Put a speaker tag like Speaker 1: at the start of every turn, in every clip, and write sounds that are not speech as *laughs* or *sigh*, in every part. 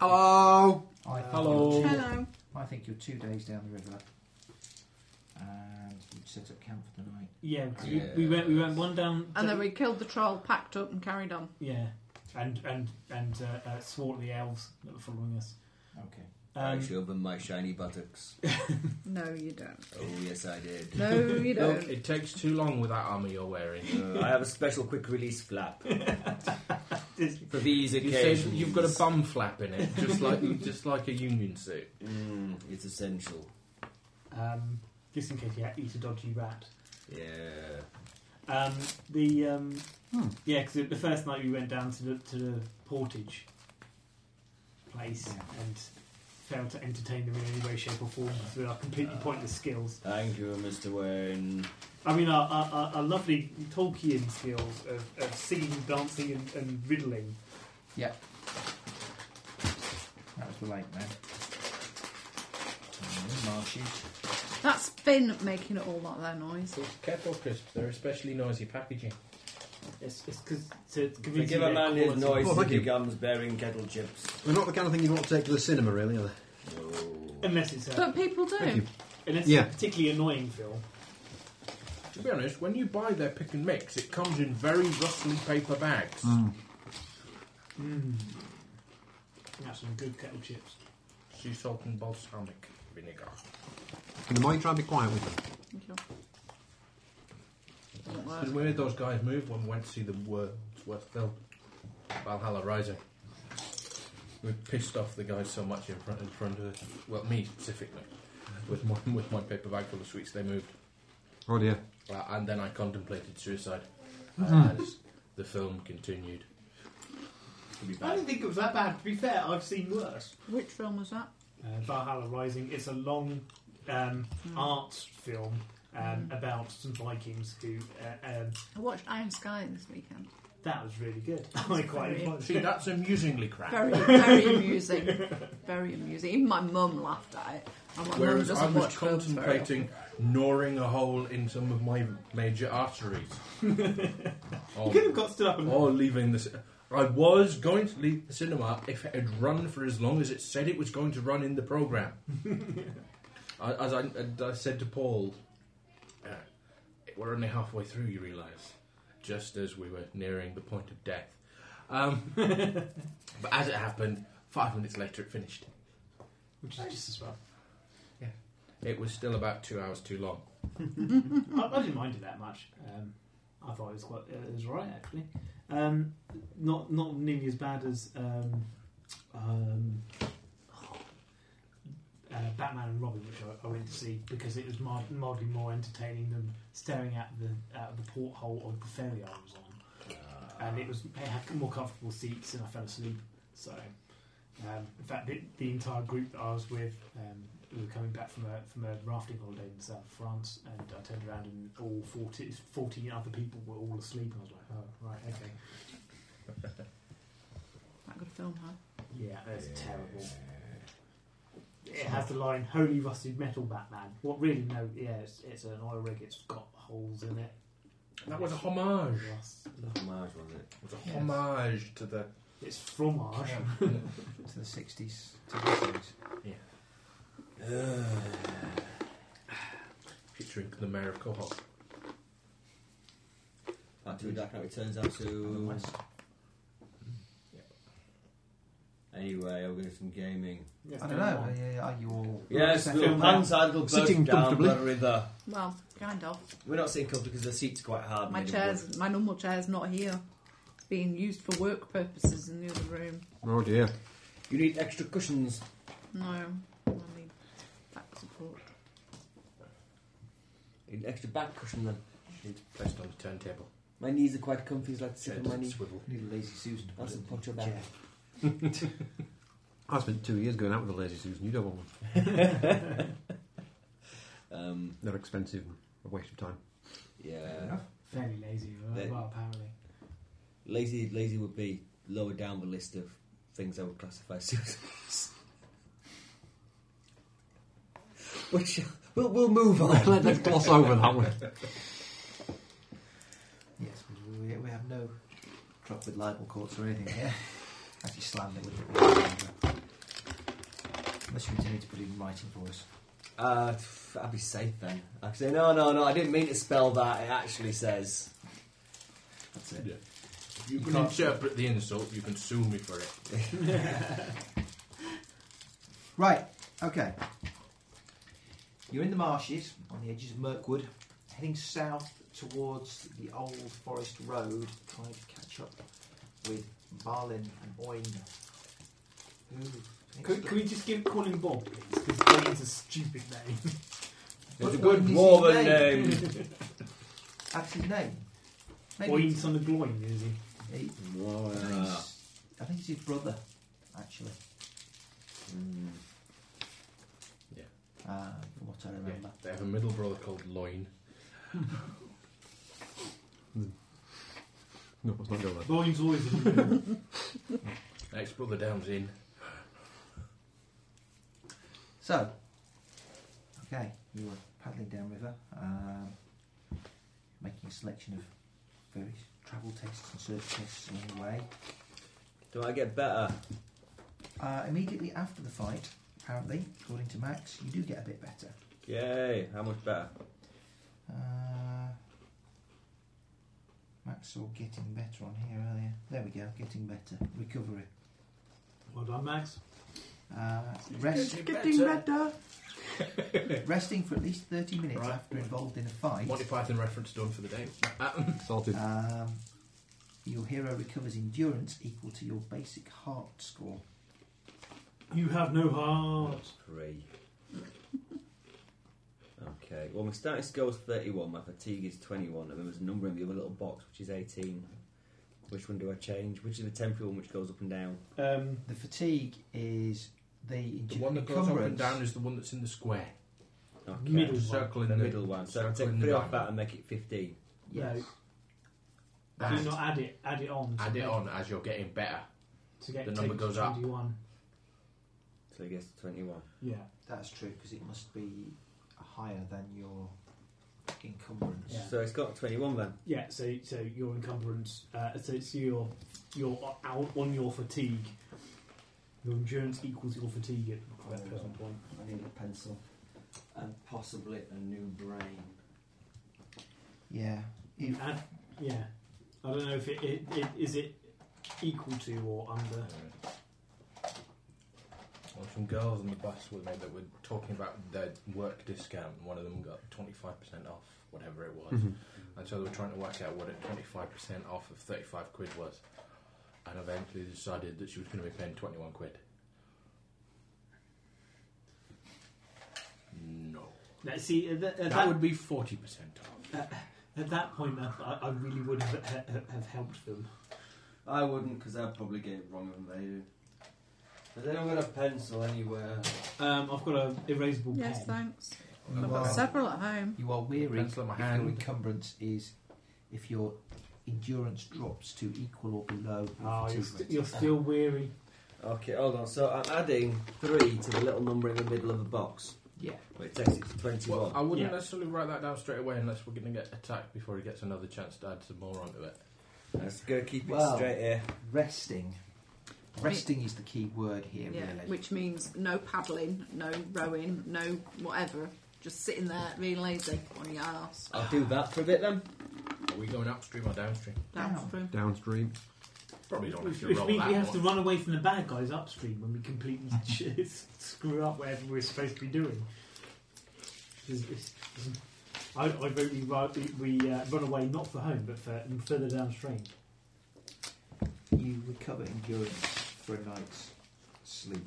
Speaker 1: Hello.
Speaker 2: I think
Speaker 1: Hello.
Speaker 2: you're two-
Speaker 3: Hello.
Speaker 2: I think you're two days down the river, and you set up camp for the night.
Speaker 4: Yeah, 'cause we, we went we went one down.
Speaker 3: And then we killed the troll, packed up, and carried on.
Speaker 4: yeah, and and and uh, uh, swore at the elves that were following us.
Speaker 2: Okay.
Speaker 4: Um,
Speaker 1: I showed them my shiny buttocks.
Speaker 3: No, you don't.
Speaker 1: Oh yes, I
Speaker 4: *laughs*
Speaker 1: did.
Speaker 3: No,
Speaker 5: *laughs*
Speaker 3: you
Speaker 5: No,
Speaker 3: don't.
Speaker 5: it takes too long with that armor you're *laughs* wearing.
Speaker 1: Uh, I have a special quick release flap for these
Speaker 5: You said
Speaker 1: occasions.
Speaker 5: you've got a bum flap in it, just like *laughs* just like a union suit.
Speaker 1: Mm, it's essential.
Speaker 4: um, just in case you ha- eat a dodgy rat.
Speaker 1: Yeah.
Speaker 4: Um, the um,
Speaker 2: Hmm.
Speaker 4: yeah, because the first night we went down to the to the portage place
Speaker 2: Yeah.
Speaker 4: and failed to entertain them in any way, shape, or form with our completely pointless skills.
Speaker 1: Thank you, Mr. Wayne.
Speaker 4: I mean, our, our, our, our lovely Tolkien skills of, of singing, dancing, and, and riddling.
Speaker 2: That was the lake then. Mm, marshes.
Speaker 3: That's Finn making it all that there noise.
Speaker 5: It's kettle crisps. They're especially noisy packaging.
Speaker 4: It's it's because to
Speaker 1: We
Speaker 4: convince
Speaker 1: give
Speaker 4: you
Speaker 1: a
Speaker 4: they're
Speaker 1: man his
Speaker 4: quality.
Speaker 1: noise,
Speaker 6: Well,
Speaker 1: he *laughs*
Speaker 6: thank you.
Speaker 1: becomes bearing kettle chips.
Speaker 6: They're not the kind of thing you want to take to the cinema, really, are they?
Speaker 1: No.
Speaker 4: Unless it's a,
Speaker 3: But people do.
Speaker 6: Thank you.
Speaker 4: unless
Speaker 6: yeah.
Speaker 4: it's a particularly annoying film.
Speaker 5: To be honest, when you buy their pick and mix, it comes in very rustly paper bags.
Speaker 4: Mm. That's some good kettle chips.
Speaker 5: Sea salt and balsamic vinegar.
Speaker 6: And the more you try and be quiet with them.
Speaker 3: Thank you. Doesn't work.
Speaker 5: Because where did those guys move when we went to see the Wordsworth film? Valhalla Rising. We pissed off the guys so much in front in front of us. Well, me specifically. With my, with my paper bag full of sweets, they moved.
Speaker 6: Oh dear. Hmm.
Speaker 5: Uh, and then I contemplated suicide uh, as the film continued.
Speaker 1: Could be
Speaker 4: I
Speaker 1: bad.
Speaker 4: didn't think it was that bad. To be fair, I've seen worse.
Speaker 3: Which film was that?
Speaker 4: Uh, Valhalla Rising. It's a long um, art film um, about some Vikings who. Uh, um,
Speaker 3: I watched Iron Sky this weekend.
Speaker 4: that was really good. *laughs* I quite
Speaker 3: very-
Speaker 4: enjoyed
Speaker 5: See,
Speaker 4: it.
Speaker 5: that's amusingly crap. *laughs*
Speaker 3: Very, very amusing. Very amusing. Even my mum laughed at it. And my mum
Speaker 5: Whereas
Speaker 3: doesn't
Speaker 5: I was
Speaker 3: watch films very
Speaker 5: contemplating gnawing a hole in some of my major *laughs* arteries. Oh,
Speaker 4: You
Speaker 5: or,
Speaker 4: could have got stood up and
Speaker 5: or leaving the. ci- I was going to leave the cinema if it had run for as long as it said it was going to run in the program. I, as I, and I said to Paul, uh, we're only halfway through. You realise, just as we were nearing the point of death. Um, but as it happened, five minutes later, it finished.
Speaker 4: which is just as well.
Speaker 5: It was still about two hours too long.
Speaker 4: I, I didn't mind it that much. Um, I thought it was quite uh, it was all right actually. Um, not not nearly as bad as um, um, uh, Batman and Robin, which I, I went to see because it was mild, mildly more entertaining than staring at the out of the porthole of the ferry I was on, and it was it had more comfortable seats, and I fell asleep. So, um, in fact, the, the entire group that I was with. Um, we were coming back from a from a rafting holiday in the south of France, and I turned around and all 40, 14 other people were all asleep, and I was like, oh right, okay,
Speaker 3: That good film, huh?
Speaker 4: yeah, that's terrible. It has the line "Holy rusted metal, Batman." What really? No, yeah, it's, it's an oil rig. It's got holes in it.
Speaker 5: That was a homage.
Speaker 4: Rust.
Speaker 1: Homage, was it?
Speaker 5: It was a
Speaker 4: Yes.
Speaker 5: homage to the.
Speaker 4: It's
Speaker 1: Oh,
Speaker 4: fromage.
Speaker 2: *laughs* To the 60s, to the 60s.
Speaker 1: *sighs*
Speaker 5: Featuring the mayor of Cohog.
Speaker 1: Part two of Dark Knight Returns out to.
Speaker 2: Otherwise-
Speaker 1: Anyway, I'll go do some gaming.
Speaker 4: Yes,
Speaker 2: I don't know. Are, are you all?
Speaker 1: Yes,
Speaker 2: Set
Speaker 1: we'll
Speaker 2: up
Speaker 1: pants will
Speaker 6: Sitting
Speaker 1: both down the
Speaker 6: comfortably.
Speaker 1: river.
Speaker 3: Well, kind of.
Speaker 1: We're not sitting comfortably because the seat's quite hard.
Speaker 3: My
Speaker 1: made of wood.
Speaker 3: chair's my normal chair's not here. It's being used for work purposes in the other room.
Speaker 6: Oh dear.
Speaker 1: You need extra cushions.
Speaker 3: No, I need back support.
Speaker 1: You need extra back cushion then.
Speaker 5: It's placed on the turntable.
Speaker 1: My knees are quite comfy, so I like to
Speaker 5: Chair
Speaker 1: sit on my
Speaker 5: doesn't
Speaker 1: knee.
Speaker 5: swivel.
Speaker 2: we Need a lazy Susan. to put
Speaker 1: That's
Speaker 2: it
Speaker 1: a
Speaker 2: in.
Speaker 1: potential back.
Speaker 6: I spent two years going out with a lazy Susan. You don't want one.
Speaker 1: Um,
Speaker 6: They're expensive and a waste of time.
Speaker 1: yeah.
Speaker 4: fairly lazy. uh,
Speaker 1: They-
Speaker 4: Well, apparently.
Speaker 1: Lazy, lazy would be lower down the list of things I would classify as suicides. *laughs* Which we'll, we'll move on.
Speaker 6: Let's gloss over that one.
Speaker 2: Yes, because we, we *laughs* have no truck with libel courts or anything here. Actually, slander with it. Unless you continue to put it in writing for us.
Speaker 1: Uh, pff, I'd be safe then. I could say, no, no, no, I didn't mean to spell that. It actually says.
Speaker 2: That's it.
Speaker 5: Yeah. You can
Speaker 2: can't-
Speaker 5: interpret the insult, you can sue me for it.
Speaker 2: Right, okay. You're in the marshes on the edges of Mirkwood, heading south towards the old forest road, trying to catch up with Barlin and Oin. Who?
Speaker 4: Could, could we just give call him Bob, please? Because Bob is a stupid name.
Speaker 5: It's a
Speaker 2: But
Speaker 5: good
Speaker 2: Oin's
Speaker 5: dwarven
Speaker 2: name.
Speaker 5: name.
Speaker 2: *laughs* That's his name. Maybe
Speaker 4: Boyne's on the gloin, is he?
Speaker 2: he-
Speaker 1: Uh,
Speaker 2: I think it's his brother, actually,
Speaker 1: mm,
Speaker 2: uh, from what I
Speaker 5: Yeah,
Speaker 2: remember.
Speaker 5: they have a middle brother called
Speaker 6: *laughs*
Speaker 5: Loin.
Speaker 7: No, let's not go there.
Speaker 4: Boyne's always a little-
Speaker 5: Next brother down's in.
Speaker 2: So, okay, you were paddling downriver, um, making a selection of various travel tests and search tests along the way.
Speaker 1: do I get better?
Speaker 2: Uh, immediately after the fight, apparently, according to Max, you do get a bit better.
Speaker 1: Yay, how much better?
Speaker 2: Uh, Max saw getting better on here earlier. There we go, getting better. Recovery.
Speaker 4: Well done, Max.
Speaker 2: Uh, rest,
Speaker 3: Getting better.
Speaker 5: *laughs*
Speaker 2: resting for at least 30 minutes
Speaker 5: Right.
Speaker 2: after involved in a fight.
Speaker 5: Monty Python reference done for the day. Uh,
Speaker 7: Salted.
Speaker 2: Um, your hero recovers endurance equal to your basic heart score.
Speaker 4: You have no heart.
Speaker 1: Three. okay, well, my status score is 31, my fatigue is 21, and then there's a number in the other little box, which is 18. Which one do I change? Which is the temporary one which goes up and down?
Speaker 4: Um,
Speaker 2: The fatigue is the,
Speaker 5: *laughs* The one that goes up and down is the one that's in the square.
Speaker 1: Okay.
Speaker 4: Middle one.
Speaker 5: Circle in
Speaker 1: The
Speaker 5: the
Speaker 1: middle one. So I
Speaker 5: circle
Speaker 1: take
Speaker 5: in the
Speaker 1: three off
Speaker 5: diamond.
Speaker 1: that and make it 15.
Speaker 2: Yes.
Speaker 4: do not add it. Add it on. to
Speaker 5: Add it
Speaker 4: make-
Speaker 5: on as you're getting better.
Speaker 4: To get
Speaker 5: The
Speaker 4: it
Speaker 5: number
Speaker 4: taken to
Speaker 5: goes up.
Speaker 4: 21.
Speaker 1: So it gets to 21.
Speaker 4: Yeah.
Speaker 2: That's true because it must be higher than your encumbrance.
Speaker 4: Yeah.
Speaker 1: So it's got 21 then.
Speaker 4: Yeah, so so your encumbrance, uh, so it's your your out on your fatigue. Your endurance equals your fatigue at that present point.
Speaker 8: I need a pencil and possibly a new brain.
Speaker 2: Yeah.
Speaker 4: You
Speaker 2: If,
Speaker 4: add, yeah. I don't know if it, it, it is it equal to or under.
Speaker 5: Well, some girls on the bus with me that were talking about their work discount, and one of them got 25% off, whatever it
Speaker 1: Mm-hmm.
Speaker 4: Mm-hmm.
Speaker 5: was.
Speaker 7: Mhm.
Speaker 5: And so they were trying to work out what a 25% off of 35 quid was. And eventually decided that she was going to be paying 21 quid. No.
Speaker 4: Now, see, at, that- at,
Speaker 5: That
Speaker 4: that,
Speaker 5: would be 40% off.
Speaker 4: at that point, I, I- I really would have, have, have helped them.
Speaker 8: I wouldn't, because I'd probably get it wrong than they do. Has anyone got a pencil anywhere?
Speaker 4: Um, I've got an erasable
Speaker 3: Yes,
Speaker 4: pen.
Speaker 3: thanks.
Speaker 2: you,
Speaker 3: I've got
Speaker 2: are,
Speaker 3: several at home.
Speaker 2: you are weary if
Speaker 5: Pencil in
Speaker 2: your
Speaker 5: my hand.
Speaker 2: encumbrance is if your endurance drops to equal or below your
Speaker 4: Oh, you're,
Speaker 2: fatigue
Speaker 4: st-
Speaker 2: rate.
Speaker 4: you're still weary.
Speaker 1: Okay, hold on. So I'm adding 3 to the little number in the middle of the box,
Speaker 2: Yeah.
Speaker 1: which takes it to 21.
Speaker 5: Well, I wouldn't
Speaker 4: Yeah.
Speaker 5: necessarily write that down straight away unless we're going to get attacked before he gets another chance to add some more onto it.
Speaker 1: I'm just going to keep it
Speaker 2: Well.
Speaker 1: straight here.
Speaker 2: Resting. Resting is the key word here,
Speaker 3: Yeah,
Speaker 2: really.
Speaker 3: which means no paddling, no rowing, no whatever. Just sitting there, being lazy on your ass.
Speaker 1: I'll do that for a bit then.
Speaker 5: Are we going upstream or downstream?
Speaker 2: Down.
Speaker 3: Downstream.
Speaker 7: Downstream.
Speaker 5: Probably don't have
Speaker 4: Which, *laughs*
Speaker 5: to
Speaker 4: which
Speaker 5: roll
Speaker 4: means
Speaker 5: that
Speaker 4: we have
Speaker 5: one.
Speaker 4: to run away from the bad guys upstream when we completely *laughs* ch- screw up whatever we're supposed to be doing. It's- it's- I, I vote we, ru- we uh, run away not for home but for further downstream.
Speaker 2: You recover endurance for a night's sleep,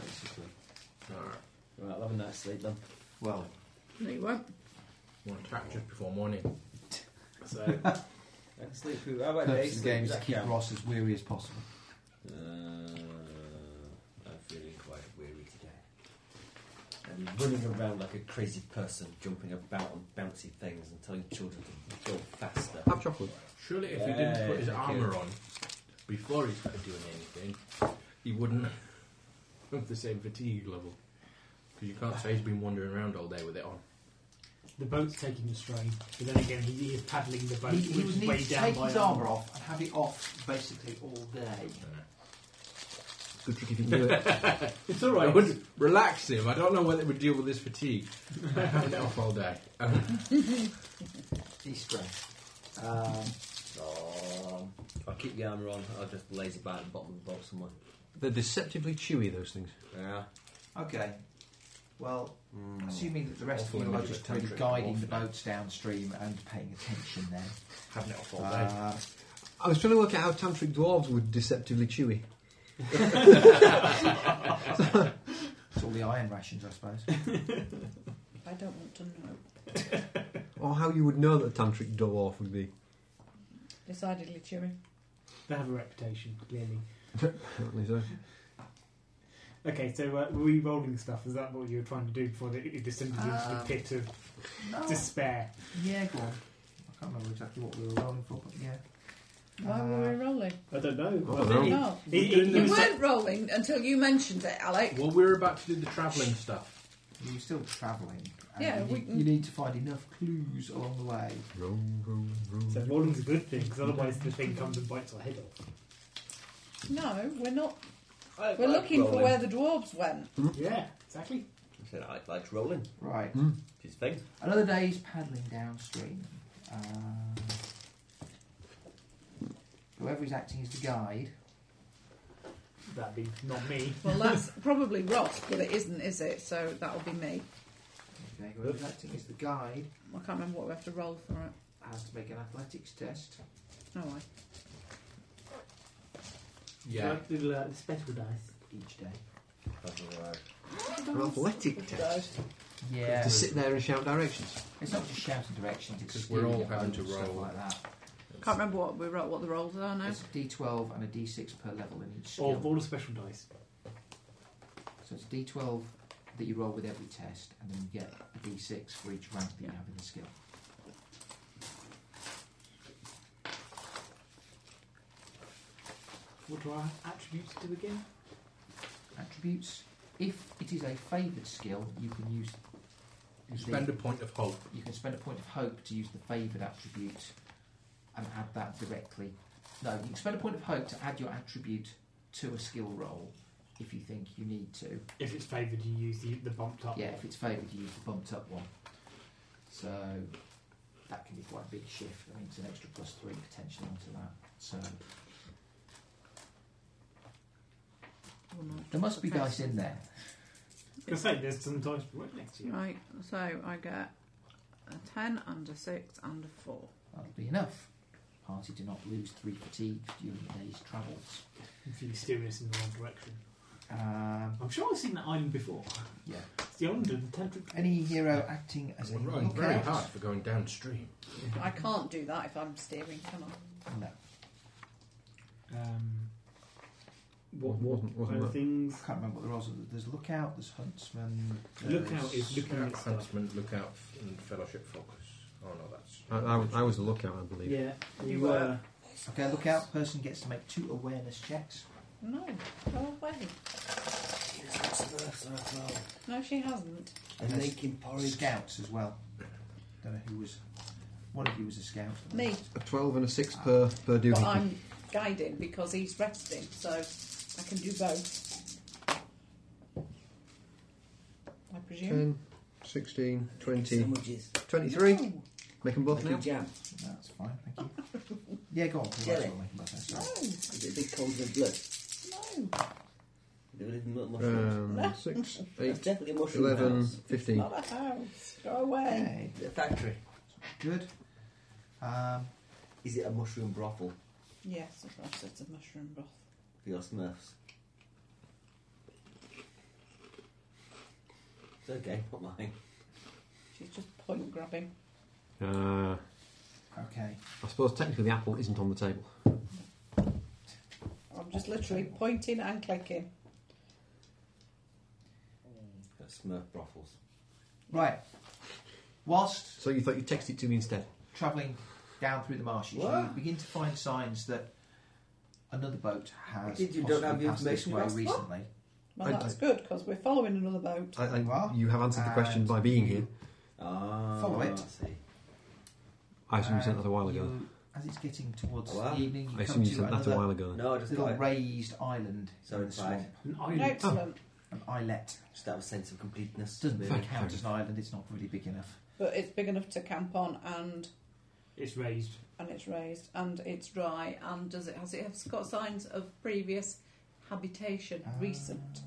Speaker 2: basically.
Speaker 5: Alright.
Speaker 1: Right, I'll have a night's sleep then.
Speaker 2: Well,
Speaker 3: No, you won't.
Speaker 5: Want to attack just before morning.
Speaker 4: So
Speaker 1: I can sleep through. How about day
Speaker 2: purpose of the
Speaker 1: sleep?
Speaker 2: game
Speaker 1: Does
Speaker 2: is to
Speaker 1: that
Speaker 2: keep
Speaker 1: count?
Speaker 2: Ross as weary as possible.
Speaker 1: Uh, I'm feeling quite weary today. I'm running around like a crazy person, jumping about on bouncy things and telling children to go faster.
Speaker 7: Have chocolate.
Speaker 5: Surely, if he
Speaker 1: Yeah,
Speaker 5: didn't put his
Speaker 1: okay.
Speaker 5: armour on before he started doing anything, he wouldn't *laughs* have the same fatigue level. Because you can't say he's been wandering around all day with it on.
Speaker 4: the boat's taking the strain, but then again he, he is paddling the boat,
Speaker 2: He, he
Speaker 4: which
Speaker 2: would
Speaker 4: is
Speaker 2: need
Speaker 4: way
Speaker 2: to
Speaker 4: down
Speaker 2: take
Speaker 4: by
Speaker 2: his armour off and have it off basically all day.
Speaker 5: Uh, the trick if you can do it.
Speaker 4: It's all
Speaker 9: I
Speaker 4: right.
Speaker 9: would relax him. I don't know whether it would deal with his fatigue.
Speaker 5: *laughs*
Speaker 9: I've been off all day. Um,
Speaker 2: De-stress. Um,
Speaker 1: Oh, if I keep the armour on, I'll just laser back at the bottom of the boat somewhere.
Speaker 5: They're deceptively chewy, those things.
Speaker 1: Yeah.
Speaker 2: okay. Well, assuming that the rest
Speaker 9: Awful
Speaker 2: of you are
Speaker 9: image of
Speaker 2: just
Speaker 9: a
Speaker 2: really
Speaker 9: tantric
Speaker 2: guiding the
Speaker 9: orphan.
Speaker 2: boats downstream and paying attention then.
Speaker 9: having it off all day.
Speaker 2: Uh,
Speaker 5: I was trying to work out how tantric dwarves were deceptively chewy.
Speaker 2: it's all the iron rations, I
Speaker 9: *laughs*
Speaker 2: suppose.
Speaker 3: I don't want to know.
Speaker 5: Or how you would know that a tantric dwarf would be. *laughs*
Speaker 3: Decidedly chewy.
Speaker 4: They have a reputation, clearly.
Speaker 5: Apparently so.
Speaker 4: Okay, so uh, were we rolling stuff? Is that what you were trying to do before they- it descended into the
Speaker 2: Um,
Speaker 4: pit of
Speaker 2: No.
Speaker 4: despair?
Speaker 2: yeah, go on. I can't remember exactly what we were rolling for, but yeah. Uh,
Speaker 3: Why were we rolling?
Speaker 4: I don't know.
Speaker 5: Well, don't
Speaker 4: it-
Speaker 5: know.
Speaker 3: No.
Speaker 4: it- it-
Speaker 9: Doing
Speaker 3: You
Speaker 4: it
Speaker 9: the
Speaker 4: was-
Speaker 9: research-
Speaker 3: weren't rolling until you mentioned it, Alec.
Speaker 9: Well, we're about to do the travelling stuff.
Speaker 2: You were still travelling. and
Speaker 3: Yeah,
Speaker 2: you,
Speaker 3: we
Speaker 2: need-
Speaker 3: can-
Speaker 2: you need to find enough clues along the way.
Speaker 5: Vroom, vroom, vroom.
Speaker 4: so rolling's a good thing because otherwise the thing comes and bites our head off.
Speaker 3: No, we're not.
Speaker 1: I
Speaker 3: We're
Speaker 1: like
Speaker 3: looking for
Speaker 1: rolling.
Speaker 3: where the dwarves went.
Speaker 4: Yeah, exactly.
Speaker 1: I said I liked rolling.
Speaker 2: Right.
Speaker 1: It's thing.
Speaker 2: Another day's paddling downstream. Um, whoever is acting as the guide.
Speaker 4: That'd be not me.
Speaker 3: Well, that's probably Ross, but it isn't, is it? So that'll be me.
Speaker 2: Okay, whoever's acting as the guide
Speaker 3: I can't remember what we have to roll for it.
Speaker 2: has to make an athletics test.
Speaker 3: No way.
Speaker 9: Yeah.
Speaker 4: Little, uh, special dice.
Speaker 2: each day.
Speaker 5: An athletic test.
Speaker 2: Yeah,
Speaker 5: To sit there and shout directions.
Speaker 2: it's not just shouting directions. It's
Speaker 9: Because we're all
Speaker 2: steering a
Speaker 9: having
Speaker 2: boat
Speaker 9: to
Speaker 2: and stuff
Speaker 9: roll.
Speaker 2: like that.
Speaker 3: Can't remember what we wrote. What the rolls are now.
Speaker 2: It's D twelve and a D six per level in each
Speaker 4: Or
Speaker 2: skill.
Speaker 4: all the special dice.
Speaker 2: so it's D twelve that you roll with every test, and then you get a D six for each rank that you
Speaker 3: Yeah.
Speaker 2: have in the skill.
Speaker 4: What do our attributes do again?
Speaker 2: Attributes. If it is a favoured skill, you can use.
Speaker 9: You spend a point of hope.
Speaker 2: you can spend a point of hope to use the favoured attribute and add that directly. No, you can spend a point of hope to add your attribute to a skill roll if you think you need to.
Speaker 4: If it's favoured, you use the, the bumped up.
Speaker 2: Yeah, if it's favoured, you use the bumped up one. So that can be quite a big shift. I mean, it's an extra plus three potentially onto that. So
Speaker 3: Or not.
Speaker 2: there must be dice in there.
Speaker 4: I was gonna say, there's some dice right next to you.
Speaker 3: Right. So I get a ten and a six and a four.
Speaker 2: That'll be enough. Party do not lose three fatigue during the day's travels.
Speaker 4: If you're steering us in the wrong direction.
Speaker 2: Um,
Speaker 4: I'm sure I've seen that island before.
Speaker 2: yeah.
Speaker 4: It's the island of the Tantric.
Speaker 2: Any hero acting as a
Speaker 9: We're running very
Speaker 2: lookout?
Speaker 9: hard for going downstream.
Speaker 3: I can't do that if I'm steering. Can I?
Speaker 2: No.
Speaker 4: Um, what
Speaker 5: Wasn't- wasn't- wasn't
Speaker 4: what kind of
Speaker 5: that-
Speaker 4: things?
Speaker 2: I can't remember what the roles are. There's lookout, there's huntsman. there's-
Speaker 4: Lookout is looking at stuff.
Speaker 9: Huntsman, lookout, and fellowship focus. Oh no, that's.
Speaker 5: I, I, was- I was the lookout, I believe.
Speaker 4: Yeah,
Speaker 3: You
Speaker 4: you
Speaker 3: were.
Speaker 4: were.
Speaker 2: Okay, lookout person gets to make two awareness checks.
Speaker 3: No. Go away. No, she hasn't.
Speaker 2: And there's
Speaker 10: porridge.
Speaker 2: scouts as well. Don't know who was. One of you was a scout.
Speaker 3: Me.
Speaker 5: A 12 and a 6 per, per duty.
Speaker 3: But I'm guiding because he's resting, so I can do both. I presume.
Speaker 5: 10, 16, 20, 23.
Speaker 3: No.
Speaker 5: Make them both now.
Speaker 10: jam.
Speaker 2: That's fine, thank you. *laughs* yeah, go on.
Speaker 10: Jelly.
Speaker 2: Right, well, that's
Speaker 3: No,
Speaker 2: right.
Speaker 10: Is it a big cold with blood?
Speaker 3: no,
Speaker 10: Do they live in little mushrooms?
Speaker 5: Um, 6,
Speaker 10: That's
Speaker 5: 8,
Speaker 10: definitely a mushroom
Speaker 5: 11,
Speaker 10: house.
Speaker 5: 15.
Speaker 3: not a house. Go away.
Speaker 2: Okay,
Speaker 10: Is it a factory?
Speaker 2: good. Um,
Speaker 10: Is it a mushroom brothel
Speaker 3: Yes, of course, it's a mushroom broth.
Speaker 10: for your smurfs? It's okay, not mine.
Speaker 3: She's just point grabbing.
Speaker 5: Uh,
Speaker 2: okay.
Speaker 5: I suppose technically the apple isn't on the table.
Speaker 3: I'm just literally pointing and clicking.
Speaker 10: Got smurf brothels.
Speaker 2: Right. Whilst
Speaker 5: So you thought you texted it to me instead?
Speaker 2: travelling down through the marshes, you
Speaker 10: What?
Speaker 2: begin to find signs that another boat has
Speaker 10: Did you
Speaker 2: possibly
Speaker 10: don't have the
Speaker 2: passed this
Speaker 10: information
Speaker 2: way
Speaker 10: last time?
Speaker 2: recently.
Speaker 3: Well,
Speaker 5: I-
Speaker 3: that's good because we're following another boat.
Speaker 5: I, I,
Speaker 2: Well,
Speaker 5: you have answered the question by being here.
Speaker 10: Ah,
Speaker 2: Follow it.
Speaker 10: I see.
Speaker 5: I assume you sent that a while ago.
Speaker 2: You as it's getting towards
Speaker 1: Wow.
Speaker 2: the evening,
Speaker 5: I
Speaker 2: you come
Speaker 5: assume you
Speaker 2: to
Speaker 5: said that a
Speaker 2: another
Speaker 5: while ago.
Speaker 1: No, I just
Speaker 2: little
Speaker 1: thought it-
Speaker 2: raised island
Speaker 1: Sorry,
Speaker 2: in the swamp,
Speaker 4: An island.
Speaker 3: Excellent.
Speaker 2: an islet.
Speaker 1: just out of a sense of completeness.
Speaker 2: It doesn't really
Speaker 5: Fact
Speaker 2: count
Speaker 5: check.
Speaker 2: as an island; it's not really big enough.
Speaker 3: But it's big enough to camp on and
Speaker 4: It's raised.
Speaker 3: and it's raised and it's dry and does it has it has got signs of previous habitation,
Speaker 2: Ah.
Speaker 3: recent.
Speaker 2: Um,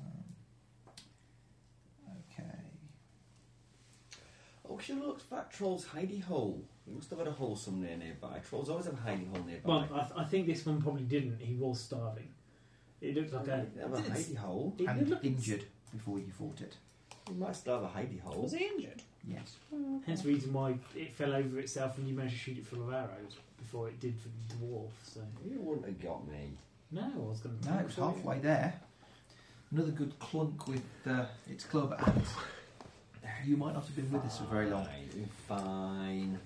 Speaker 2: Okay.
Speaker 1: Oh, she looks back. Troll's hidey hole. You must have had a hole somewhere nearby. Trolls always have a hidey hole nearby.
Speaker 4: Well, I, th- I think this one probably didn't. He was starving. It looked like a.
Speaker 1: They have a
Speaker 4: it's-
Speaker 1: hidey hole.
Speaker 4: it
Speaker 2: And
Speaker 4: looked-
Speaker 2: injured before you fought it.
Speaker 1: You might still have a hidey hole.
Speaker 3: Was he injured?
Speaker 2: Yes.
Speaker 4: Hence the reason why it fell over itself and you managed to shoot it full of arrows before it did for the dwarf. So
Speaker 1: You wouldn't have got me.
Speaker 4: no, I was going to.
Speaker 2: No, it was halfway there. Another good clunk with uh, its club, and you might not have been with us for very
Speaker 1: *laughs*
Speaker 2: long.
Speaker 1: Fine, you're Fine.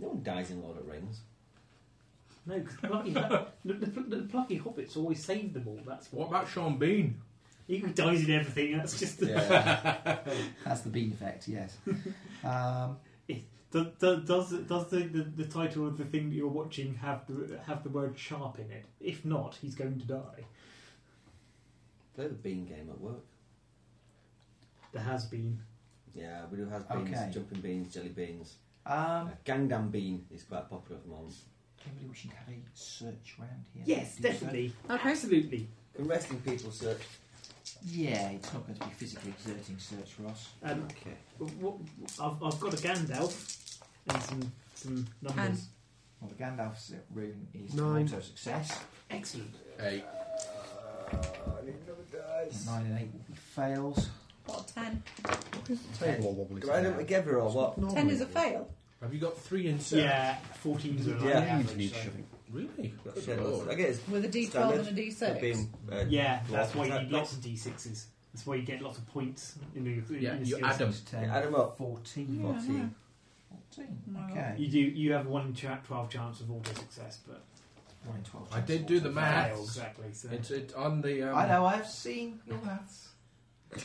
Speaker 1: No one dies in Lord of the Rings.
Speaker 4: No, because plucky, *laughs* the, the, the plucky hobbits always save them all. That's
Speaker 9: What
Speaker 4: what.
Speaker 9: about Sean Bean?
Speaker 4: He dies in everything. That's just the,
Speaker 1: Yeah.
Speaker 2: That's the bean effect, yes. *laughs* Um,
Speaker 4: does, does, does, does the, the, the title of the thing that you're watching have the have the word sharp in it? If not, he's going to die.
Speaker 1: *laughs* Play the bean game at work.
Speaker 4: There has been.
Speaker 1: Yeah, we do have beans,
Speaker 2: Okay.
Speaker 1: jumping beans, jelly beans. Uh,
Speaker 2: um,
Speaker 1: Gangnam bean is quite popular at the moment.
Speaker 2: anybody we should have a search round here?
Speaker 4: Yes,
Speaker 2: Do so.
Speaker 4: definitely,
Speaker 3: Okay.
Speaker 4: absolutely.
Speaker 1: Can resting people search?
Speaker 2: Yeah, it's not going to be physically exerting search, Ross.
Speaker 4: Um,
Speaker 1: Okay.
Speaker 4: what, I've, I've got a Gandalf and some some numbers.
Speaker 2: Well, the Gandalf's rune is
Speaker 5: Nine.
Speaker 2: also a success.
Speaker 4: Excellent.
Speaker 9: Hey,
Speaker 1: I need another dice.
Speaker 2: Nine and eight will be fails.
Speaker 3: What ten?
Speaker 5: Table all wobbly.
Speaker 1: Do I add them together or what?
Speaker 5: Oh
Speaker 3: Ten is a fail.
Speaker 9: have you got three in seven?
Speaker 4: Yeah, fourteen is
Speaker 1: Yeah.
Speaker 4: yeah.
Speaker 5: You need shoving.
Speaker 9: Really?
Speaker 1: That's
Speaker 9: Good
Speaker 1: what I
Speaker 9: lord.
Speaker 1: guess.
Speaker 3: With a D twelve
Speaker 1: Standard.
Speaker 3: and a D
Speaker 1: They're
Speaker 3: six.
Speaker 1: being, uh,
Speaker 4: Yeah,
Speaker 1: dwarf.
Speaker 4: that's why you
Speaker 1: That-
Speaker 4: need lots of d6s. That's why you get lots of points in your, in
Speaker 9: Yeah,
Speaker 4: your
Speaker 9: you
Speaker 4: skills.
Speaker 9: add them.
Speaker 2: Six, ten,
Speaker 1: Yeah, add 'em up.
Speaker 2: 14.
Speaker 3: Yeah, I
Speaker 1: 40.
Speaker 3: know.
Speaker 2: 14,
Speaker 3: No.
Speaker 2: Okay.
Speaker 4: You do. You have one in cha- twelve chance of auto success, but
Speaker 2: One in 12
Speaker 9: I
Speaker 2: chance
Speaker 9: did
Speaker 2: of
Speaker 9: do
Speaker 2: all
Speaker 9: the
Speaker 2: fails.
Speaker 9: math.
Speaker 4: fail exactly. So
Speaker 9: It's, it's on the. Um,
Speaker 2: I know, I've seen your maths.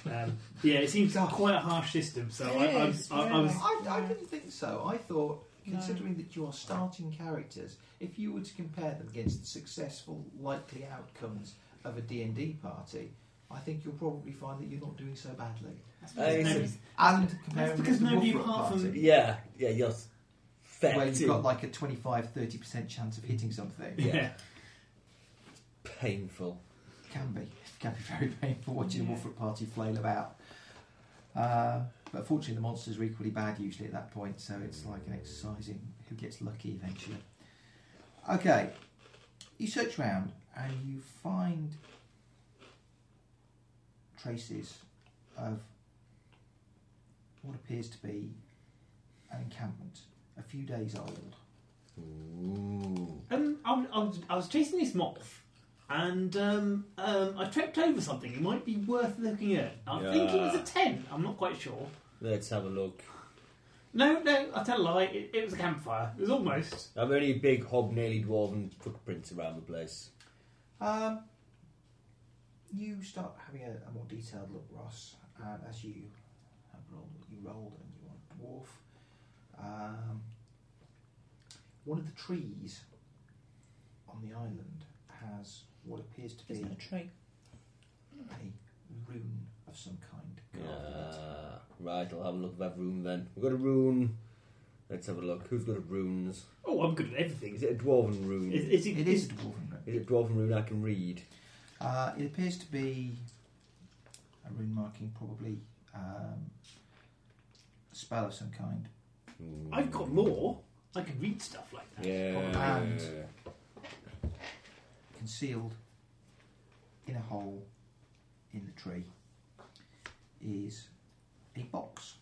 Speaker 4: um, yeah, it
Speaker 9: *laughs*
Speaker 4: seems quite a harsh system. So
Speaker 3: It
Speaker 4: I, I,
Speaker 3: is,
Speaker 4: I, I was
Speaker 3: really.
Speaker 2: I, I
Speaker 3: Yeah.
Speaker 2: didn't think so. I thought,
Speaker 3: No.
Speaker 2: considering that you are starting characters, if you were to compare them against the successful likely outcomes of a D&D party, I think you'll probably find that you're not doing so badly.
Speaker 1: it's
Speaker 4: no,
Speaker 1: a-
Speaker 4: it's-
Speaker 2: And comparing
Speaker 4: because
Speaker 2: it to the
Speaker 4: nobody
Speaker 2: Wolfrock
Speaker 4: apart from-
Speaker 2: party,
Speaker 1: Yeah, yeah, you're
Speaker 2: where you've
Speaker 1: fetting.
Speaker 2: got like a 25-30% chance of hitting something,
Speaker 4: *laughs* yeah.
Speaker 1: Yeah. Painful.
Speaker 2: can be can be *laughs* very painful watching
Speaker 3: Yeah.
Speaker 2: a Wolfrock party flail about. Uh, but fortunately, the monsters are equally bad usually at that point, so it's like an exercise in who gets lucky eventually. Okay, you search round and you find traces of what appears to be an encampment, a few days old.
Speaker 1: Ooh.
Speaker 4: Um, I, was- I was, I was chasing this moth, and um, um, I tripped over something. It might be worth looking at. I think it was a
Speaker 1: Yeah.
Speaker 4: ten. I'm not quite sure.
Speaker 1: Let's have a look.
Speaker 4: No, no, I tell a lie. It, it was a campfire. It was almost.
Speaker 1: How many big hobnailed dwarven footprints around the place?
Speaker 2: Um, you start having a, a more detailed look, Ross, and as you have rolled what you rolled and you are a dwarf, um, one of the trees on the island has what appears to be
Speaker 3: Isn't a tree.
Speaker 2: a rune of some kind. carved in it.
Speaker 1: Yeah. Uh, Right, I'll have a look at that rune then. We've got a rune. Let's have a look. Who's got a runes?
Speaker 4: Oh, I'm good at everything.
Speaker 1: Is it a dwarven rune?
Speaker 4: Is, is
Speaker 2: It is a dwarven rune.
Speaker 1: Is it a dwarven rune I can read?
Speaker 2: Uh, it appears to be a rune marking, probably um, a spell of some kind.
Speaker 1: Hmm.
Speaker 4: I've got more. I can read stuff like that.
Speaker 1: Yeah.
Speaker 2: And- concealed in a hole in the tree is a box.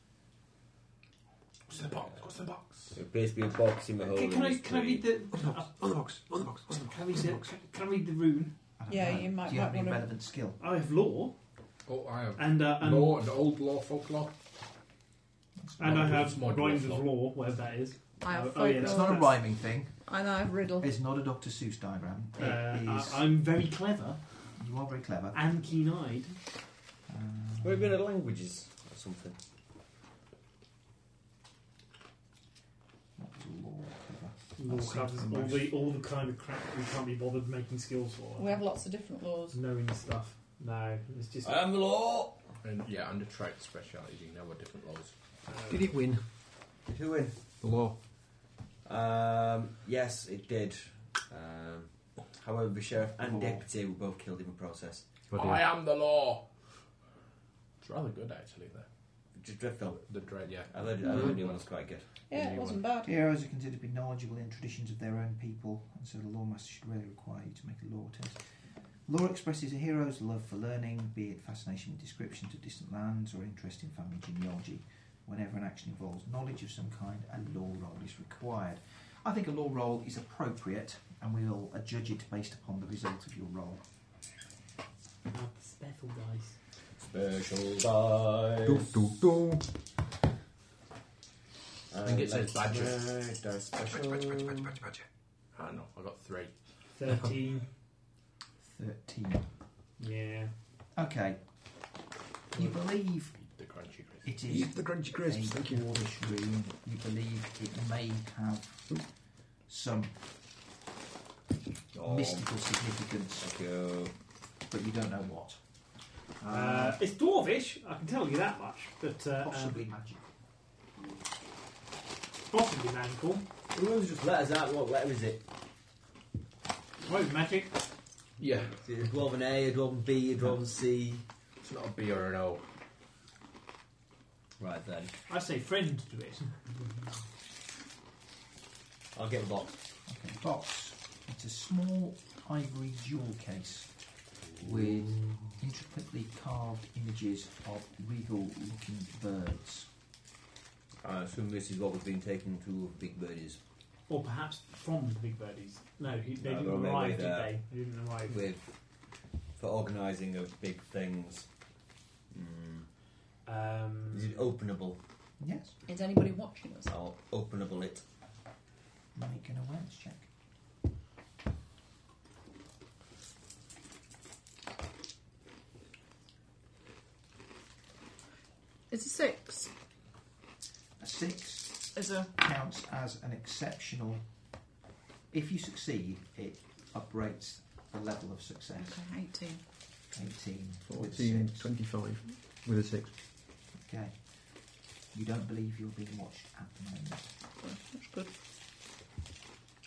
Speaker 9: What's in the box? What's in the box?
Speaker 1: It appears to be a box in the hole.
Speaker 4: Okay,
Speaker 1: in
Speaker 4: can I
Speaker 1: this
Speaker 4: can I
Speaker 1: tree.
Speaker 4: read the uh,
Speaker 5: On the box. On the box. On the box.
Speaker 4: can I read the can I read the rune?
Speaker 2: I don't
Speaker 3: Yeah,
Speaker 2: know.
Speaker 3: you might-
Speaker 2: Do you have
Speaker 3: might
Speaker 2: any
Speaker 3: wanna-
Speaker 2: relevant skill?
Speaker 4: I have law
Speaker 9: Oh, I have.
Speaker 4: and uh, and,
Speaker 9: Law and old law, folklore.
Speaker 4: and I have
Speaker 9: It's my
Speaker 4: rhymes of
Speaker 9: dwarf
Speaker 4: law, whatever that is.
Speaker 3: I have
Speaker 4: Oh, oh, yeah,
Speaker 2: It's
Speaker 4: that's
Speaker 3: folklore
Speaker 2: not a rhyming thing.
Speaker 3: and I have riddle.
Speaker 2: It's not a Dr. Seuss diagram. It
Speaker 4: Uh, I,
Speaker 2: is-
Speaker 4: I'm very clever
Speaker 2: You are very clever.
Speaker 4: and keen-eyed.
Speaker 2: Um,
Speaker 1: We're going to languages or something.
Speaker 2: not law clever.
Speaker 4: walk
Speaker 2: seen
Speaker 4: up,
Speaker 2: from
Speaker 4: all
Speaker 2: most.
Speaker 4: the all the kind of crap we can't be bothered making skills for.
Speaker 3: We have lots of different laws.
Speaker 4: knowing stuff. No, it's just
Speaker 1: I am the law.
Speaker 9: And yeah, under trade specialities, you know what different laws.
Speaker 4: uh,
Speaker 5: Did it win?
Speaker 1: Did who win?
Speaker 5: The law.
Speaker 1: Um, yes, it did. Um, however, the sheriff and deputy were both killed in the process.
Speaker 9: I am the law. It's rather good actually. Though
Speaker 1: Which is dreadful.
Speaker 9: the dread, yeah.
Speaker 1: I learned,
Speaker 9: Mm-hmm.
Speaker 1: I learned the new one was quite good.
Speaker 3: Yeah, it
Speaker 9: Anyone.
Speaker 3: wasn't bad.
Speaker 2: Heroes are considered to be knowledgeable in traditions of their own people, and so the lawmaster should rarely require you to make a law test. Law expresses a hero's love for learning, be it fascination with descriptions of distant lands or interest in family genealogy. Whenever an action involves knowledge of some kind, a law roll is required. I think a law roll is appropriate, and we'll adjudge it based upon the result of your roll.
Speaker 4: not the special dice.
Speaker 1: Special dice.
Speaker 5: Do, do, do.
Speaker 1: I
Speaker 9: think it says badger.
Speaker 1: Dice special.
Speaker 9: I know. I got three.
Speaker 4: *laughs* Thirteen.
Speaker 2: 13.
Speaker 4: yeah.
Speaker 2: Okay. You believe
Speaker 9: The crunchy crisp.
Speaker 2: it is
Speaker 5: Eat the crunchy
Speaker 2: a
Speaker 5: crisps. Thank you.
Speaker 2: dwarvish rune. You believe it may have some
Speaker 1: Oh,
Speaker 2: mystical significance,
Speaker 1: thank you.
Speaker 2: but you don't know what. Um,
Speaker 4: Uh, it's dwarvish. I can tell you that much. But uh, um,
Speaker 2: possibly magic.
Speaker 4: possibly magical.
Speaker 1: Who knows just letters out? What letter is it?
Speaker 4: Well, magic.
Speaker 9: Yeah,
Speaker 1: Is it a dwarven A, a dwarven B, a dwarven C?
Speaker 9: it's not a B or an O.
Speaker 1: Right then.
Speaker 4: I say friend to it.
Speaker 1: I'll get the box.
Speaker 2: Okay, box. It's a small ivory jewel case with intricately carved images of regal-looking birds.
Speaker 1: I assume this is what we've been taken to Big Birdies
Speaker 4: Or perhaps from the Big Birdies. No, he, they
Speaker 1: No, they're on
Speaker 4: didn't
Speaker 1: their way
Speaker 4: arrive, did
Speaker 1: there.
Speaker 4: they? They didn't arrive.
Speaker 1: with for organising of big things.
Speaker 4: Um,
Speaker 1: Is it openable?
Speaker 2: Yes.
Speaker 3: Is anybody watching us?
Speaker 1: I'll openable it.
Speaker 2: Make an awareness check.
Speaker 3: It's a six.
Speaker 2: A six.
Speaker 3: It's a
Speaker 2: counts as an exceptional. If you succeed, it uprates the level of success.
Speaker 3: okay, eighteen.
Speaker 2: 18 with
Speaker 5: 14,
Speaker 2: six.
Speaker 5: 25 with a 6.
Speaker 2: Okay. You don't believe you're being watched at the moment.
Speaker 3: Well, that's good.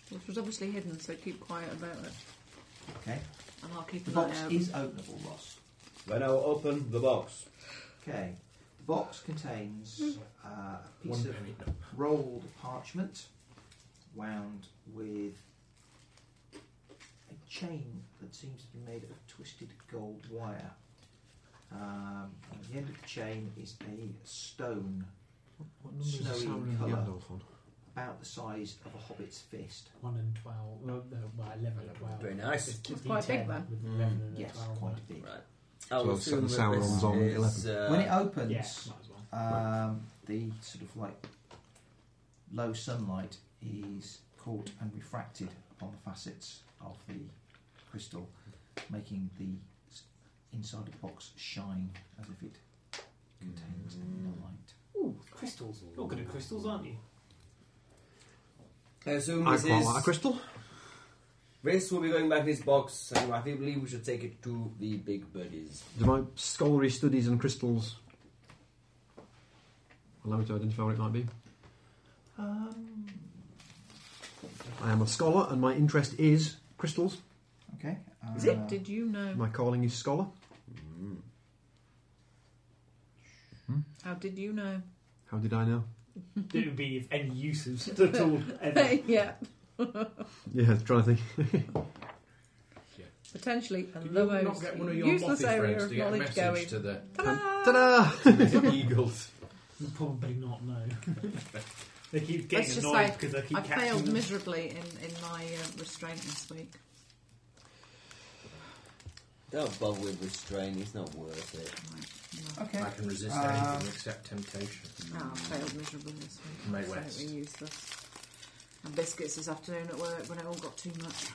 Speaker 3: Which was obviously hidden, so keep quiet about it,
Speaker 2: Okay.
Speaker 3: and I'll keep
Speaker 2: The
Speaker 3: an eye
Speaker 2: box
Speaker 3: out.
Speaker 2: is openable, Ross.
Speaker 1: Then I'll open the box.
Speaker 2: Okay. The box contains uh, a
Speaker 9: One
Speaker 2: piece of
Speaker 9: penny. No.
Speaker 2: rolled parchment wound with a chain that seems to be made of twisted gold wire. Um, and at the end of the chain is a stone
Speaker 5: What
Speaker 2: number is the Snowy Sauron and
Speaker 5: and
Speaker 2: colour.
Speaker 5: Gandalf on?
Speaker 2: about the size of a hobbit's fist.
Speaker 4: One and twelve. Well, no, well, eleven and twelve.
Speaker 1: Very nice.
Speaker 4: It's
Speaker 3: It's quite big,
Speaker 4: 10
Speaker 3: then.
Speaker 4: with
Speaker 1: Mm.
Speaker 4: 11 and a
Speaker 2: Yes,
Speaker 4: 12.
Speaker 2: quite big.
Speaker 1: Right. I'll
Speaker 5: So
Speaker 1: assume
Speaker 5: Sauron's
Speaker 1: that this
Speaker 5: on
Speaker 1: is, uh,
Speaker 2: When it opens,
Speaker 4: Yeah, might as well.
Speaker 2: um, the sort of like low sunlight is caught and refracted upon the facets of the crystal, making the s- inside of the box shine as if it contains no light.
Speaker 4: Ooh, crystals. You're good at crystals, aren't you?
Speaker 1: I assume
Speaker 5: I
Speaker 1: this
Speaker 5: quite
Speaker 1: is.
Speaker 5: like a crystal.
Speaker 1: This will be going back in this box, and I think believe we should take it to the Big Birdies.
Speaker 5: Do my scholarly studies on crystals allow me to identify what it might be?
Speaker 2: Um,
Speaker 5: I am a scholar and my interest is crystals.
Speaker 2: okay. Uh,
Speaker 3: Is it? Did you know?
Speaker 5: My calling is scholar.
Speaker 3: How did you
Speaker 9: *laughs*
Speaker 3: know?
Speaker 5: How did I know?
Speaker 4: it would be of any use
Speaker 3: *laughs*
Speaker 4: at all ever.
Speaker 3: yeah,
Speaker 5: Yeah, trying to think.
Speaker 3: potentially. And
Speaker 9: Did you
Speaker 3: those
Speaker 9: not get one of your
Speaker 3: useless
Speaker 9: motley
Speaker 3: area
Speaker 9: friends
Speaker 3: of
Speaker 9: to get a
Speaker 3: knowledge
Speaker 9: message
Speaker 3: going.
Speaker 9: to the,
Speaker 3: Ta-da!
Speaker 5: Ta-da!
Speaker 9: the eagles?
Speaker 4: Probably not. *laughs* No. they
Speaker 3: Let's
Speaker 4: keep getting
Speaker 3: just
Speaker 4: annoyed
Speaker 3: say,
Speaker 4: because I keep
Speaker 3: I
Speaker 4: catching
Speaker 3: failed
Speaker 4: them.
Speaker 3: miserably in, in my uh, restraint this week.
Speaker 1: Don't bother with restraint; it's not worth it.
Speaker 3: Right,
Speaker 2: Okay.
Speaker 9: I can resist
Speaker 2: Uh,
Speaker 9: anything except temptation.
Speaker 3: no. Ah, I failed miserably this week.
Speaker 9: May
Speaker 3: Absolutely
Speaker 9: West.
Speaker 3: useless. And biscuits this afternoon at work when it all got too much.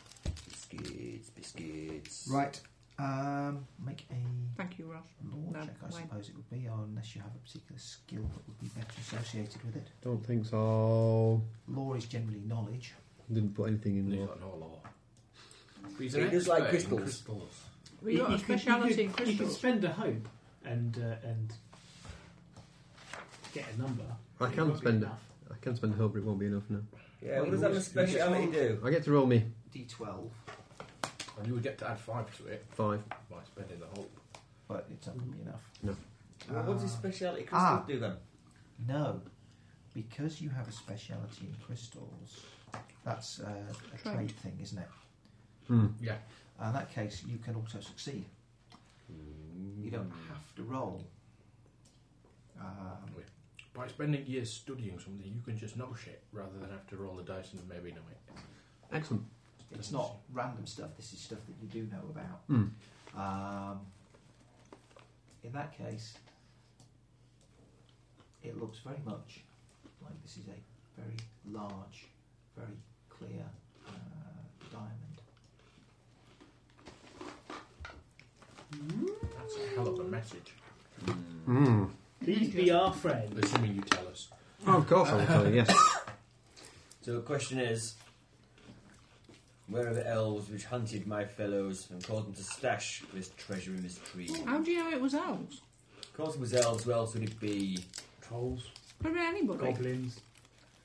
Speaker 1: Biscuits, biscuits.
Speaker 2: Right. Um, make a
Speaker 3: Thank you, Ross.
Speaker 2: law
Speaker 3: No,
Speaker 2: check, I
Speaker 3: Wayne.
Speaker 2: suppose it would be, or unless you have a particular skill that would be better associated with it.
Speaker 5: Don't think so.
Speaker 2: Law is generally knowledge.
Speaker 5: Didn't put anything in
Speaker 9: He's
Speaker 5: there.
Speaker 9: got no law.
Speaker 1: He does like crystals.
Speaker 3: We got a speciality in
Speaker 4: You can
Speaker 3: crystals.
Speaker 4: spend a hope and uh, and get a number.
Speaker 5: I
Speaker 4: It
Speaker 5: can
Speaker 4: won't be
Speaker 5: spend it.
Speaker 4: enough.
Speaker 5: I can spend hope, but it won't be enough now.
Speaker 1: Yeah, what does that speciality do?
Speaker 5: I get to roll me
Speaker 2: D12.
Speaker 9: And you would get to add five to it
Speaker 5: five.
Speaker 9: by spending the hope.
Speaker 2: But it's not going to be enough.
Speaker 1: Well, what does speciality crystals
Speaker 2: Ah.
Speaker 1: do then?
Speaker 2: No. Because you have a speciality in crystals, that's uh, a
Speaker 3: Trait.
Speaker 2: trade thing, isn't it?
Speaker 5: Hmm.
Speaker 9: Yeah.
Speaker 2: Uh, in that case, you can also succeed. You don't
Speaker 1: Hmm.
Speaker 2: have to roll. Um,
Speaker 9: By spending years studying something, you can just know shit rather than have to roll the dice and maybe know it.
Speaker 5: Excellent.
Speaker 2: it's not random stuff. This is stuff that you do know about.
Speaker 5: Hmm.
Speaker 2: Um, in that case, it looks very much like this is a very large, very clear uh, diamond.
Speaker 9: That's a hell of a message.
Speaker 5: Mm.
Speaker 4: Please be our friend.
Speaker 9: Assuming you tell us.
Speaker 5: Oh, of course I will tell you. Yes.
Speaker 1: So the question is, where are the elves which hunted my fellows and caused them to stash this treasure in this tree?
Speaker 3: How do you know it was elves?
Speaker 1: Of course it was elves, who else would it be?
Speaker 4: Trolls,
Speaker 3: Could be anybody.
Speaker 4: goblins.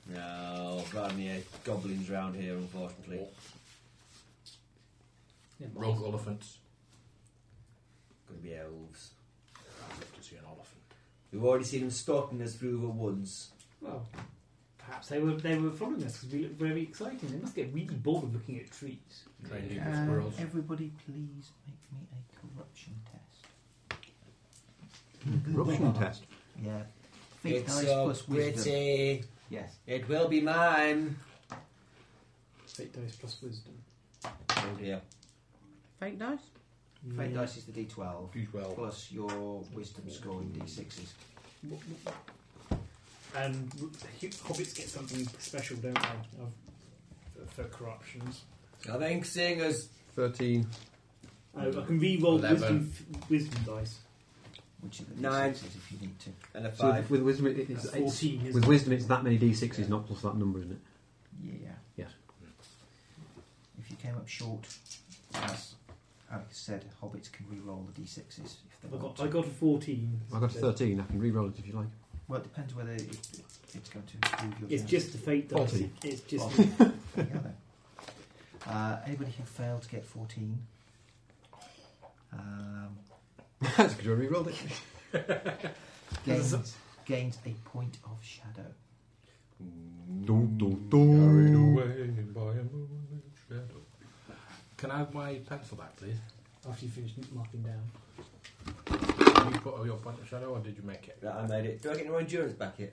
Speaker 1: No, rather near goblins round here, unfortunately.
Speaker 4: Yeah, but
Speaker 9: Rogue elephants.
Speaker 1: Could be elves.
Speaker 9: I'd love to see an elephant.
Speaker 1: We've already seen them stalking us through the woods.
Speaker 4: Well, perhaps they were they were following us because we look very exciting. They must get really bored of looking at trees.
Speaker 9: Trying to eat
Speaker 2: Um,
Speaker 9: with squirrels.
Speaker 2: everybody, please make me a corruption test.
Speaker 5: Hmm. Corruption test.
Speaker 2: Yeah. Fate
Speaker 1: It's
Speaker 2: dice
Speaker 1: so
Speaker 2: plus wisdom.
Speaker 1: pretty.
Speaker 2: Yes.
Speaker 1: It will be mine.
Speaker 4: Fate dice plus wisdom.
Speaker 1: Oh dear.
Speaker 3: Fake dice.
Speaker 2: Fate dice is the d12
Speaker 9: D12.
Speaker 2: plus your wisdom score in d6s.
Speaker 4: And hobbits get something special, don't they? Of, for, for corruptions.
Speaker 1: I think seeing us.
Speaker 5: Thirteen.
Speaker 4: Uh, I, I can re-roll
Speaker 9: Eleven.
Speaker 4: wisdom, f- wisdom dice.
Speaker 2: Which are the
Speaker 1: Nine.
Speaker 2: d6s if you need to.
Speaker 1: And a
Speaker 5: So
Speaker 1: five.
Speaker 5: with wisdom, it- it's,
Speaker 4: That's
Speaker 5: it's-
Speaker 4: fourteen. Isn't
Speaker 5: with
Speaker 4: it?
Speaker 5: wisdom, it's that many d6s, not plus that number, isn't it?
Speaker 2: Yeah.
Speaker 5: Yes.
Speaker 2: If you came up short, as Alex said, hobbits can re-roll the d6s if they
Speaker 4: I
Speaker 2: want
Speaker 4: got
Speaker 2: to.
Speaker 4: I got a fourteen.
Speaker 5: I got a thirteen. I can re-roll it if you like.
Speaker 9: *laughs*
Speaker 2: Well, it depends whether it, it's going to improve your
Speaker 4: It's
Speaker 2: chances.
Speaker 4: just the fate dice.
Speaker 5: Fourteen.
Speaker 4: It's
Speaker 2: *laughs*
Speaker 4: just
Speaker 2: There you go then. Uh, anybody who failed to get 14. Um,
Speaker 5: That's because I re-rolled it.
Speaker 2: gains, gains a point of shadow.
Speaker 9: Carried away by a moonlit shadow. Can I have my pencil back, please?
Speaker 4: *laughs* after you finish marking down.
Speaker 9: Did you put your point of shadow or did you make it?
Speaker 1: Right, I made it. Do I get no endurance back here?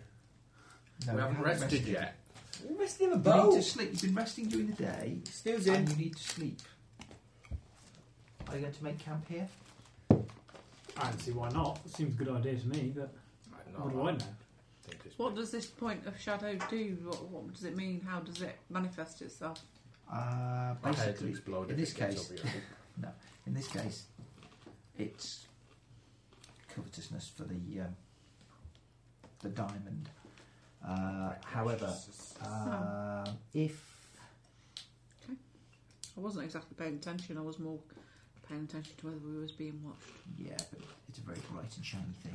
Speaker 2: No, you
Speaker 9: we haven't
Speaker 2: haven't
Speaker 9: rested, yet.
Speaker 1: We're resting him a
Speaker 2: You need
Speaker 1: bow.
Speaker 2: to sleep. You've been resting during the day, and
Speaker 1: Snoozing.
Speaker 2: you need to sleep. Are you going to make camp here?
Speaker 4: I don't see why not. seems a good idea to me, but
Speaker 9: Right,
Speaker 4: what do I know?
Speaker 9: think it's
Speaker 3: What does this point of shadow do? What, what does it mean? How does it manifest itself?
Speaker 2: Uh,
Speaker 9: My head's
Speaker 2: basically,
Speaker 9: exploded
Speaker 2: in
Speaker 9: if
Speaker 2: this
Speaker 9: it gets
Speaker 2: case-
Speaker 9: over
Speaker 2: *laughs*
Speaker 9: here.
Speaker 2: in this case, it's covetousness for the um, the diamond. Uh, however, uh, if
Speaker 3: I wasn't exactly paying attention. I was more paying attention to whether we was being watched.
Speaker 2: yeah, but it's a very bright and shiny thing.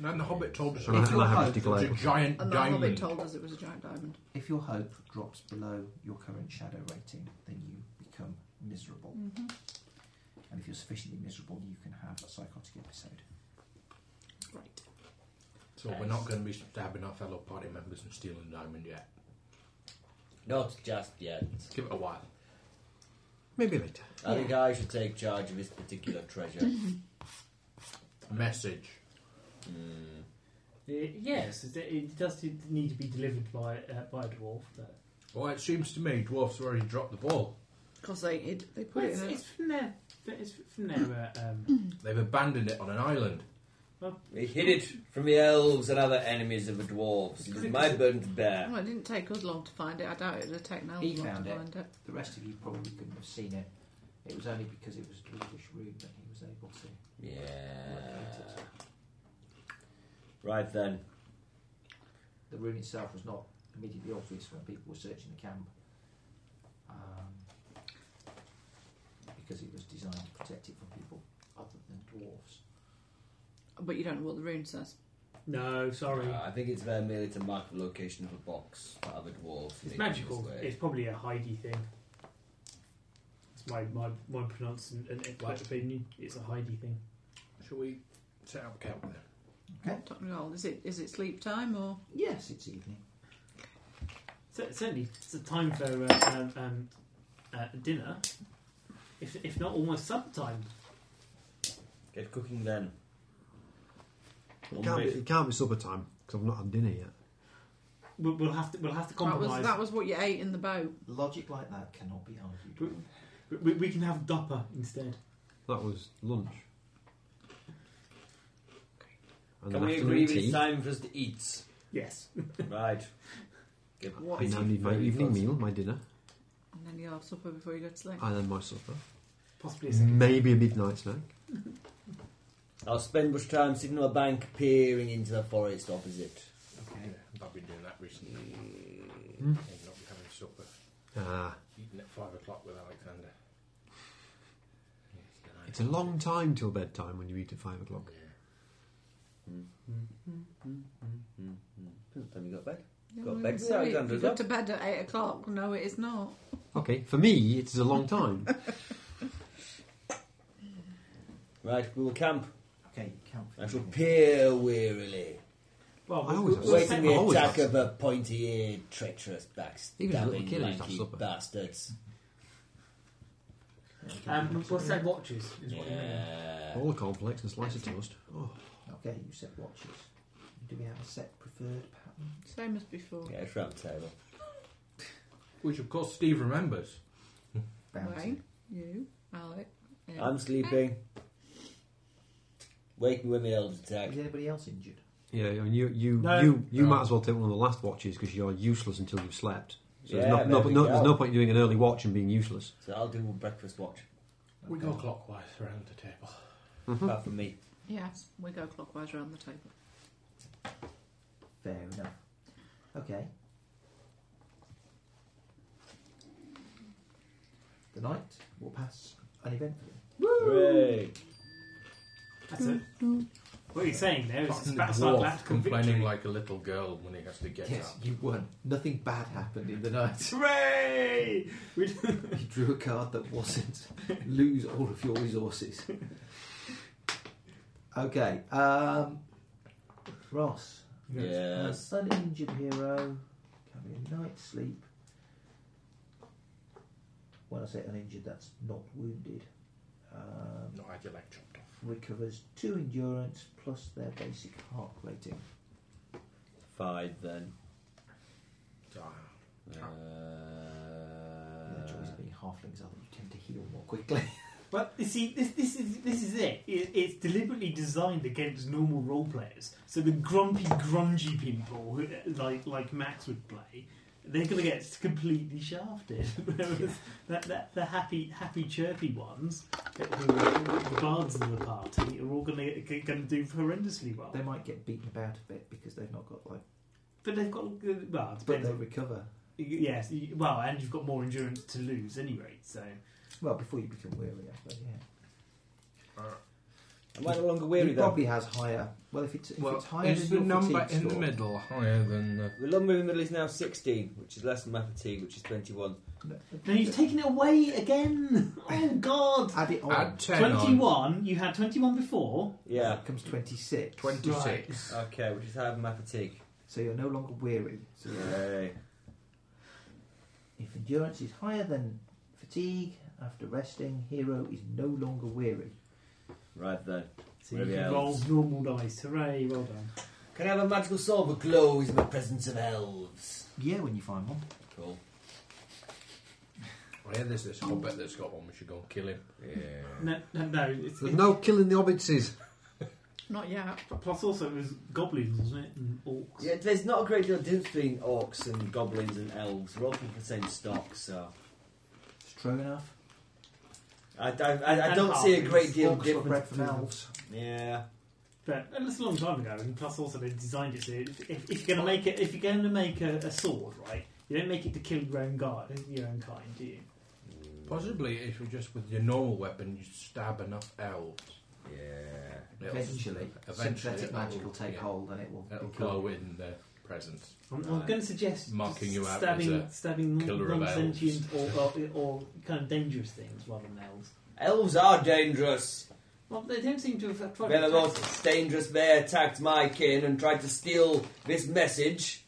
Speaker 9: No, and the Hobbit told us
Speaker 5: And I
Speaker 9: about
Speaker 2: If
Speaker 5: and
Speaker 2: you're
Speaker 5: I have
Speaker 2: hot,
Speaker 5: a
Speaker 9: it. It's a
Speaker 5: particular.
Speaker 9: giant
Speaker 3: And the hobbit
Speaker 9: diamond.
Speaker 3: told us it was a giant diamond.
Speaker 2: If your hope drops below your current shadow rating, then you become miserable. And if you're sufficiently miserable, you can have a psychotic episode.
Speaker 3: Right.
Speaker 9: So we're not going to be stabbing our fellow party members and stealing the diamond yet.
Speaker 1: Not just yet.
Speaker 9: Let's give it a while.
Speaker 5: Maybe later.
Speaker 1: I think I should take charge of this particular treasure.
Speaker 9: Message.
Speaker 1: Mm.
Speaker 4: Uh, yes, it, it does need to be delivered by uh, by a dwarf. But
Speaker 9: Well, it seems to me dwarfs already dropped the ball.
Speaker 3: Because they it, they put
Speaker 4: Well,
Speaker 3: it
Speaker 4: it's,
Speaker 3: in.
Speaker 4: it's from their it's from their uh, um,
Speaker 9: They've abandoned it on an island.
Speaker 1: We hid it from the elves and other enemies of the dwarves. It is my burden to
Speaker 3: A,
Speaker 1: bear.
Speaker 3: well, it didn't take us long to find it. I doubt it would have taken us long
Speaker 2: He
Speaker 3: to
Speaker 2: found it.
Speaker 3: find it.
Speaker 2: The rest of you probably couldn't have seen it. It was only because it was Dwarvish room that he was able to.
Speaker 1: Yeah.
Speaker 2: locate it.
Speaker 1: Right then.
Speaker 2: The room itself was not immediately obvious when people were searching the camp. um, designed to protect it from people other than dwarves.
Speaker 3: But you don't know what the rune says.
Speaker 4: No, sorry.
Speaker 1: Uh, I think it's there merely to mark the location of a box for other dwarves.
Speaker 4: it's magical. It's probably a Heidi thing. It's my my my pronouncing and like opinion. It's a Heidi thing.
Speaker 9: Shall we set up camp there?
Speaker 3: Top and gold. oh, Is it is it sleep time or
Speaker 2: Yes, it's evening.
Speaker 4: Cer- Certainly, it's a time for uh, um, um, uh, dinner, if, if not almost supper time.
Speaker 1: Get cooking then.
Speaker 5: It can't, be, it can't be supper time because I've not had dinner yet.
Speaker 4: We'll, we'll have to we'll have to
Speaker 3: that was
Speaker 4: compromise.
Speaker 3: that was what you ate in the boat?
Speaker 2: Logic like that cannot be argued. with.
Speaker 4: we, we can have dupper instead.
Speaker 5: That was lunch. And
Speaker 1: Can
Speaker 5: then
Speaker 1: we
Speaker 5: afternoon
Speaker 1: agree
Speaker 5: tea.
Speaker 1: it's time for us to eat?
Speaker 4: Yes.
Speaker 1: right. Get
Speaker 3: What?
Speaker 5: I now need my
Speaker 1: very
Speaker 5: evening
Speaker 1: fast.
Speaker 5: meal, my dinner,
Speaker 3: And then you'll have supper before you go to sleep.
Speaker 5: and then my supper.
Speaker 4: Possibly a second.
Speaker 5: Maybe a midnight snack.
Speaker 1: I'll spend much time sitting on a bank peering into the forest opposite.
Speaker 9: Yeah,
Speaker 2: Okay.
Speaker 9: I've been doing that recently.
Speaker 5: Hmm.
Speaker 9: I've not been having supper.
Speaker 5: Ah,
Speaker 9: Eating at five o'clock with Alexander.
Speaker 5: it's a long time till bedtime when you eat at five o'clock.
Speaker 1: Depends what time you got back.
Speaker 3: Yeah,
Speaker 1: Got
Speaker 3: well,
Speaker 1: bed
Speaker 3: so
Speaker 1: with
Speaker 3: you,
Speaker 1: Alexander
Speaker 3: you
Speaker 1: as
Speaker 3: go
Speaker 1: well.
Speaker 3: to bed at eight o'clock. No, it is not.
Speaker 5: Okay, for me, it is a long
Speaker 1: *laughs*
Speaker 5: time.
Speaker 1: Right, we will camp.
Speaker 2: Okay, you count for
Speaker 1: I shall
Speaker 2: evening.
Speaker 1: peer wearily,
Speaker 4: Well,
Speaker 5: I
Speaker 4: we-
Speaker 5: always
Speaker 4: we-
Speaker 5: have supper.
Speaker 4: we'll
Speaker 1: waiting
Speaker 4: set-
Speaker 1: the
Speaker 5: I always
Speaker 1: attack
Speaker 5: have
Speaker 1: of a pointy-eared, treacherous,
Speaker 5: Even a little
Speaker 1: backstabbing,
Speaker 5: kid has to have
Speaker 1: lanky
Speaker 5: supper.
Speaker 1: bastards.
Speaker 4: Um, we'll set watches. Is what you mean.
Speaker 1: Yeah.
Speaker 5: All a complex and a slice of toast. Oh,
Speaker 2: Okay, you set watches. Do we have a set preferred pattern?
Speaker 3: Same as before.
Speaker 1: Yeah, it's round table.
Speaker 9: Which, of course, Steve remembers.
Speaker 3: Wayne, you, Alec. Ed.
Speaker 1: I'm sleeping. Wake me when the elves attack.
Speaker 2: Is anybody else injured?
Speaker 5: yeah. I mean, you you
Speaker 4: No.
Speaker 5: you, you
Speaker 1: No.
Speaker 5: might as well take one of the last watches because you're useless until you've slept. So
Speaker 1: Yeah,
Speaker 5: there's, no,
Speaker 1: there
Speaker 5: no,
Speaker 1: we
Speaker 5: no,
Speaker 1: go.
Speaker 5: there's no point in doing an early watch and being useless.
Speaker 1: So I'll do a breakfast watch.
Speaker 9: We
Speaker 2: Okay.
Speaker 9: go clockwise around the table.
Speaker 5: Mm-hmm.
Speaker 1: Apart from me.
Speaker 3: Yes, we go clockwise around the table.
Speaker 2: Fair enough. Okay. The night will pass uneventfully.
Speaker 1: Hooray!
Speaker 4: That's it. What you're saying there is
Speaker 9: Fucking
Speaker 4: that's
Speaker 9: dwarf
Speaker 4: like that
Speaker 9: complaining like a little girl when he has to get
Speaker 2: Yes,
Speaker 9: up.
Speaker 2: you won. Nothing bad happened in the night. *laughs*
Speaker 4: hooray. We-
Speaker 2: You drew a card that wasn't. Lose all of your resources. Okay. Um, Ross.
Speaker 1: Yes.
Speaker 2: An uninjured Uh, hero. Can be a night's sleep. When I say uninjured, that's not wounded. Um,
Speaker 9: Not had your leg chopped off.
Speaker 2: recovers two endurance plus their basic heart rating.
Speaker 1: Five then.
Speaker 9: Ah,
Speaker 1: Uh,
Speaker 2: the choice of being halflings are that you tend to heal more quickly. *laughs*
Speaker 4: But you see, this this is this is it. it. It's deliberately designed against normal role players. So the grumpy, grungy people, who, like like Max would play, they're going to get completely shafted. *laughs* Whereas that, that, the happy, happy, chirpy ones, who are the bards of the party, are all going to going to do horrendously well.
Speaker 2: they might get beaten about a bit because they've not got like,
Speaker 4: But they've got good- well, it
Speaker 2: but
Speaker 4: depends.
Speaker 2: they recover.
Speaker 4: Yes, you- well, and you've got more endurance to lose anyway. So
Speaker 2: Well, before you become weary, I suppose. Yeah.
Speaker 1: Am I no longer
Speaker 2: he
Speaker 1: weary though?
Speaker 2: probably has higher. Well, if it's if
Speaker 9: Well,
Speaker 2: it's higher
Speaker 9: is
Speaker 2: than
Speaker 9: the
Speaker 2: your
Speaker 9: number
Speaker 2: fatigue
Speaker 9: in the
Speaker 2: score-
Speaker 9: middle higher than the...
Speaker 1: The lumber in the middle is now 16, which is less than my fatigue, which is 21.
Speaker 2: No,
Speaker 4: now you've taken it away
Speaker 2: *laughs*
Speaker 4: again. Oh God!
Speaker 2: add it on.
Speaker 9: Add 10 on.
Speaker 4: 21. You had 21 before.
Speaker 1: Yeah.
Speaker 2: That comes twenty six.
Speaker 9: 26.
Speaker 1: Okay, which is higher than my fatigue.
Speaker 2: So you're no longer weary. So
Speaker 1: Yay.
Speaker 2: if endurance is higher than fatigue after resting, hero is no longer weary.
Speaker 1: Right then.
Speaker 4: So
Speaker 1: Where are
Speaker 4: you
Speaker 1: the
Speaker 4: can roll
Speaker 1: elves?
Speaker 4: normal dice. Hooray! Well done.
Speaker 1: Can I have a magical sword that glows in the presence of elves?
Speaker 2: Yeah, when you find one.
Speaker 1: Cool.
Speaker 9: I hear there's this hobbit that's got one. We should go and kill him.
Speaker 1: Yeah.
Speaker 4: No, no, no. It's,
Speaker 5: There's
Speaker 4: it-
Speaker 5: no killing the hobbitses.
Speaker 3: Not yet.
Speaker 4: Plus, also it was goblins, wasn't it? And orcs.
Speaker 1: Yeah, there's not a great deal of difference between orcs and goblins and elves. We're all from the same stock, so
Speaker 2: It's true enough.
Speaker 1: I, I, I, I
Speaker 4: And
Speaker 1: don't see a
Speaker 4: halflings.
Speaker 1: great deal of
Speaker 2: Orcs were bred
Speaker 1: difference.
Speaker 2: from elves.
Speaker 1: Yeah,
Speaker 4: But and that's a long time ago. And plus, also they designed it so if, if, if you're going to make it, if you're going to make a, a sword, right, you don't make it to kill your own guard, your own kind, do you?
Speaker 9: Possibly if you're just with your normal weapon, you stab enough elves.
Speaker 1: Yeah.
Speaker 9: It'll-
Speaker 2: Eventually, synthetic
Speaker 9: it'll-
Speaker 2: magic will take
Speaker 9: yeah,
Speaker 2: hold and it will
Speaker 9: It'll
Speaker 2: become-
Speaker 9: glow in their presence.
Speaker 4: I'm, I'm going to suggest
Speaker 9: uh, Marking
Speaker 4: just
Speaker 9: you out
Speaker 4: stabbing,
Speaker 9: as a
Speaker 4: stabbing
Speaker 9: killer of
Speaker 4: non-sentient or, or, or kind of dangerous things rather than elves.
Speaker 1: Elves are dangerous.
Speaker 4: Well, they don't seem to have tried
Speaker 1: They're the
Speaker 4: to attack
Speaker 1: most dangerous. They attacked my kin and tried to steal this message.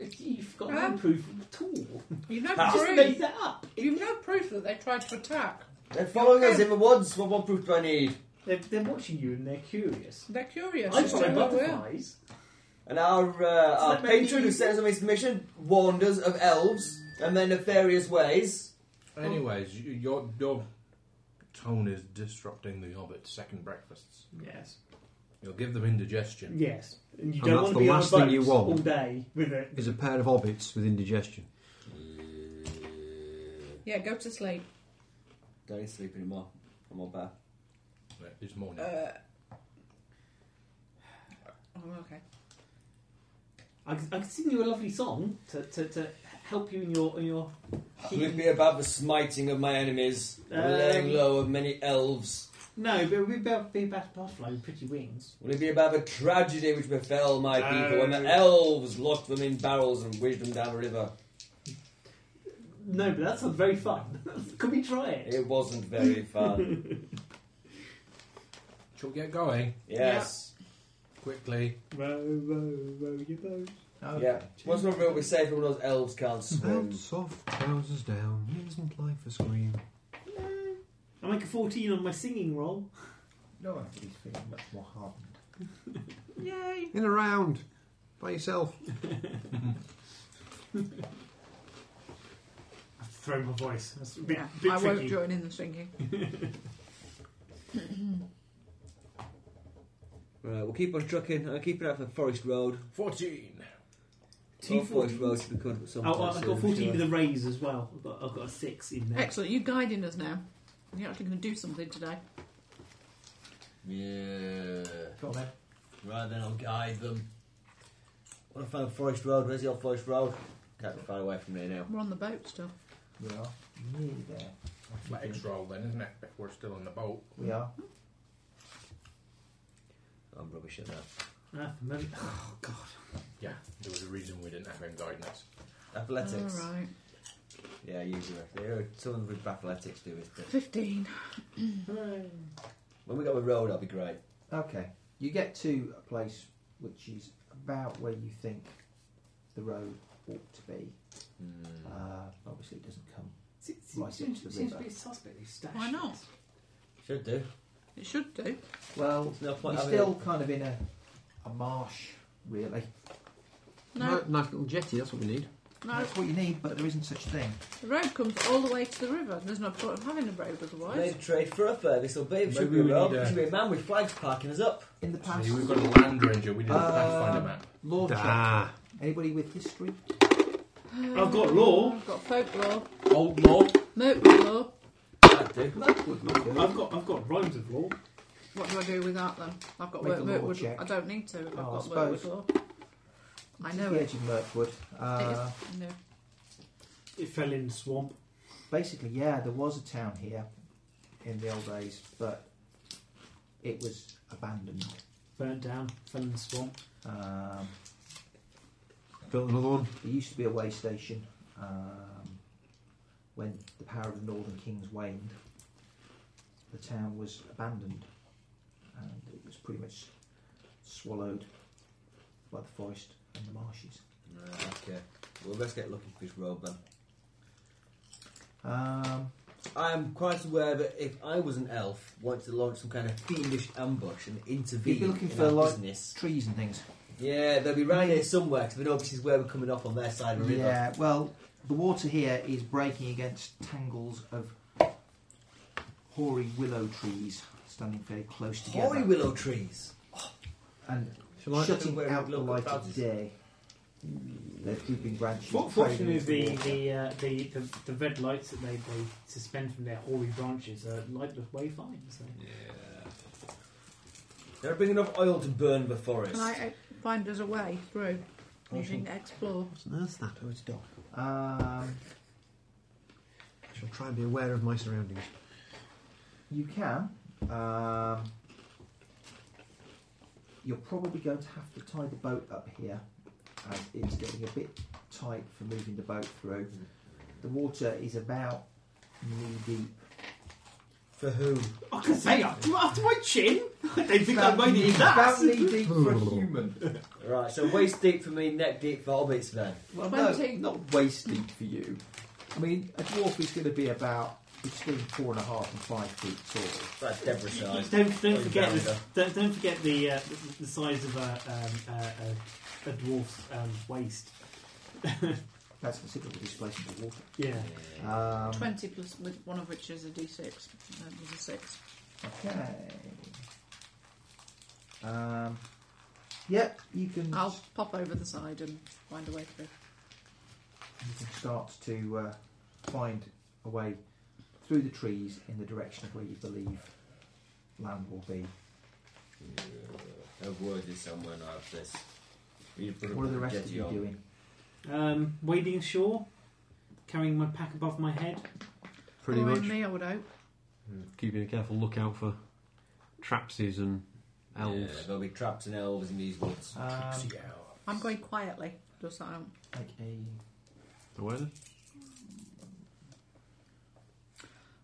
Speaker 4: us. You've got
Speaker 11: Um,
Speaker 4: no proof at all.
Speaker 11: You've no
Speaker 1: Ah.
Speaker 4: Just
Speaker 11: proof.
Speaker 4: made that up.
Speaker 11: You've no proof that they tried to attack.
Speaker 1: They're following us in the woods. What more proof do I need?
Speaker 4: They're, they're watching you and they're curious.
Speaker 11: They're curious.
Speaker 4: I
Speaker 11: as
Speaker 4: tried
Speaker 11: to who we are.
Speaker 4: butterflies.
Speaker 1: And our uh, our
Speaker 4: that make
Speaker 1: patron
Speaker 4: me-
Speaker 1: who sent us on this mission warned us of elves and their nefarious ways.
Speaker 2: Oh.
Speaker 9: Anyways, you, your your tone is disrupting the hobbit's second breakfasts.
Speaker 4: Yes.
Speaker 9: You'll give them indigestion.
Speaker 4: Yes. And you
Speaker 5: And that's
Speaker 4: don't want to
Speaker 5: the
Speaker 4: be on a
Speaker 5: last thing
Speaker 4: boat
Speaker 5: you want.
Speaker 4: all day with it.
Speaker 5: Is a pair of hobbits with indigestion.
Speaker 11: Yeah, go to sleep.
Speaker 1: Don't need to sleep anymore. I'm all bad.
Speaker 2: Mm.
Speaker 9: Right, This morning.
Speaker 11: Uh, oh, okay.
Speaker 4: I, could- I could sing you a lovely song to, to, to help you in your in your.
Speaker 1: Will it be about the smiting of my enemies, the
Speaker 4: Um,
Speaker 1: laying low of many elves?
Speaker 4: No, but it would be about, be about a butterfly with pretty wings.
Speaker 1: Will it be about the tragedy which befell my people when the elves locked them in barrels and whizzed them down the river?
Speaker 4: No, but that sounds very fun. *laughs* Could we try it?
Speaker 1: It wasn't very fun.
Speaker 9: Shall we get going
Speaker 1: yes.
Speaker 9: quickly?
Speaker 4: Row, row, row your boat.
Speaker 1: Yeah.
Speaker 2: Okay.
Speaker 1: Once we're real, we're safe when those elves can't swim.
Speaker 5: Belt soft trousers down, isn't life a scream?
Speaker 4: I make a fourteen on my singing roll.
Speaker 2: No, I think he's feeling much more hardened.
Speaker 11: Yay.
Speaker 5: In a round, by yourself.
Speaker 4: I've thrown my voice. That's a bit,
Speaker 11: Yeah,
Speaker 4: bit
Speaker 11: I
Speaker 4: tricky.
Speaker 11: won't join in the singing.
Speaker 1: Right, we'll keep on trucking. I'll keep it out for Forest Road.
Speaker 9: Fourteen.
Speaker 1: Or Forest
Speaker 4: T14.
Speaker 1: Road if we could.
Speaker 4: Oh,
Speaker 1: sometime
Speaker 4: I- I've
Speaker 1: soon,
Speaker 4: got 14
Speaker 1: sure.
Speaker 4: with a raise as well. I've got, I've got a 6 in there.
Speaker 11: Excellent. You're guiding us now. You're actually going to do something today.
Speaker 1: Yeah.
Speaker 2: Come on, then.
Speaker 1: Right then, I'll guide them. What if I found Forest Road? Where's the old Forest Road? Can't be far away from there now.
Speaker 11: We're on the boat still.
Speaker 2: We are nearly there.
Speaker 9: That's my X roll then, isn't it? If we're still on the boat.
Speaker 2: We are.
Speaker 1: I'm rubbish at that.
Speaker 4: Ah, for moment- oh, God.
Speaker 9: Yeah, there was a reason we didn't have him guiding us.
Speaker 1: Athletics.
Speaker 11: All right.
Speaker 1: Yeah, usually. Yeah, Someone with athletics do it. but-
Speaker 11: 15.
Speaker 4: Hooray.
Speaker 1: When we got the road, that'll be great.
Speaker 2: Okay. You get to a place which is about where you think the road ought to be.
Speaker 1: Hmm.
Speaker 2: Uh, obviously, it doesn't come.
Speaker 4: Seems,
Speaker 2: Right,
Speaker 4: seems,
Speaker 2: it's the
Speaker 4: seems to
Speaker 2: river.
Speaker 4: be a suspect. They've stashed
Speaker 11: Why not?
Speaker 4: it.
Speaker 1: Should do.
Speaker 11: It should do.
Speaker 2: Well,
Speaker 1: There's no
Speaker 2: we
Speaker 1: point
Speaker 2: are
Speaker 1: having
Speaker 2: still kind of in a, a marsh, really.
Speaker 11: No,
Speaker 5: Ni- Nice little jetty, that's what we need.
Speaker 11: no.
Speaker 2: That's what you need, but there isn't such a thing.
Speaker 11: The road comes all the way to the river. There's no point of having a road
Speaker 1: They
Speaker 11: otherwise.
Speaker 1: trade for a fair. This will be. It should
Speaker 9: Maybe
Speaker 1: be a
Speaker 9: we
Speaker 1: road.
Speaker 9: need, uh,
Speaker 1: It should be a man with flags parking us up.
Speaker 2: In the past,
Speaker 9: See, we've got a land ranger. We didn't
Speaker 2: Uh,
Speaker 9: find a map.
Speaker 2: law check.
Speaker 5: Ah,
Speaker 2: Anybody with history?
Speaker 4: I've got law.
Speaker 11: I've got folklore,
Speaker 9: Old law.
Speaker 11: folklore.
Speaker 1: That'd do.
Speaker 2: That would look good.
Speaker 4: I've got, I've got rhymes of law.
Speaker 11: What do I do without them? I've got
Speaker 2: Make
Speaker 11: work,
Speaker 2: a law
Speaker 11: work with,
Speaker 2: check.
Speaker 11: I don't need to. I've
Speaker 2: Oh, I
Speaker 11: got work with
Speaker 2: suppose.
Speaker 11: law. I
Speaker 2: It's
Speaker 11: know
Speaker 2: the
Speaker 11: it.
Speaker 2: edge of Mirkwood. Uh,
Speaker 11: It is- no.
Speaker 4: It fell in the swamp.
Speaker 2: basically, yeah, there was a town here in the old days, but it was abandoned.
Speaker 4: Burnt down. Fell in the swamp.
Speaker 2: Um,
Speaker 5: built another one.
Speaker 2: There used to be a way station um, when the power of the Northern Kings waned. The town was abandoned and it was pretty much swallowed by the forest and the marshes.
Speaker 1: Right, okay. Well, let's get lucky for this road then.
Speaker 2: Um,
Speaker 1: I am quite aware that if I was an elf, wanted to launch some kind of fiendish ambush and intervene
Speaker 2: You'd be looking
Speaker 1: in
Speaker 2: for,
Speaker 1: our
Speaker 2: like-
Speaker 1: business,
Speaker 2: trees and things.
Speaker 1: yeah, they'll be right here somewhere because we know this is where we're coming off on their side of the river.
Speaker 2: Yeah, well, the water here is breaking against tangles of hoary willow trees standing very close together
Speaker 1: Hoary willow trees.
Speaker 2: and
Speaker 5: Shall I-
Speaker 2: shutting
Speaker 1: Where
Speaker 2: out the
Speaker 1: local
Speaker 2: light
Speaker 1: buds.
Speaker 2: of day. Their drooping branches.
Speaker 4: For-
Speaker 2: trailing
Speaker 4: Fortunately,
Speaker 2: into
Speaker 4: the
Speaker 2: water.
Speaker 4: the, uh, the, the the red lights that they, they suspend from their hoary branches are lightless way fine. So.
Speaker 1: They're bringing up oil to burn the forest.
Speaker 11: Can I uh, find us a way through
Speaker 2: Awesome.
Speaker 11: using explore?
Speaker 5: Oh, What's on earth's that?
Speaker 2: Oh, it's dark. Um,
Speaker 5: I'll try and be aware of my surroundings.
Speaker 2: You can. Um, you're probably going to have to tie the boat up here, as it's getting a bit tight for moving the boat through. The water is about knee deep.
Speaker 1: For who?
Speaker 4: I can say up to, up to my *laughs* chin. I don't think I made it in
Speaker 2: About
Speaker 4: that.
Speaker 2: knee deep for a human.
Speaker 1: Right, so waist deep for me, neck deep for hobbits then.
Speaker 2: Well, no,
Speaker 11: Twenty.
Speaker 2: not waist deep for you. I mean, a dwarf is going to be about between four and a half and five feet tall.
Speaker 1: That's Deborah size.
Speaker 4: Don't
Speaker 1: Oh,
Speaker 4: don't forget
Speaker 1: you
Speaker 4: the,
Speaker 1: bounder.
Speaker 4: don't, don't forget the, uh, the the size of a um, uh, a, a dwarf's um, waist.
Speaker 2: That's considerable displacement of water.
Speaker 4: Yeah.
Speaker 2: Um,
Speaker 3: 20 plus with one of which is a d6. That was a 6.
Speaker 2: Okay. Um, yep, you can,
Speaker 3: I'll pop over the side and find a way through.
Speaker 2: you can start to uh, find a way through the trees in the direction of where you believe land will be.
Speaker 1: Yeah. I've worded somewhere like this. You put a
Speaker 2: What are the rest
Speaker 1: jetty
Speaker 2: of you
Speaker 1: on.
Speaker 2: doing?
Speaker 4: Um, wading ashore, carrying my pack above my head.
Speaker 5: Pretty
Speaker 3: Following
Speaker 5: much.
Speaker 3: me, I would hope.
Speaker 5: Keeping a careful lookout for trapsies and
Speaker 1: Yeah,
Speaker 5: elves.
Speaker 1: there'll be traps and elves in these woods.
Speaker 2: Um,
Speaker 3: I'm going quietly. Just so I don't.
Speaker 2: like a
Speaker 5: Aware then?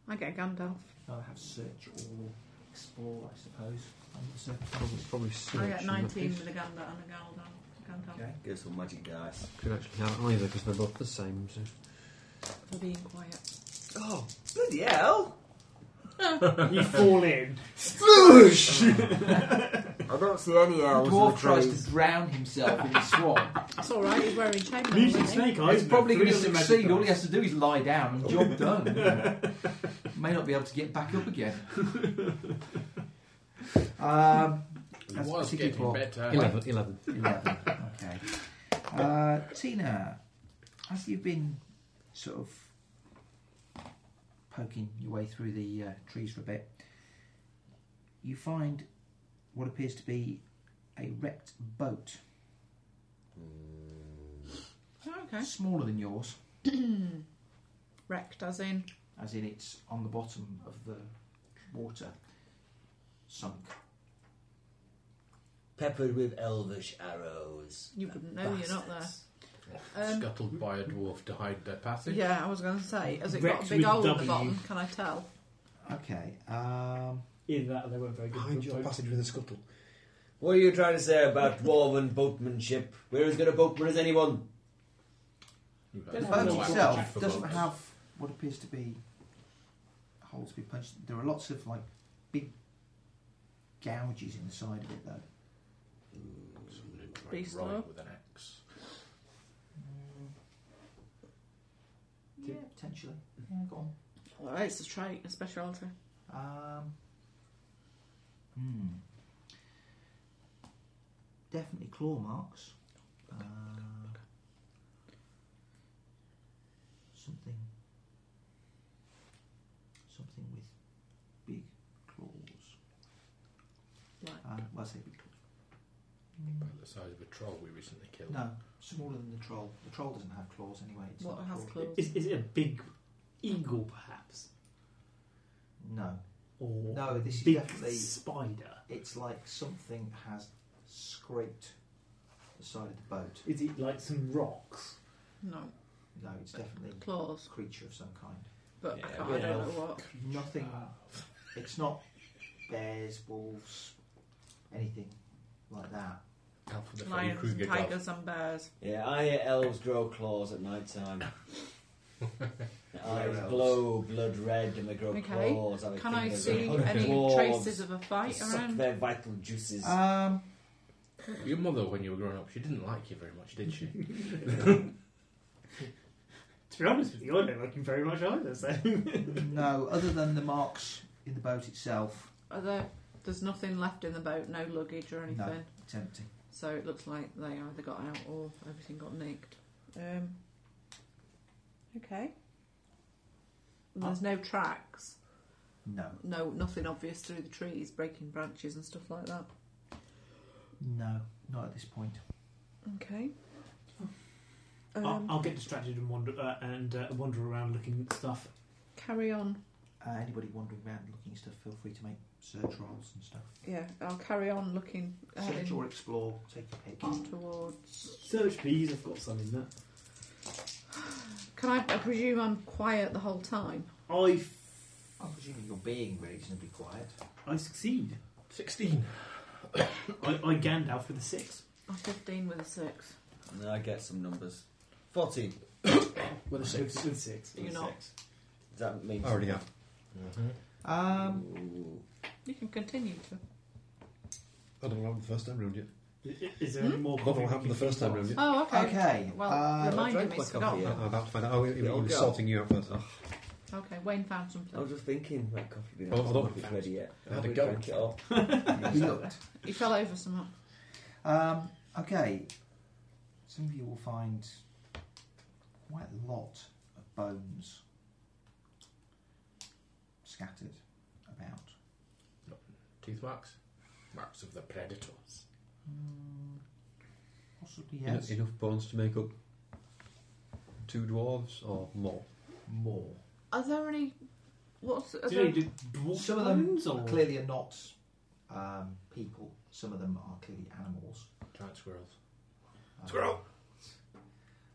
Speaker 3: I get a Gandalf.
Speaker 2: either have search or explore, I suppose. under the
Speaker 5: Probably,
Speaker 2: circumstances.
Speaker 5: probably
Speaker 3: I
Speaker 5: search
Speaker 3: get
Speaker 5: in that
Speaker 3: 19
Speaker 5: case.
Speaker 3: with a Gandalf and a Gandalf. Gandalf.
Speaker 2: Okay.
Speaker 1: Get some magic dice.
Speaker 5: Could actually have either because they're both the same. So.
Speaker 3: For being quiet.
Speaker 1: Oh, bloody hell!
Speaker 4: *laughs* *laughs* You fall in.
Speaker 1: *laughs* I don't see any
Speaker 2: The dwarf tries to drown himself in the
Speaker 9: *laughs*
Speaker 2: swamp.
Speaker 3: That's alright, he's wearing eh? chainmail. isn't
Speaker 4: Mutant
Speaker 3: he?
Speaker 4: snake eyes.
Speaker 2: He's probably
Speaker 4: Three
Speaker 2: going to
Speaker 4: of the magic
Speaker 2: succeed. All he
Speaker 4: dice.
Speaker 2: has to do is lie down and
Speaker 9: *laughs*
Speaker 2: job done. May not be able to get back up again. Um, That's
Speaker 9: was
Speaker 2: particularly
Speaker 9: getting
Speaker 2: poor.
Speaker 9: better.
Speaker 5: 11. 11.
Speaker 2: 11. Okay. Uh, Tina, as you've been sort of poking your way through the uh, trees for a bit, you find what appears to be a wrecked boat,
Speaker 1: Hmm.
Speaker 3: Oh, okay.
Speaker 2: smaller than yours,
Speaker 3: Wrecked, as in.
Speaker 2: as in it's on the bottom of the water, sunk.
Speaker 1: Peppered with elvish arrows.
Speaker 3: You wouldn't know, you're not there.
Speaker 1: Bastards.
Speaker 3: Um,
Speaker 9: Scuttled by a dwarf to hide their passage.
Speaker 3: yeah, I was going to say. Has it
Speaker 4: Wrecked
Speaker 3: got a big
Speaker 4: with
Speaker 3: hole in the
Speaker 4: W.
Speaker 3: bottom? Can I tell?
Speaker 2: Okay. Um,
Speaker 4: Either that or they weren't very good.
Speaker 9: Hide
Speaker 4: with
Speaker 9: your
Speaker 4: boats.
Speaker 9: passage with a scuttle.
Speaker 1: What are you trying to say about dwarven boatmanship? We're as good a boatman as anyone.
Speaker 2: the
Speaker 4: Doesn't
Speaker 2: boat
Speaker 4: have a
Speaker 9: Jack
Speaker 2: itself
Speaker 9: for
Speaker 2: doesn't
Speaker 9: boats.
Speaker 2: have what appears to be holes to be punched. There are lots of like big gouges in the side of it, though.
Speaker 3: Be
Speaker 9: Right,
Speaker 3: slow.
Speaker 9: with an axe.
Speaker 2: Mm. Yeah, potentially. Yeah, go on.
Speaker 3: Well, it's a trait, a specialty.
Speaker 2: Um, hmm. Definitely claw marks. Uh, something. Something with big claws.
Speaker 3: Like,
Speaker 2: Uh, well, I say big claws.
Speaker 9: About the size of a troll we recently killed.
Speaker 2: No, smaller than the troll. The troll doesn't have claws anyway. It's
Speaker 3: what
Speaker 2: not
Speaker 3: has
Speaker 2: clawed.
Speaker 3: claws?
Speaker 4: Is, is it a big eagle, perhaps?
Speaker 2: No,
Speaker 4: Or
Speaker 2: No, this is
Speaker 4: big
Speaker 2: definitely-
Speaker 4: spider.
Speaker 2: it's like something has scraped the side of the boat.
Speaker 4: Is it like some rocks?
Speaker 3: No,
Speaker 2: No, it's definitely
Speaker 3: claws.
Speaker 2: a creature of some kind.
Speaker 3: But
Speaker 1: Yeah,
Speaker 3: I, can't,
Speaker 1: a
Speaker 3: I
Speaker 1: bit
Speaker 3: don't
Speaker 1: elf.
Speaker 3: know what.
Speaker 2: Nothing.
Speaker 3: Ah.
Speaker 2: It's not bears, wolves, anything like that.
Speaker 9: Help with the Freddy
Speaker 3: Lions
Speaker 9: Krueger
Speaker 3: and
Speaker 9: glove.
Speaker 3: tigers and bears.
Speaker 1: Yeah, I hear elves grow claws at
Speaker 5: *laughs*
Speaker 1: night time. Their eyes
Speaker 2: elves.
Speaker 1: glow blood red and they grow
Speaker 3: Okay,
Speaker 1: claws. and their
Speaker 3: Can I
Speaker 1: fingers
Speaker 3: see
Speaker 1: are
Speaker 3: any
Speaker 1: claws.
Speaker 3: traces of a
Speaker 1: They
Speaker 3: fight
Speaker 1: Suck
Speaker 3: around? Uh,
Speaker 1: their vital juices.
Speaker 2: Um,
Speaker 9: Your mother, when you were growing up, she didn't like you very much, did she?
Speaker 4: To be honest with you, I don't like him very much either. So
Speaker 2: no, other than the marks in the boat itself,
Speaker 3: Are there, there's nothing left in the boat, no luggage or anything.
Speaker 2: it's empty.
Speaker 3: So it looks like they either got out or everything got nicked. Um, okay. And there's no tracks,
Speaker 2: No,
Speaker 3: no nothing obvious through the trees, breaking branches and stuff like that.
Speaker 2: no, not at this point.
Speaker 3: Okay.
Speaker 4: I'll,
Speaker 3: Um,
Speaker 2: Oh.
Speaker 4: I'll get distracted and wander uh, and uh, wander around looking at stuff.
Speaker 3: carry on.
Speaker 2: Uh, anybody wandering around looking at stuff, feel free to make search rolls and stuff.
Speaker 3: Yeah, I'll carry on looking
Speaker 2: Search
Speaker 3: heading
Speaker 2: or explore, take your pick.
Speaker 3: towards.
Speaker 4: Search please. I've got some in there.
Speaker 3: Can I, I presume I'm quiet the whole time?
Speaker 4: I f-
Speaker 2: I'm presuming you're being reasonably quiet.
Speaker 4: I succeed.
Speaker 9: 16.
Speaker 4: I, I Gandalf with a six.
Speaker 3: I'm 15 with a 6.
Speaker 1: And then I get some numbers. 14.
Speaker 9: With a 6.
Speaker 4: With, with six.
Speaker 3: You're not.
Speaker 1: Six. Does that mean
Speaker 5: I already have.
Speaker 2: Um,
Speaker 1: Ooh.
Speaker 3: You can continue to.
Speaker 5: That don't happen the first time round yet.
Speaker 4: I- i- Is there any
Speaker 3: Hmm?
Speaker 4: more?
Speaker 5: Nothing will happen the first time round yet.
Speaker 3: Oh, okay.
Speaker 2: okay.
Speaker 3: Well,
Speaker 2: uh,
Speaker 3: remind
Speaker 1: don't
Speaker 3: him it's
Speaker 1: click
Speaker 3: forgotten.
Speaker 1: over
Speaker 5: I'm about to find out. Oh, he, he
Speaker 1: Yeah, I'll
Speaker 5: was
Speaker 1: go.
Speaker 5: sorting you out first.
Speaker 3: Okay, Wayne found something.
Speaker 1: I was just thinking that coffee bean.
Speaker 5: Oh,
Speaker 1: I
Speaker 5: I don't-
Speaker 1: don't think it's ready yet.
Speaker 5: I had a
Speaker 1: We
Speaker 5: go.
Speaker 1: drank
Speaker 5: *laughs*
Speaker 1: it up.
Speaker 2: you looked.
Speaker 3: He fell over somehow.
Speaker 2: Um, okay. Some of you will find quite a lot of bones scattered about.
Speaker 9: Teeth marks. Marks of the predators.
Speaker 2: Hmm, possibly,
Speaker 5: Enou-
Speaker 2: yes.
Speaker 5: Enough bones to make up two dwarves or more.
Speaker 2: More.
Speaker 3: Are there any. What's. Are
Speaker 4: Do you
Speaker 3: there,
Speaker 4: know, do dwarf
Speaker 2: Some of them
Speaker 4: bones or
Speaker 2: clearly are not um, people, some of them are clearly animals.
Speaker 9: Giant squirrels.
Speaker 2: Um,
Speaker 9: Squirrel.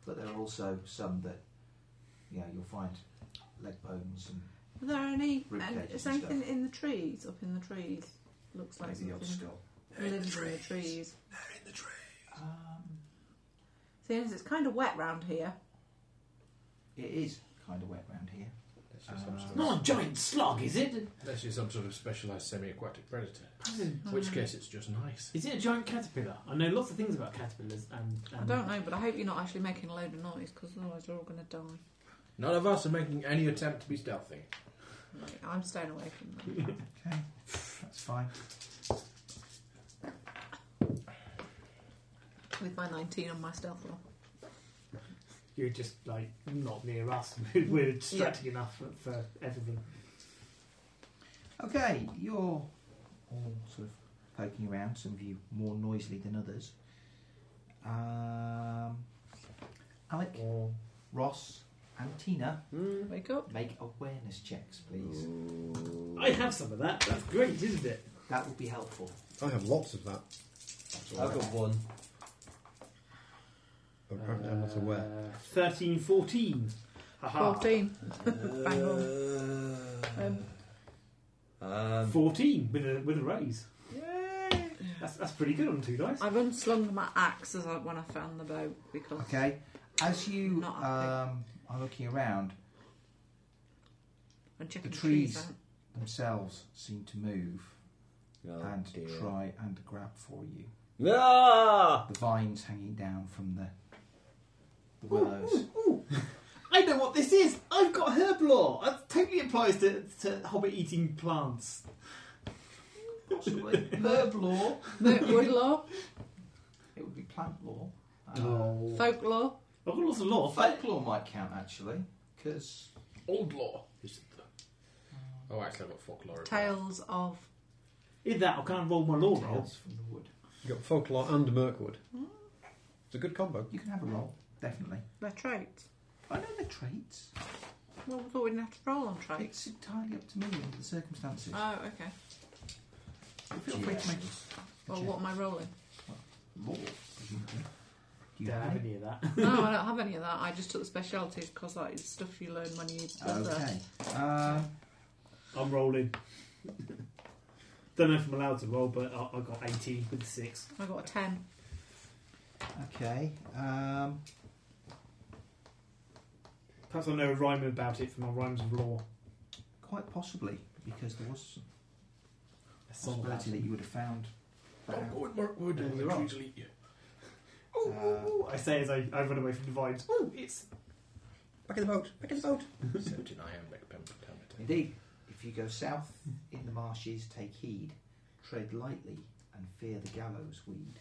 Speaker 2: But there are also some that, you know, you'll find leg bones and
Speaker 3: are there any.
Speaker 2: Root
Speaker 3: and
Speaker 2: cages
Speaker 3: is
Speaker 2: and
Speaker 3: anything in the trees? Up in the trees? Looks like
Speaker 2: maybe the odd
Speaker 3: something
Speaker 2: skull.
Speaker 3: lives in the trees.
Speaker 2: Um,
Speaker 3: Seeing as it's kind of wet round here.
Speaker 2: it is kind of wet round here.
Speaker 9: That's just some
Speaker 2: Uh,
Speaker 9: sort
Speaker 4: It's
Speaker 9: of-
Speaker 4: Not a giant slug, is it?
Speaker 9: Unless you're some sort of specialised semi-aquatic predator.
Speaker 3: Uh-huh.
Speaker 9: In
Speaker 3: Mm.
Speaker 9: which case, it's just nice.
Speaker 4: Is it a giant caterpillar? I know lots of things about caterpillars and.
Speaker 3: I
Speaker 4: and
Speaker 3: don't know, but I hope you're not actually making a load of noise because otherwise we're all going to die.
Speaker 9: None of us are making any attempt to be stealthy.
Speaker 3: Right, I'm staying away from them.
Speaker 2: Okay, that's fine.
Speaker 3: With my 19 on my stealth roll.
Speaker 4: You're just like not near us. *laughs* We're distracting enough for, for everything.
Speaker 2: Okay, you're all sort of poking around, some of you more noisily than others. Um, Alec, Ross, and Tina,
Speaker 3: Wake up.
Speaker 2: make awareness checks, please.
Speaker 4: I have some of that. That's great, isn't it?
Speaker 2: That would be helpful.
Speaker 5: I have lots of that.
Speaker 1: I've got one.
Speaker 5: But apparently, I'm not aware.
Speaker 4: Uh, 13, 14. Haha.
Speaker 3: 14. *laughs* Bang on. Um,
Speaker 1: Uh, Um,
Speaker 4: 14 with a, with a raise. That's, that's pretty good on two dice.
Speaker 3: I've unslung my axe as I, when I found the boat because
Speaker 2: Okay, as you
Speaker 3: Not happy.
Speaker 2: um, are looking around,
Speaker 3: I'm checking
Speaker 2: The
Speaker 3: the
Speaker 2: trees.
Speaker 3: trees. out.
Speaker 2: themselves seem to move
Speaker 1: oh
Speaker 2: and
Speaker 1: dear.
Speaker 2: try and grab for you.
Speaker 1: Ah!
Speaker 2: The vines hanging down from the the willows.
Speaker 4: I know what this is. I've got herb law. That totally applies to, to hobbit eating plants.
Speaker 2: Possibly. Herb law.
Speaker 3: Mo- Wood law,
Speaker 2: It would be plant law. Uh,
Speaker 4: Oh.
Speaker 3: folk law.
Speaker 4: I've got lots of law.
Speaker 2: Folklore might count actually, because
Speaker 9: Old law. Is it the... Oh, actually, I've got folklore. as well.
Speaker 3: Tales of.
Speaker 4: Either that or can I roll my law roll?
Speaker 2: tales from the wood.
Speaker 5: You've got folklore and Mirkwood. It's a good combo.
Speaker 2: You can have a roll, definitely.
Speaker 3: Their traits.
Speaker 2: I know the traits.
Speaker 3: Well, I thought we didn't have to roll on
Speaker 2: It's
Speaker 3: traits.
Speaker 2: entirely up to me under the circumstances.
Speaker 3: Oh, okay.
Speaker 2: Feel free to make
Speaker 3: Well, what am I rolling?
Speaker 2: law. presumably. Do you
Speaker 4: Don't
Speaker 2: have
Speaker 4: have
Speaker 2: any?
Speaker 4: any of that.
Speaker 3: no, I don't have any of that. I just took the specialities because that is stuff you learn when you build a-
Speaker 2: Okay. Uh,
Speaker 4: I'm rolling. Don't know if I'm allowed to roll, but I, I got 18 with six.
Speaker 3: I got a 10.
Speaker 2: okay. Um,
Speaker 4: Perhaps I know a rhyme about it from my rhymes of law.
Speaker 2: quite possibly, because there was
Speaker 4: A
Speaker 2: a possibility that you would have found. that
Speaker 9: Don't
Speaker 2: out.
Speaker 9: go with Mirkwood.
Speaker 4: Yeah,
Speaker 9: the
Speaker 4: you're
Speaker 9: trees will eat you.
Speaker 4: Ooh,
Speaker 2: Uh,
Speaker 4: ooh, ooh, I say as I, I run away from the vines. Ooh, it's
Speaker 5: Back in the boat. Back in
Speaker 9: *laughs*
Speaker 5: the boat.
Speaker 9: Except in iambic pentameter.
Speaker 2: Indeed, if you go south in the marshes, take heed, tread lightly, and fear the gallows weed.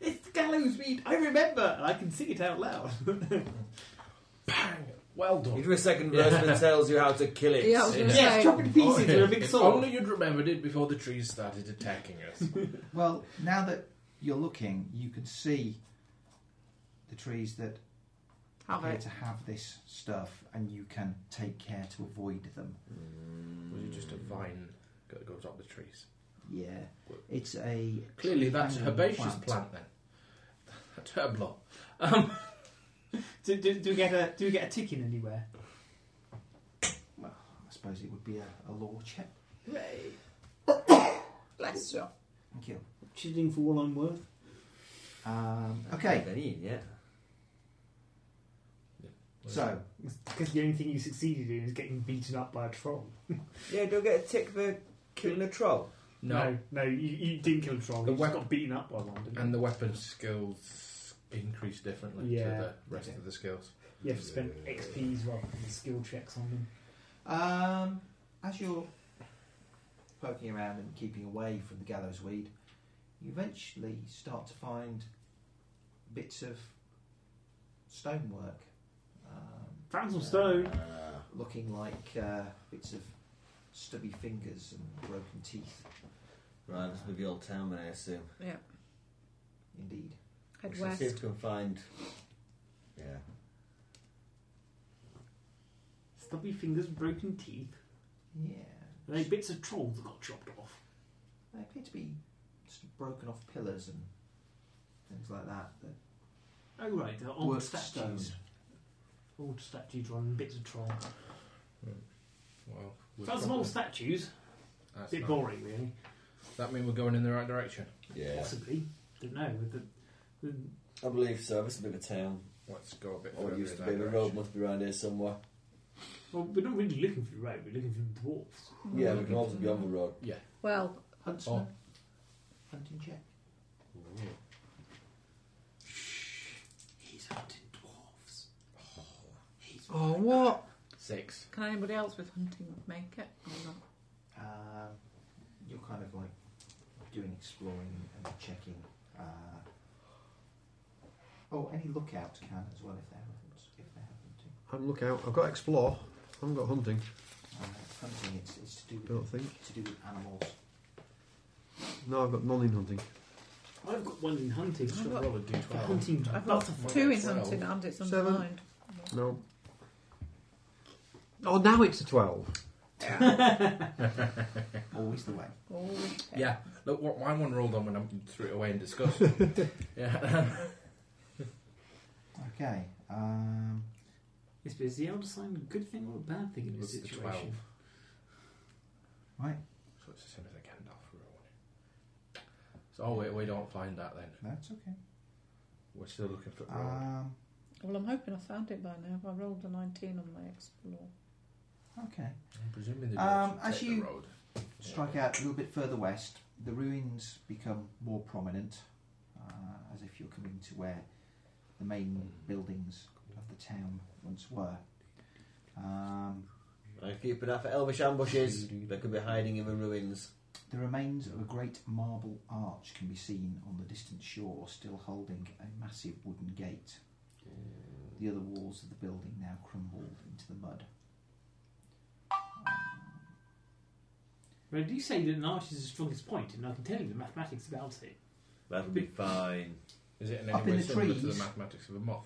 Speaker 4: it's the gallows weed. I remember, and I can sing it out loud.
Speaker 9: Bang! Well
Speaker 1: You
Speaker 9: done.
Speaker 1: do a second verse that tells you how to kill it.
Speaker 3: Yeah, I was
Speaker 9: Yeah.
Speaker 3: going to
Speaker 4: yes,
Speaker 3: say.
Speaker 4: chop it to pieces
Speaker 9: Oh,
Speaker 4: with a big
Speaker 9: if
Speaker 4: sword.
Speaker 9: only you'd remembered it before the trees started attacking us.
Speaker 2: *laughs* Well, now that you're looking, you can see the trees that
Speaker 3: Have
Speaker 2: appear
Speaker 3: it.
Speaker 2: to have this stuff, and you can take care to avoid them.
Speaker 9: Was it just a vine that goes up the trees?
Speaker 2: Yeah, it's a
Speaker 9: Clearly, that's a
Speaker 2: climbing
Speaker 9: herbaceous plant then. That's herblot. Um,
Speaker 4: Do, do, do we get a do we get a tick in anywhere?
Speaker 2: I suppose it would be a, a law check.
Speaker 3: Bless you.
Speaker 2: Thank you.
Speaker 4: Chiseling for all I'm worth.
Speaker 2: Um,
Speaker 1: Okay.
Speaker 2: okay,
Speaker 1: Then Ian, yeah.
Speaker 2: so
Speaker 4: Because the only thing you succeeded in is getting beaten up by a troll.
Speaker 1: Yeah, do I get a tick for killing a troll?
Speaker 9: no.
Speaker 4: no, you, you didn't kill a troll.
Speaker 9: The
Speaker 4: you just
Speaker 9: wep-
Speaker 4: got beaten up by one, didn't you?
Speaker 9: And the weapon skills increase differently
Speaker 4: Yeah.
Speaker 9: to the rest of the skills.
Speaker 4: You have to spend XPs rather than skill checks on them.
Speaker 2: Um, as you're poking around and keeping away from the gallows weed, you eventually start to find bits of stonework, um,
Speaker 4: Found some stone.
Speaker 1: Ah,
Speaker 2: looking like uh, bits of stubby fingers and broken teeth.
Speaker 1: Right, this will be the old town then, I assume.
Speaker 2: Indeed,
Speaker 1: We
Speaker 11: Head
Speaker 1: shall
Speaker 11: west.
Speaker 1: See if we can find. Yeah.
Speaker 4: Stubby fingers, broken teeth.
Speaker 2: yeah,
Speaker 4: Are they bits of trolls that got chopped off?
Speaker 2: they appear to be sort of broken off pillars and things like that. that
Speaker 4: Oh, right, they're old
Speaker 2: worked
Speaker 4: statues.
Speaker 2: stone.
Speaker 4: Old statues rather than bits of troll.
Speaker 9: Well, we're
Speaker 4: Found some
Speaker 9: probably-
Speaker 4: old statues.
Speaker 9: that's
Speaker 4: bit
Speaker 9: not-
Speaker 4: boring, really.
Speaker 9: That mean we're going in the right direction.
Speaker 1: Yeah.
Speaker 4: Possibly. Don't know. With the, the,
Speaker 1: I believe so. This will be the town.
Speaker 9: Let's go a bit
Speaker 1: Or
Speaker 9: further
Speaker 1: Oh, it used
Speaker 9: in
Speaker 1: to
Speaker 9: that
Speaker 1: be. The road
Speaker 9: direction.
Speaker 1: must be around here somewhere.
Speaker 4: well, we're not really looking for the road, we're looking for the dwarfs.
Speaker 1: Yeah, we can also be on the road.
Speaker 11: Well,
Speaker 2: Huntsman, hunting check.
Speaker 4: He's hunting dwarfs. He's
Speaker 5: Oh, what?
Speaker 9: Six.
Speaker 11: can anybody else with hunting make it? Or not?
Speaker 2: Um, you're kind of like doing exploring and checking. Uh, oh, any lookouts can as well if they haven't. If they haven't, to.
Speaker 5: I'm look out. I've got explore. I haven't got hunting.
Speaker 2: Uh, hunting it's, it's to do with
Speaker 5: Don't think.
Speaker 2: to do with animals.
Speaker 5: No, I've got none in hunting.
Speaker 4: I've got one in hunting.
Speaker 9: Should roll a
Speaker 2: *laughs*
Speaker 4: For
Speaker 9: d12.
Speaker 4: hunting
Speaker 11: I've got
Speaker 4: butterflies.
Speaker 11: two in
Speaker 9: Twelve.
Speaker 11: hunting and it's
Speaker 5: Seven.
Speaker 11: underlined.
Speaker 5: No. Oh, now it's a 12.
Speaker 2: Always the way.
Speaker 11: Oh,
Speaker 9: Yeah. Look what my one rolled on when I threw it away
Speaker 2: *laughs*
Speaker 9: in disgust. *laughs* yeah. *laughs*
Speaker 2: Okay. Um,
Speaker 4: Yes, but is the elder sign a good thing or a bad thing in this
Speaker 9: It's the
Speaker 4: situation?
Speaker 2: right.
Speaker 9: So it's the same as a Gandalf rule. So oh wait, we don't find that then.
Speaker 2: That's okay.
Speaker 9: We're still looking for uh, the road.
Speaker 2: Um,
Speaker 11: Well, I'm hoping I found it by now. I rolled a 19 on my explore.
Speaker 2: okay.
Speaker 9: I'm presuming the
Speaker 2: um,
Speaker 9: um,
Speaker 2: as
Speaker 9: take
Speaker 2: you-
Speaker 9: the road.
Speaker 2: Strike out a little bit further west. The ruins become more prominent, uh, as if you're coming to where the main buildings of the town once were. Um,
Speaker 1: I keep an eye for elvish ambushes. They could be hiding in the ruins.
Speaker 2: The remains of a great marble arch can be seen on the distant shore, still holding a massive wooden gate. The other walls of the building now crumbled into the mud.
Speaker 4: Well, do you say that an arch is the strongest point, and I can tell you the mathematics about it.
Speaker 1: That'll be fine.
Speaker 9: Is it in
Speaker 2: Up
Speaker 9: any
Speaker 2: in
Speaker 9: way
Speaker 2: the
Speaker 9: similar to the
Speaker 2: trees.
Speaker 9: mathematics of a moth?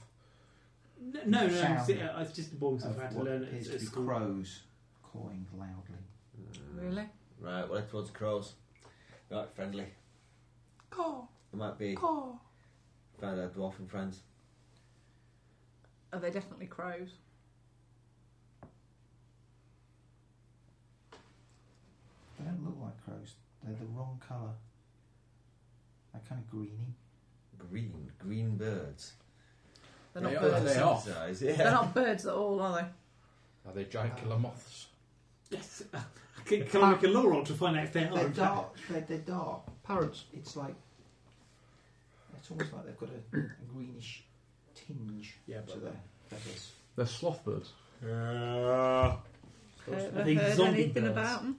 Speaker 4: No, no, no
Speaker 2: Sound
Speaker 4: it's, uh, it's just the boring
Speaker 2: Of
Speaker 4: stuff I had to
Speaker 2: what
Speaker 4: learn at,
Speaker 2: appears
Speaker 4: at
Speaker 2: to be
Speaker 4: school.
Speaker 2: crows cawing loudly.
Speaker 11: Really?
Speaker 1: Right, well, towards crows. Right, friendly.
Speaker 3: Caw,
Speaker 1: It might be
Speaker 3: caw.
Speaker 1: found our dwarf and friends.
Speaker 11: Are they definitely crows?
Speaker 2: They don't look like crows. They're the wrong colour. They're kind of greeny.
Speaker 1: Green, green birds.
Speaker 11: They're not
Speaker 9: They are,
Speaker 11: birds.
Speaker 9: they are.
Speaker 1: Size, yeah.
Speaker 11: They're not birds at all, *laughs* are they?
Speaker 9: Are they giant killer
Speaker 2: Uh,
Speaker 9: moths?
Speaker 4: Yes. *laughs* can, can I make a law roll to find out if they are?
Speaker 2: They're
Speaker 4: in fact?
Speaker 2: dark. They're, they're dark.
Speaker 5: Parrots.
Speaker 2: It's like. It's almost like they've got a, a greenish tinge
Speaker 9: Yeah,
Speaker 2: to their feathers.
Speaker 5: They're sloth birds.
Speaker 1: Uh,
Speaker 11: Heard,
Speaker 4: Are they
Speaker 11: heard
Speaker 4: zombie
Speaker 11: anything
Speaker 4: birds?
Speaker 11: about them?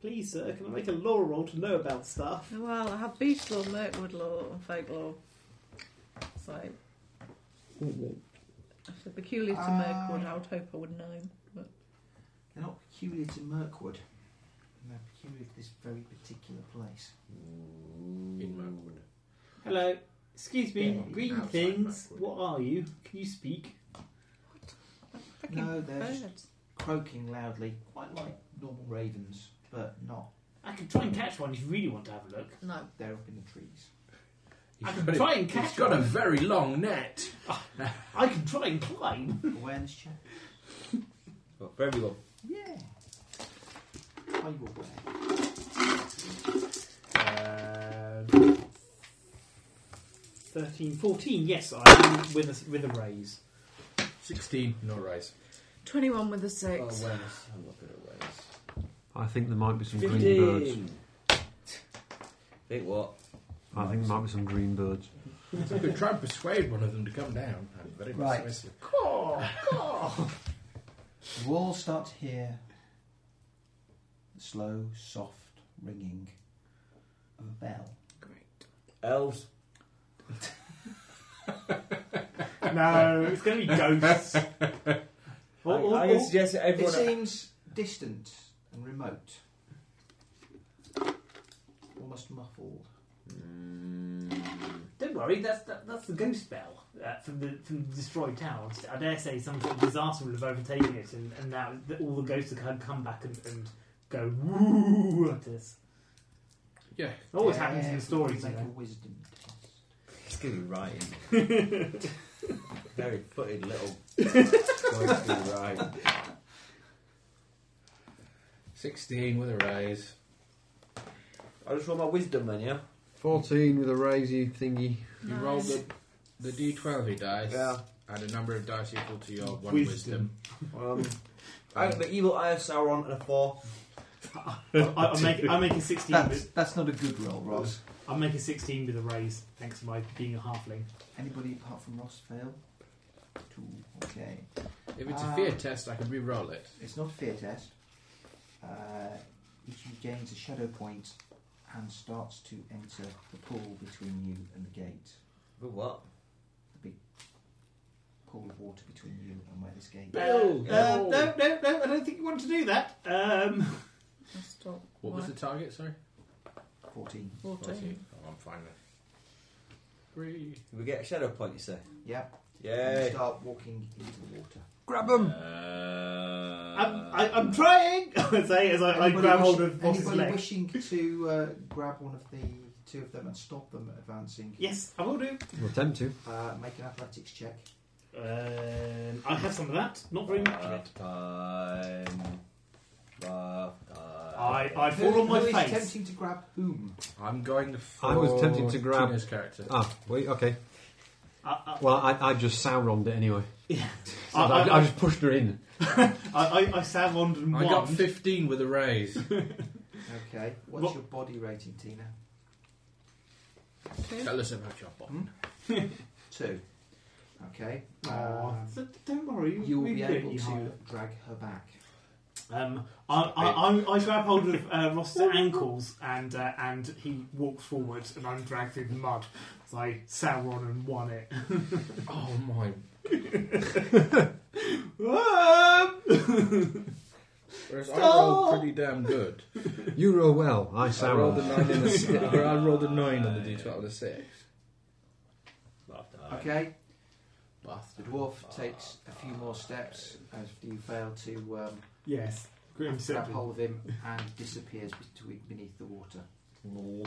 Speaker 4: Please, sir, can I make a law roll to know about stuff?
Speaker 11: Well, I have beast law, Mirkwood law, and folk law. So, if they're peculiar to
Speaker 2: Uh,
Speaker 11: Mirkwood, I would hope I would know. 'em.
Speaker 2: They're not peculiar to Mirkwood. They're peculiar to this very particular place.
Speaker 9: In Merwood.
Speaker 4: Hello. Excuse me,
Speaker 9: Yeah.
Speaker 4: green
Speaker 9: Outside
Speaker 4: things.
Speaker 9: backward.
Speaker 4: What are you? Can you speak?
Speaker 3: Fucking
Speaker 2: No, they're just
Speaker 3: birds.
Speaker 2: croaking loudly, quite like normal ravens, but not.
Speaker 4: I can try and catch one if you really want to have a look.
Speaker 3: No.
Speaker 2: They're up in the trees.
Speaker 9: He's
Speaker 4: I can
Speaker 9: got a-
Speaker 4: try and catch
Speaker 9: He's got a
Speaker 4: one.
Speaker 9: very long net.
Speaker 4: I can try and climb.
Speaker 2: Awareness check?
Speaker 1: Well, for everyone.
Speaker 2: Yeah. Are you aware?
Speaker 4: Um, 13, 14, yes, I am with a, with a raise.
Speaker 9: 16, no rise.
Speaker 3: 21 with a 6.
Speaker 1: awareness. I'm looking at awareness.
Speaker 5: I think there might be some green birds.
Speaker 1: 15. Think what?
Speaker 5: I think there might be some green birds.
Speaker 9: I could try and persuade one of them to come down. I'm very
Speaker 2: Right.
Speaker 9: persuasive.
Speaker 4: Caw, caw.
Speaker 2: You all start to hear the slow, soft ringing of a bell.
Speaker 3: Great.
Speaker 1: Elves.
Speaker 4: no, *laughs* it's going to be ghosts. Or-
Speaker 1: I'm
Speaker 4: or-
Speaker 1: going
Speaker 4: or-
Speaker 1: to suggest that
Speaker 2: It
Speaker 1: everyone.
Speaker 2: seems distant and remote, almost muffled.
Speaker 1: Mm.
Speaker 4: Don't worry, that's that, that's the ghost bell uh, from the from the destroyed town. I dare say some sort of disaster will have overtaken it, and, and now the, all the ghosts have kind of come back and, and go woo at us.
Speaker 9: Yeah.
Speaker 4: It always happens in the stories, you
Speaker 2: Make a
Speaker 4: know.
Speaker 2: wisdom test.
Speaker 1: It's going to be right in. *laughs* Very footed little. Going to be right.
Speaker 9: 16 with a rise.
Speaker 1: I just roll my wisdom then, yeah?
Speaker 5: 14 with a raisy thingy.
Speaker 9: You roll the, the d12 he dice. Add a number of dice equal to your one wisdom.
Speaker 4: Wisdom.
Speaker 1: *laughs* Um, I got the evil eye of Sauron and a four.
Speaker 4: *laughs* I, I'm, making, I'm making sixteen.
Speaker 2: That's,
Speaker 4: With,
Speaker 2: that's not a good roll, Ross.
Speaker 4: I'm making sixteen with a raise, thanks to my being a halfling.
Speaker 2: Anybody apart from Ross fail? Two. Okay.
Speaker 9: If it's a
Speaker 2: Ah.
Speaker 9: fear test, I can re-roll it.
Speaker 2: It's not a fear test. Uh, each of you gains a shadow point and starts to enter the pool between you and the gate.
Speaker 1: But what?
Speaker 2: Pool of water between you and where this gate.
Speaker 9: Bill,
Speaker 4: Uh, uh,
Speaker 9: no.
Speaker 4: no, no, no! I don't think you want to do that. Um,
Speaker 3: I'll stop.
Speaker 9: What was the target, sorry?
Speaker 2: Fourteen.
Speaker 3: 14.
Speaker 9: 14. Oh, I'm fine then. Three.
Speaker 1: We get a shadow point, you say?
Speaker 2: Yeah. You
Speaker 1: Yay.
Speaker 2: start walking into the water.
Speaker 5: Grab them!
Speaker 9: Uh,
Speaker 4: I'm, I, I'm trying. *laughs* I say as I, I
Speaker 2: Anybody
Speaker 4: grab hold
Speaker 2: wishing-
Speaker 4: of Boss's
Speaker 2: anybody
Speaker 4: leg.
Speaker 2: wishing to uh, grab one of the two of them and stop them advancing.
Speaker 4: Yes, I will do.
Speaker 5: We'll attempt to.
Speaker 2: Uh, make an athletics check.
Speaker 4: Um, I have some of that. Not very much of it.
Speaker 1: Time. Bath time.
Speaker 4: I, I fall
Speaker 2: Who-
Speaker 4: on my
Speaker 2: who is
Speaker 4: face.
Speaker 2: tempting to grab whom?
Speaker 9: I'm going for
Speaker 5: I was tempted to grab-
Speaker 9: Tina's character.
Speaker 5: Ah, wait, okay.
Speaker 4: I, I,
Speaker 5: Well, I, I just Sauroned it anyway. *laughs*
Speaker 4: I,
Speaker 5: I, I
Speaker 4: I,
Speaker 5: just pushed her in.
Speaker 4: I, I, I savoned and
Speaker 9: Uh, I got
Speaker 4: won.
Speaker 9: 15 with a *laughs* raise.
Speaker 2: Okay. What's
Speaker 4: What-
Speaker 2: your body rating, Tina?
Speaker 9: Tell us about your bot.
Speaker 2: Two. Okay.
Speaker 4: Oh,
Speaker 2: Um,
Speaker 4: so don't worry,
Speaker 2: you'll
Speaker 4: we
Speaker 2: be
Speaker 4: can do it,
Speaker 2: able
Speaker 4: you
Speaker 2: to
Speaker 4: hire.
Speaker 2: drag her back.
Speaker 4: Um, I, I, I, I grab hold of uh, Ross's ankles and uh, and he walks forward and I'm dragged through the mud. So I Sauron and won it. *laughs*
Speaker 9: Oh my.
Speaker 4: Um,
Speaker 9: Whereas I rolled pretty damn good.
Speaker 5: You roll well, I
Speaker 9: I rolled a
Speaker 5: Sauroned.
Speaker 9: 9 and a 6. *laughs* I rolled a 9 on *laughs* the d12 and a 6.
Speaker 1: Bath time.
Speaker 2: Okay. The
Speaker 9: Bastard.
Speaker 2: dwarf takes a few more steps as you fail to um,
Speaker 4: yes, grim
Speaker 2: grab
Speaker 4: simple.
Speaker 2: hold of him and disappears between, beneath the water.
Speaker 4: Um,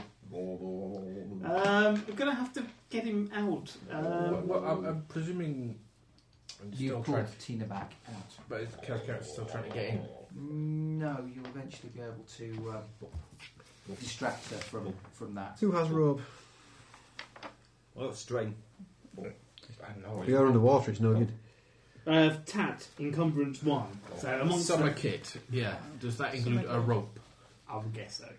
Speaker 4: we're gonna have to get him out.
Speaker 9: Well,
Speaker 4: Um,
Speaker 9: well, I'm, I'm presuming. I'm
Speaker 2: You
Speaker 9: still
Speaker 2: pulled
Speaker 9: trying.
Speaker 2: Tina back out.
Speaker 9: But his character's still trying to get in.
Speaker 2: No, you'll eventually be able to um, distract her from, from that.
Speaker 5: Who has rope?
Speaker 1: I got string.
Speaker 9: I know.
Speaker 5: We are underwater, it's no good.
Speaker 4: uh, tat encumbrance one. So amongst
Speaker 9: Summer
Speaker 4: the-
Speaker 9: kit. Yeah. Does that include a
Speaker 3: kit.
Speaker 9: rope?
Speaker 4: I would guess so.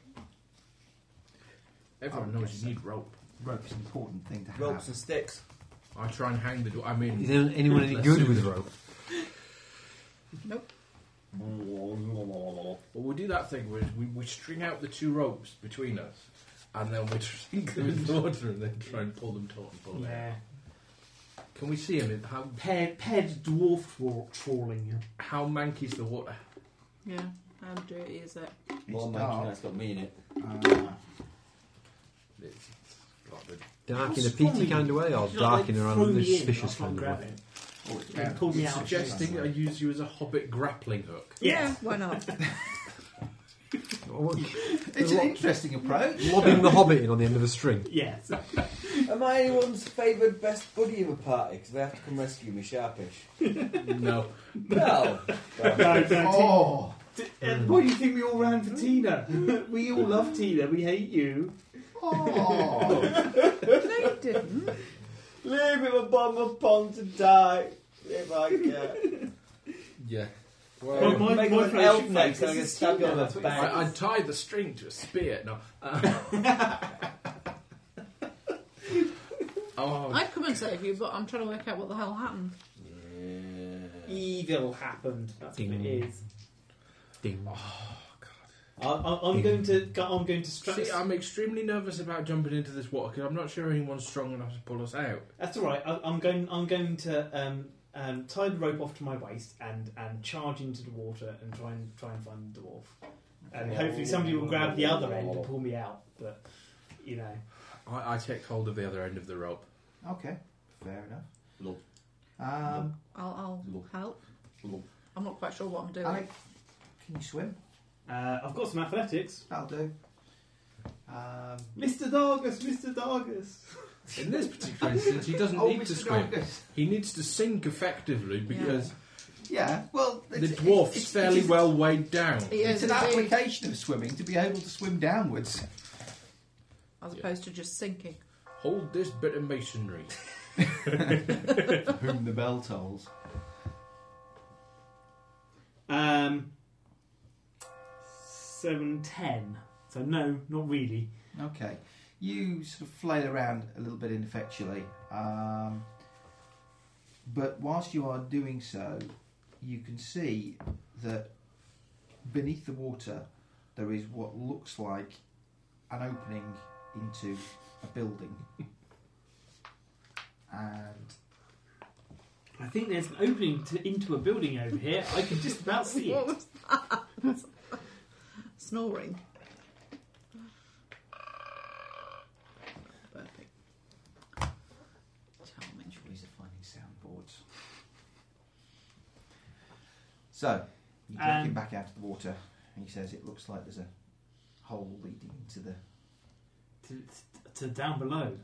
Speaker 9: Everyone knows you need rope.
Speaker 2: Rope's an important thing to have.
Speaker 1: Ropes and sticks.
Speaker 9: I try and hang the. dw- I mean,
Speaker 5: Is there anyone any good with rope?
Speaker 3: Nope.
Speaker 1: Oh,
Speaker 9: Well, we do that thing where we, we string out the two ropes between us, and *laughs* then we drink them in the water and then try and pull them taut and pull them out.
Speaker 4: Yeah.
Speaker 9: Can we see him? How
Speaker 4: Ped, ped dwarf tra- trawling.
Speaker 9: how manky's the water?
Speaker 3: Yeah. How dirty is it?
Speaker 2: It's
Speaker 1: More monkey
Speaker 2: dark.
Speaker 1: that's got me in it.
Speaker 2: Uh,
Speaker 9: It's Got the
Speaker 5: Dark
Speaker 4: How
Speaker 5: in a
Speaker 4: strong are
Speaker 5: peaty
Speaker 4: you?
Speaker 5: kind of way, or
Speaker 4: It's not
Speaker 5: dark
Speaker 4: like
Speaker 5: in an
Speaker 4: threw me in,
Speaker 5: unsuspicious
Speaker 4: I'll
Speaker 5: kind of
Speaker 4: grab
Speaker 5: way?
Speaker 4: it.
Speaker 2: Oh,
Speaker 4: And pulled me out.
Speaker 9: suggesting I use you as a hobbit grappling hook.
Speaker 3: Yeah,
Speaker 4: Yeah.
Speaker 3: why not?
Speaker 5: Oh, well,
Speaker 2: It's an interesting approach.
Speaker 5: Lobbing the hobbit in on the end of a string.
Speaker 4: *laughs* Yes.
Speaker 1: Am I anyone's favoured best buddy of a party? Because they have to come rescue me
Speaker 4: *laughs*
Speaker 1: sharpish.
Speaker 9: no.
Speaker 1: No.
Speaker 4: No, no, Ti-
Speaker 2: Oh,
Speaker 4: Ti- uh,
Speaker 5: Mm.
Speaker 4: Why do you think we all ran for Tina? *laughs* we all love Tina. We hate you.
Speaker 2: oh.
Speaker 3: No, you didn't.
Speaker 1: *laughs* Leave him a bomb of pond to die. If I can.
Speaker 9: Yeah.
Speaker 4: Well,
Speaker 9: Well,
Speaker 4: my-
Speaker 1: Make
Speaker 4: my
Speaker 1: him an
Speaker 4: friend
Speaker 1: elf
Speaker 4: should
Speaker 1: next
Speaker 4: focus
Speaker 1: and I'm going to
Speaker 4: his
Speaker 1: stab you on
Speaker 4: team now, that's
Speaker 1: the
Speaker 4: what he
Speaker 1: back.
Speaker 9: I, I tied the string to a spear. *laughs* No. Uh, oh.
Speaker 11: I'd come and save you, but I'm trying to work out what the hell happened.
Speaker 4: Evil happened. That's what
Speaker 5: Ding.
Speaker 4: it is.
Speaker 5: Ding.
Speaker 4: I, I, I'm going to. go- I'm going to stress.
Speaker 9: See, I'm extremely nervous about jumping into this water because I'm not sure anyone's strong enough to pull us out.
Speaker 4: That's all right. I, I'm going. I'm going to um, um, tie the rope off to my waist and, and charge into the water and try and try and find the dwarf. And hopefully somebody will grab the other end and pull me out. But you know,
Speaker 9: I, I take hold of the other end of the rope.
Speaker 2: Okay, fair enough.
Speaker 10: Look.
Speaker 2: Um,
Speaker 11: I'll, I'll help.
Speaker 10: Look.
Speaker 11: I'm not quite sure what I'm doing.
Speaker 2: Alec, can you swim?
Speaker 4: uh, I've got some athletics.
Speaker 2: That'll do. Um,
Speaker 4: Mr. Dargus, Mr. Dargus.
Speaker 9: In this
Speaker 2: *laughs*
Speaker 9: particular instance, he doesn't
Speaker 2: oh,
Speaker 9: need
Speaker 2: Mr.
Speaker 9: to swim.
Speaker 2: Darkus.
Speaker 9: He needs to sink effectively because
Speaker 2: Yeah, well,
Speaker 9: the
Speaker 2: it's-
Speaker 9: dwarf's
Speaker 2: it's- it's-
Speaker 9: fairly
Speaker 2: it's-
Speaker 9: well weighed down.
Speaker 11: He
Speaker 2: It's
Speaker 11: is
Speaker 2: an
Speaker 11: indeed,
Speaker 2: application of swimming to be able to swim
Speaker 9: *laughs*
Speaker 2: downwards.
Speaker 11: as opposed to just sinking.
Speaker 9: Hold this bit of masonry.
Speaker 2: For whom the bell tolls.
Speaker 4: Um, seven ten. So no, not really.
Speaker 2: Okay, you sort of flail around a little bit ineffectually, um, but whilst you are doing so, you can see that beneath the water there is what looks like an opening into a building, and
Speaker 4: I think there's an opening to, into a building over here. I can just about see
Speaker 11: What
Speaker 4: it.
Speaker 11: was that? *laughs* Snoring. Burping. Charming.
Speaker 2: joys of finding soundboards. So, you take
Speaker 4: Um,
Speaker 2: him back out of the water, and he says, "It looks like there's a hole leading into the."
Speaker 4: To, to down below.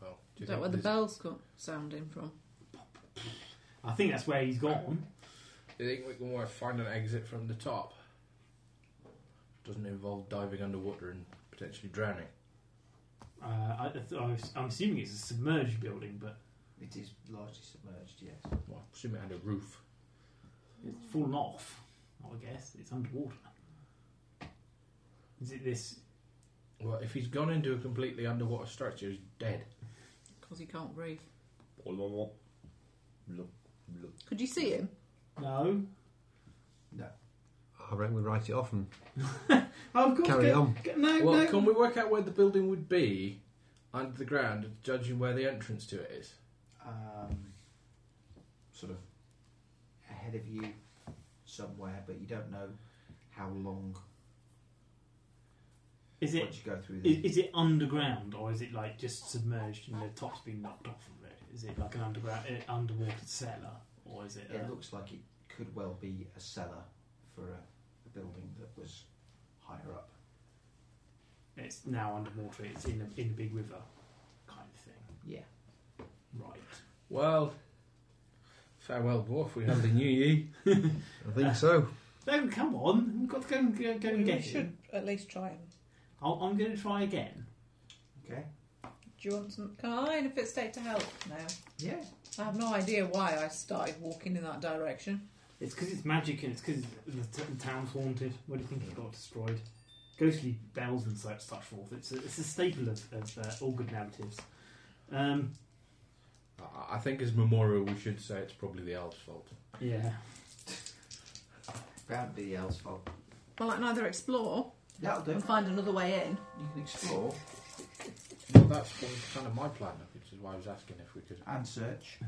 Speaker 9: Well, do you
Speaker 11: Is that
Speaker 9: think
Speaker 11: where the
Speaker 9: this-
Speaker 11: bells come sounding from?
Speaker 4: I think that's where he's gone.
Speaker 9: Do you think we can find an exit from the top? Doesn't involve diving underwater and potentially drowning.
Speaker 4: Uh, I, I was, I'm assuming it's a submerged building, but
Speaker 2: It is largely submerged. Yes.
Speaker 9: Well, assume it had a roof.
Speaker 4: it's fallen off. I guess it's underwater. Is it this?
Speaker 9: Well, if he's gone into a completely underwater structure, he's dead.
Speaker 11: Because he can't breathe.
Speaker 1: Look, look.
Speaker 11: Could you see him?
Speaker 4: No.
Speaker 5: I reckon we write it off and
Speaker 4: Oh, of course.
Speaker 5: carry
Speaker 4: go-
Speaker 5: on.
Speaker 4: go- no,
Speaker 9: well,
Speaker 4: no.
Speaker 9: can we work out where the building would be under the ground, judging where the entrance to it is?
Speaker 2: Um, sort of ahead of you somewhere, but you don't know how long
Speaker 4: Is it
Speaker 2: once you go through there.
Speaker 4: is, is it underground or is it like just submerged and the top's been knocked off of it? Is it like an underground uh, underwater cellar or is it?
Speaker 2: it
Speaker 4: Uh,
Speaker 2: looks like it could well be a cellar for a, a building that was higher up.
Speaker 4: it's now underwater. It's in a, in a big river, kind of thing.
Speaker 2: Yeah.
Speaker 4: Right.
Speaker 9: Well, farewell, dwarf. We hardly *laughs* knew ye.
Speaker 5: I think so.
Speaker 4: No, come on. We've got to go and go, go and
Speaker 3: We
Speaker 4: get
Speaker 3: should
Speaker 4: him.
Speaker 3: at least try him.
Speaker 4: I'll, I'm going to try again.
Speaker 2: Okay.
Speaker 3: Do you want some? Can I, in a fit state, to help now?
Speaker 2: Yeah.
Speaker 3: I have no idea why I started walking in that direction.
Speaker 4: It's because it's magic and it's because the, t- the town's haunted. What do you think it got destroyed? Ghostly bells and such, such forth. It's a, it's a staple of, of uh, all good narratives. Um,
Speaker 9: I- I think as memorial, we should say it's probably the elves' fault.
Speaker 4: yeah.
Speaker 2: Bound to be the elves' fault.
Speaker 11: Well, I can either explore
Speaker 2: That'll do.
Speaker 11: and find another way in.
Speaker 2: You can explore
Speaker 9: *laughs* Well, that's what was kind of my plan, which is why I was asking if we could.
Speaker 2: and search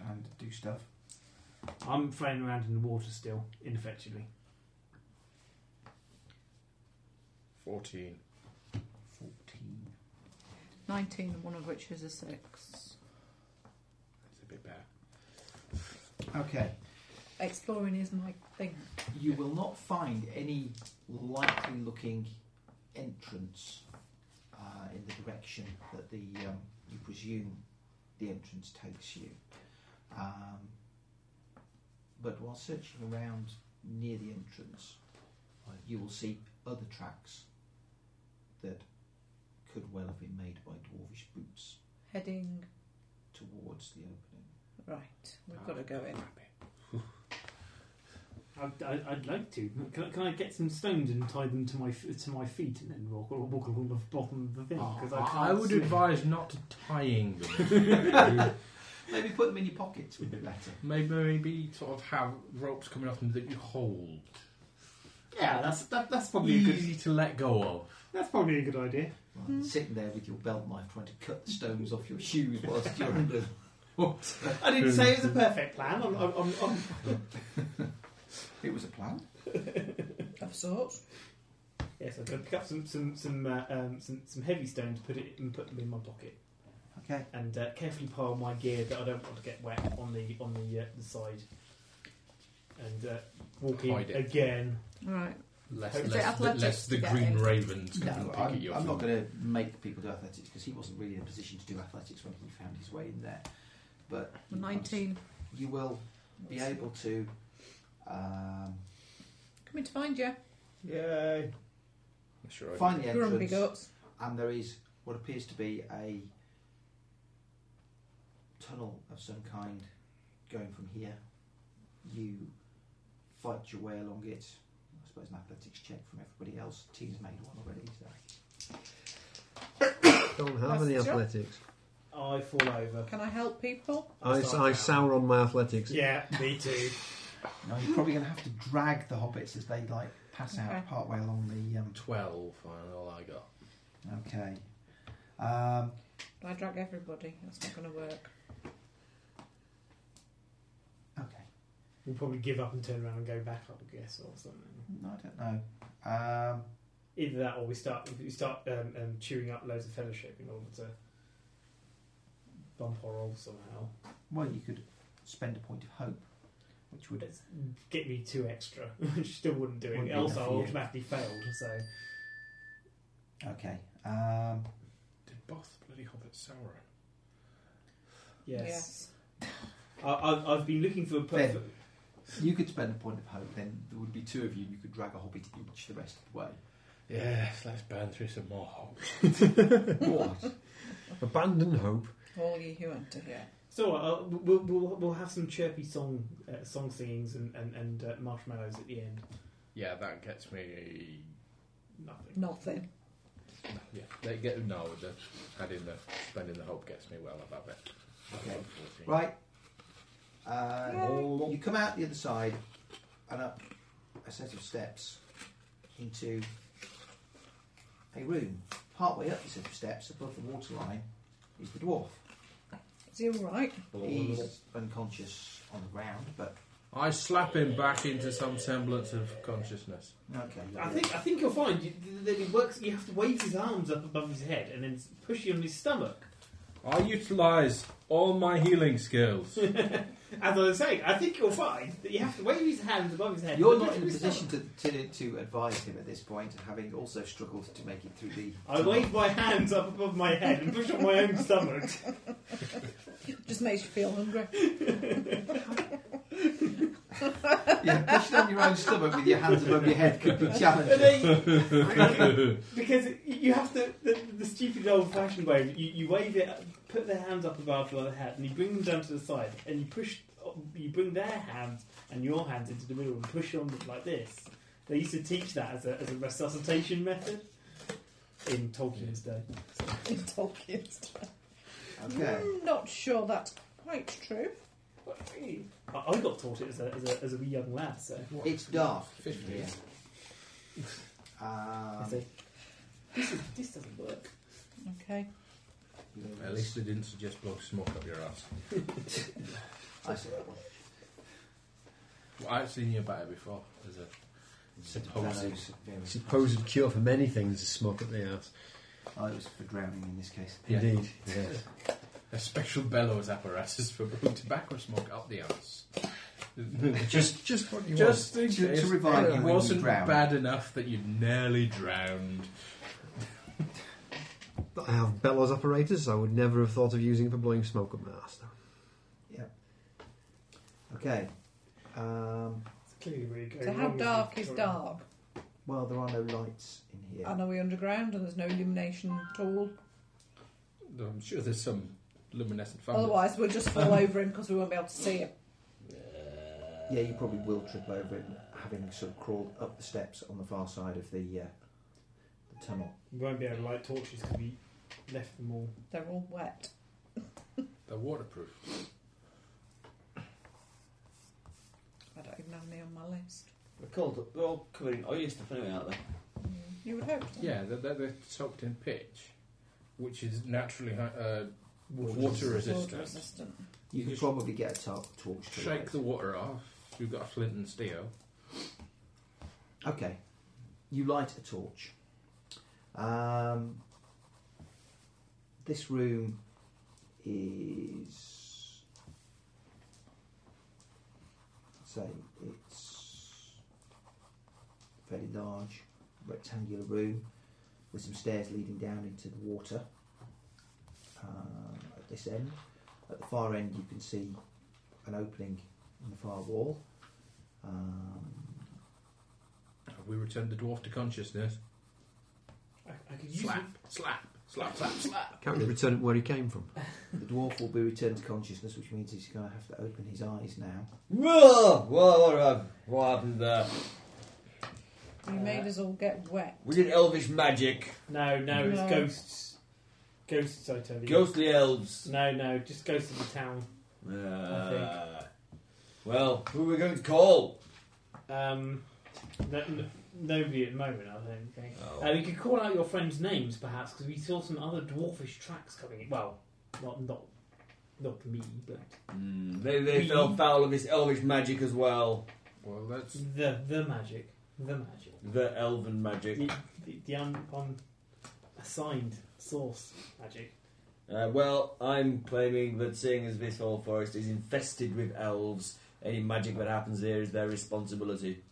Speaker 2: and do stuff.
Speaker 4: I'm flying around in the water still, ineffectually.
Speaker 9: 14.
Speaker 2: 14.
Speaker 3: 19, one of which is a 6.
Speaker 9: It's a bit better.
Speaker 2: Okay.
Speaker 3: Exploring is my thing.
Speaker 2: You will not find any likely looking entrance uh, in the direction that the um, you presume the entrance takes you. Um, but while searching around near the entrance, uh, you will see other tracks that could well have been made by dwarvish boots
Speaker 3: Heading
Speaker 2: towards the opening.
Speaker 3: right. We've got to go in.
Speaker 4: I'd, I'd, I'd like to. Can, I- can I get some stones and tie them to my f- to my feet and then walk walk along the bottom of the thing? Oh, Because I, can't
Speaker 9: Ah, Oh, I would
Speaker 4: swim.
Speaker 9: advise not tying them.
Speaker 2: Maybe put them in your pockets would be better.
Speaker 9: Maybe, maybe sort of have ropes coming off them that you hold.
Speaker 4: Yeah, that's that, that's probably a good,
Speaker 9: Easy to let go of.
Speaker 4: that's probably a good idea.
Speaker 2: Rather than sitting there with your belt knife trying to cut the stones off your shoes whilst you're under.
Speaker 4: I didn't say it was a perfect plan. I'm, I'm, I'm, I'm
Speaker 2: *laughs* It was a plan.
Speaker 3: Of sorts.
Speaker 4: yes, I'm going to pick up some some some, uh, um, some some heavy stones, put it and put them in my pocket,
Speaker 2: Okay.
Speaker 4: and uh, carefully pile my gear that I don't want to get wet on the on the, uh, the side, and uh, walk in
Speaker 9: Hide it.
Speaker 4: again.
Speaker 3: Right.
Speaker 9: Less,
Speaker 4: Is it
Speaker 9: less, the,
Speaker 3: athletics
Speaker 9: less the
Speaker 3: to get
Speaker 9: green
Speaker 3: in?
Speaker 9: ravens come and
Speaker 2: No,
Speaker 9: pick at
Speaker 2: I'm,
Speaker 9: you.
Speaker 2: I'm not going to make people do athletics because he wasn't really in a position to do athletics when he found his way in there. But
Speaker 3: The 19.
Speaker 2: you will be able to. Um,
Speaker 3: Coming to find you.
Speaker 1: Yay.
Speaker 9: Sure I
Speaker 2: find the
Speaker 3: Grumpy
Speaker 2: entrance,
Speaker 3: guts.
Speaker 2: and there is what appears to be a tunnel of some kind going from here. You fight your way along it. I suppose an athletics check from everybody else. Tina's made one already, so
Speaker 5: Don't have any
Speaker 3: That's the job.
Speaker 5: athletics.
Speaker 4: I fall over.
Speaker 3: Can I help people?
Speaker 5: I,
Speaker 4: Start
Speaker 5: I
Speaker 4: down.
Speaker 5: sour on my athletics. *laughs*
Speaker 4: Yeah, me too.
Speaker 2: No, you're probably going to have to drag the hobbits as they like pass out
Speaker 3: Okay.
Speaker 2: partway along the. Um,
Speaker 9: 12, and all I got.
Speaker 2: okay. Um,
Speaker 3: I drag everybody. That's not going to work.
Speaker 2: okay.
Speaker 4: We'll probably give up and turn around and go back up, I guess, or something.
Speaker 2: No, I don't know. Um,
Speaker 4: Either that, or we start we start um, um, chewing up loads of fellowship in order to bump our roll somehow.
Speaker 2: well, you could spend a point of hope, which would.
Speaker 4: It's get me two extra, *laughs* which still wouldn't do
Speaker 2: Wouldn't
Speaker 4: it.
Speaker 2: be
Speaker 4: Else, I
Speaker 2: enough for you.
Speaker 4: automatically failed. So
Speaker 2: Okay. Um,
Speaker 9: Did both bloody hobbits sour?
Speaker 4: yes, I, I've, I've been looking for a
Speaker 2: Ben.
Speaker 4: perfect.
Speaker 2: you could spend a point of hope. Then there would be two of you. and You could drag a hobbit each the rest of the way.
Speaker 9: Yes, let's burn through some more hobbits.
Speaker 2: what?
Speaker 5: Abandon hope.
Speaker 3: All ye who enter here.
Speaker 4: So uh, we'll, we'll we'll have some chirpy song uh, song singings and and, and uh, marshmallows at the end.
Speaker 9: Yeah, that gets me.
Speaker 4: Nothing.
Speaker 3: Nothing.
Speaker 9: Yeah, they get no. The adding the spending the hope gets me well above it.
Speaker 2: Okay. Right. Uh, you come out the other side and up a set of steps into a room. Partway up the set of steps, above the waterline, is the dwarf.
Speaker 3: Is he all right?
Speaker 2: He's unconscious on the ground, but
Speaker 9: I slap him back into some semblance of consciousness.
Speaker 2: okay.
Speaker 4: I think I think you'll find you, that it works. You have to wave his arms up above his head and then push him on his stomach.
Speaker 9: I utilise all my healing skills.
Speaker 4: As I was saying, I think you'll find that you have to wave his hands above his head.
Speaker 2: you're
Speaker 4: and
Speaker 2: not
Speaker 4: push
Speaker 2: in a
Speaker 4: him on his
Speaker 2: position
Speaker 4: stomach.
Speaker 2: to, to to advise him at this point, having also struggled to make it through the.
Speaker 4: I wave my hands up above my head and push on my own stomach.
Speaker 3: Just makes you feel hungry.
Speaker 2: Yeah, pushing on your own stomach with your hands above your head could be
Speaker 4: And
Speaker 2: challenging.
Speaker 4: then, because you have to, the, the stupid old fashioned way, you, you wave it, put their hands up above their head, and you bring them down to the side, and you push, you bring their hands and your hands into the middle and push on them like this. They used to teach that as a, as a resuscitation method in Tolkien's day.
Speaker 11: *laughs*
Speaker 3: In Tolkien's time.
Speaker 2: Okay.
Speaker 11: Mm,
Speaker 3: I'm not sure that's quite true.
Speaker 4: I, I got taught it as a, as a, as a wee young lad, so.
Speaker 2: It's dark.
Speaker 9: Fish
Speaker 2: in here.
Speaker 9: please.
Speaker 2: Um,
Speaker 4: I said, this, is, this doesn't work.
Speaker 3: Okay.
Speaker 9: At least they didn't suggest blowing smoke up your ass.
Speaker 2: I said that one.
Speaker 9: Well, I've seen you about it before. As a supposed
Speaker 2: Supposed.
Speaker 5: Supposed cure for many things is smoke up the ass.
Speaker 2: Oh, it was for drowning in this case.
Speaker 5: Indeed. Yes. *laughs*
Speaker 9: A special bellows
Speaker 2: *laughs*
Speaker 9: apparatus for blowing tobacco smoke up the ass. just, just what you
Speaker 2: Just
Speaker 9: want.
Speaker 2: in To- case to revive it you when you
Speaker 9: wasn't
Speaker 2: wasn't drown.
Speaker 9: bad
Speaker 2: bad
Speaker 9: enough that you nearly drowned.
Speaker 5: I have bellows apparatus. I would never have thought of using for blowing smoke up my ass. though.
Speaker 2: Okay. Um,
Speaker 4: It's clearly really good.
Speaker 11: So how dark is dark?
Speaker 2: well, there are no lights in here.
Speaker 11: And are we underground and there's no illumination at all?
Speaker 9: I'm sure there's some luminescent fungus.
Speaker 11: Otherwise, we'll just fall over him because we won't be able to see him.
Speaker 2: Yeah, you probably will trip over it, having sort of crawled up the steps on the far side of the, uh, the tunnel.
Speaker 4: We won't be able to light torches because we left them all.
Speaker 11: They're all wet.
Speaker 9: They're waterproof.
Speaker 11: I don't even have any on my list.
Speaker 1: They're called. They're all covered in oily stuff anyway, aren't they?
Speaker 3: Mm.
Speaker 11: You would hope.
Speaker 9: Yeah, they're, they're, they're soaked in pitch, which is naturally uh, water
Speaker 11: Water
Speaker 9: resistant.
Speaker 11: resistant.
Speaker 2: You,
Speaker 9: You
Speaker 2: could
Speaker 9: just
Speaker 2: probably get a tor- torch to
Speaker 9: Shake
Speaker 2: light.
Speaker 9: the water off. You've got a flint and steel.
Speaker 2: Okay. You light a torch. Um, this room is. Say, it's a fairly large rectangular room with some stairs leading down into the water um, at this end. At the far end, you can see an opening in the far wall. Um,
Speaker 9: We returned the dwarf to consciousness.
Speaker 4: I, I could use
Speaker 9: Slap, slap, slap, slap, slap.
Speaker 5: Can't we return it where he came from?
Speaker 2: The dwarf will be returned to consciousness, which means he's going to have to open his eyes now.
Speaker 1: Whoa! Whoa! What, hap- what happened there?
Speaker 11: You made us all get wet.
Speaker 1: We did elvish magic.
Speaker 4: it. No, no, it's
Speaker 11: No.
Speaker 4: ghosts. Ghosts, I tell you.
Speaker 1: Ghostly elves.
Speaker 4: No, no, just ghosts of the town.
Speaker 1: Uh, well, who are we going to call?
Speaker 4: Um, no, no, nobody at the moment, I don't think.
Speaker 1: Oh.
Speaker 4: Uh, we could call out your friends' names, perhaps, because we saw some other dwarfish tracks coming in. Well, not not not me, but
Speaker 1: Hmm, they they fell foul of this elvish magic as well.
Speaker 9: Well, that's
Speaker 4: the the magic, the magic,
Speaker 1: The elven
Speaker 4: the
Speaker 1: magic.
Speaker 4: the, the un, un, assigned source magic.
Speaker 1: Uh, well, I'm claiming that seeing as this whole forest is infested with elves, any magic that happens here is their responsibility.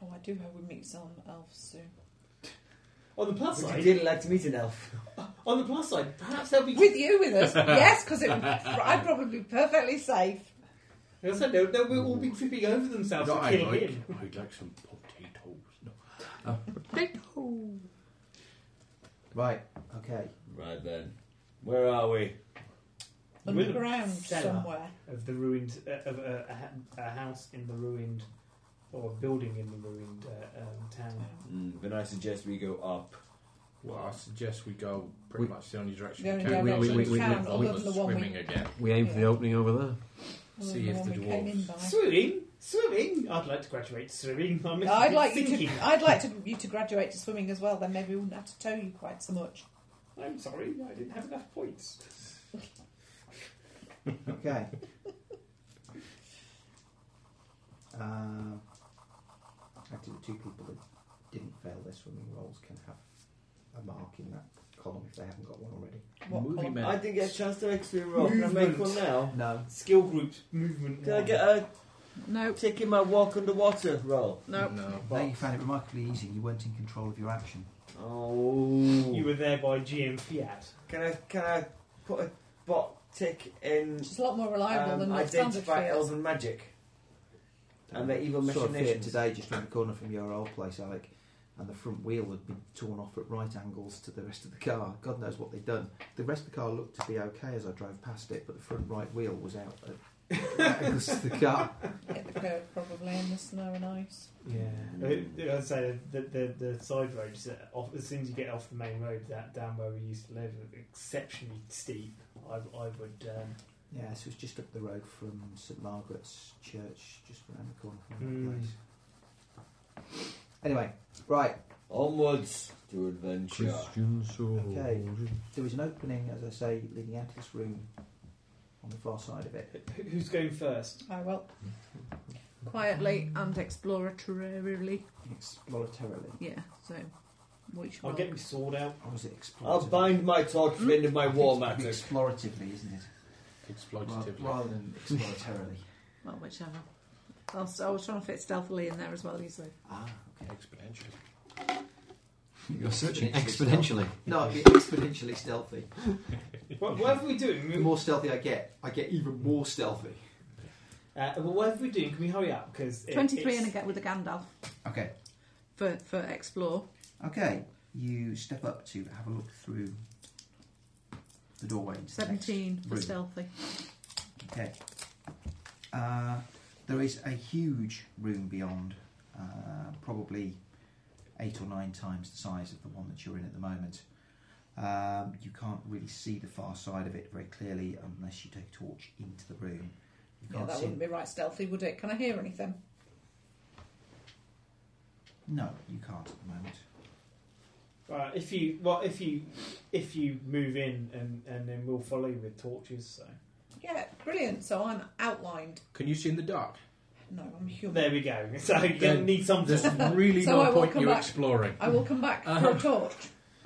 Speaker 11: Oh, I do hope we meet some elves soon.
Speaker 4: On the plus
Speaker 1: Would you
Speaker 4: side,
Speaker 1: dearly like to meet an elf?
Speaker 4: on the plus side, perhaps they'll be.
Speaker 11: With you with us, yes, because I'd probably be perfectly safe.
Speaker 4: As I said, they'll, they'll all be tripping over themselves
Speaker 9: No,
Speaker 4: to
Speaker 9: I'd
Speaker 4: kill
Speaker 9: like,
Speaker 4: him.
Speaker 9: I'd like some potatoes. No.
Speaker 2: Right, okay.
Speaker 1: Right then. Where are we?
Speaker 4: With a
Speaker 11: Underground
Speaker 4: cellar.
Speaker 11: somewhere.
Speaker 4: of the ruined uh, of a, a, ha- a house in the ruined or a building in the ruined uh, um, town.
Speaker 1: Mm, then I suggest we go up.
Speaker 9: Well, I suggest we go pretty
Speaker 5: We-
Speaker 9: much the only direction
Speaker 11: The
Speaker 9: we
Speaker 11: only
Speaker 9: can.
Speaker 5: direction we
Speaker 9: we,
Speaker 5: can,
Speaker 9: went
Speaker 5: other
Speaker 9: was
Speaker 11: than the one
Speaker 9: swimming again.
Speaker 5: We aim for the
Speaker 11: Yeah.
Speaker 5: opening over there.
Speaker 11: Other
Speaker 9: See
Speaker 11: than
Speaker 9: if
Speaker 11: one
Speaker 9: the
Speaker 11: we came in
Speaker 4: Swimming, swimming. I'd like to graduate to swimming. I'm
Speaker 11: by. I'd like you
Speaker 4: thinking.
Speaker 11: to. I'd like to, you to graduate to swimming as well. Then maybe we wouldn't have to tow you quite so much.
Speaker 4: I'm sorry, I didn't have enough points.
Speaker 2: Okay. *laughs* Um actually, the two people that didn't fail their swimming rolls can have a mark in that column if they haven't got one already.
Speaker 11: What
Speaker 9: Movie
Speaker 11: colour?
Speaker 9: man.
Speaker 1: I didn't get a chance to actually roll. Can I make
Speaker 4: Movement.
Speaker 1: one now?
Speaker 2: No.
Speaker 4: Skill groups movement.
Speaker 1: Can I
Speaker 4: one.
Speaker 1: get a
Speaker 3: No,
Speaker 1: tick in my walk underwater roll?
Speaker 3: no.
Speaker 9: No.
Speaker 2: There you found it remarkably easy. You weren't in control of your action.
Speaker 1: Oh.
Speaker 4: You were there by GM Fiat.
Speaker 1: Can I can I put a bot tick in
Speaker 11: She's a lot more reliable
Speaker 1: um,
Speaker 11: than my standard
Speaker 1: identify
Speaker 11: field.
Speaker 1: elven magic and their evil
Speaker 2: Saw a Fiat
Speaker 1: machinations?
Speaker 2: today just around the corner from your old place, Alec, and the front wheel had been torn off at right angles to the rest of the car. God knows what they'd done. The rest of the car looked to be okay as I drove past it, but the front right wheel was out at right angles to the
Speaker 1: *laughs*
Speaker 2: car.
Speaker 11: Hit the curb probably in the snow and ice.
Speaker 4: Yeah, Uh, I would say the, the the side roads that off, as soon as you get off the main road, that down where we used to live, are exceptionally steep. I, I would. Um,
Speaker 2: Yeah, this was just up the road from St Margaret's Church, just around the corner from
Speaker 4: Hmm.
Speaker 2: that place.
Speaker 1: Hmm.
Speaker 2: Anyway, right,
Speaker 1: Onwards to adventure.
Speaker 5: Christian soldier.
Speaker 2: Okay. there is an opening, as I say, leading out of this room on the far side of it.
Speaker 4: who- who's going first?
Speaker 11: I will.
Speaker 3: quietly and exploratorily.
Speaker 2: Exploratorily.
Speaker 3: Yeah, so Which
Speaker 4: I'll
Speaker 3: one?
Speaker 4: get my sword out.
Speaker 2: Or was it explorative?
Speaker 10: I'll bind my torch into my
Speaker 2: I think
Speaker 10: war
Speaker 2: it's probably
Speaker 10: mattock.
Speaker 2: Exploratively, isn't it? Rather,
Speaker 9: Exploitatively.
Speaker 2: rather than exploratorily.
Speaker 3: Well, whichever. I was, I was trying to fit stealthily in there as well, you said.
Speaker 2: ah, okay.
Speaker 9: Exponentially.
Speaker 2: *laughs*
Speaker 5: You're searching exponentially.
Speaker 2: No, *laughs* I'd be exponentially *laughs* stealthy.
Speaker 4: What, whatever we're doing,
Speaker 2: The
Speaker 4: we-
Speaker 2: more stealthy I get, I get even more stealthy.
Speaker 4: uh, well, whatever we're doing, can we hurry up? Because it,
Speaker 3: 23
Speaker 4: it's-
Speaker 3: and a ga- with a Gandalf
Speaker 2: Okay.
Speaker 3: for, for explore.
Speaker 2: Okay. You step up to have a look through the doorway. into the next
Speaker 3: 17 for
Speaker 2: room.
Speaker 3: stealthy.
Speaker 2: Okay. Uh, there is a huge room beyond, uh, probably eight or nine times the size of the one that you're in at the moment. Um, you can't really see the far side of it very clearly unless you take a torch into the room. You
Speaker 3: Yeah,
Speaker 2: can't
Speaker 3: that
Speaker 2: see.
Speaker 3: wouldn't be right stealthy, would it? Can I hear anything?
Speaker 2: No, you can't at the moment.
Speaker 4: Right, if you well, if you if you move in and and then we'll follow you with torches. So
Speaker 3: Yeah, brilliant. So I'm outlined.
Speaker 9: Can you see in the dark?
Speaker 3: No, I'm human.
Speaker 4: there we go. *laughs* So you
Speaker 9: Then-
Speaker 4: don't need some.
Speaker 9: There's
Speaker 4: Sort of,
Speaker 9: really
Speaker 3: So I
Speaker 9: no
Speaker 3: will
Speaker 9: point
Speaker 3: come
Speaker 9: you
Speaker 3: back.
Speaker 9: exploring.
Speaker 3: I will come back for
Speaker 9: Uh-huh.
Speaker 3: a torch.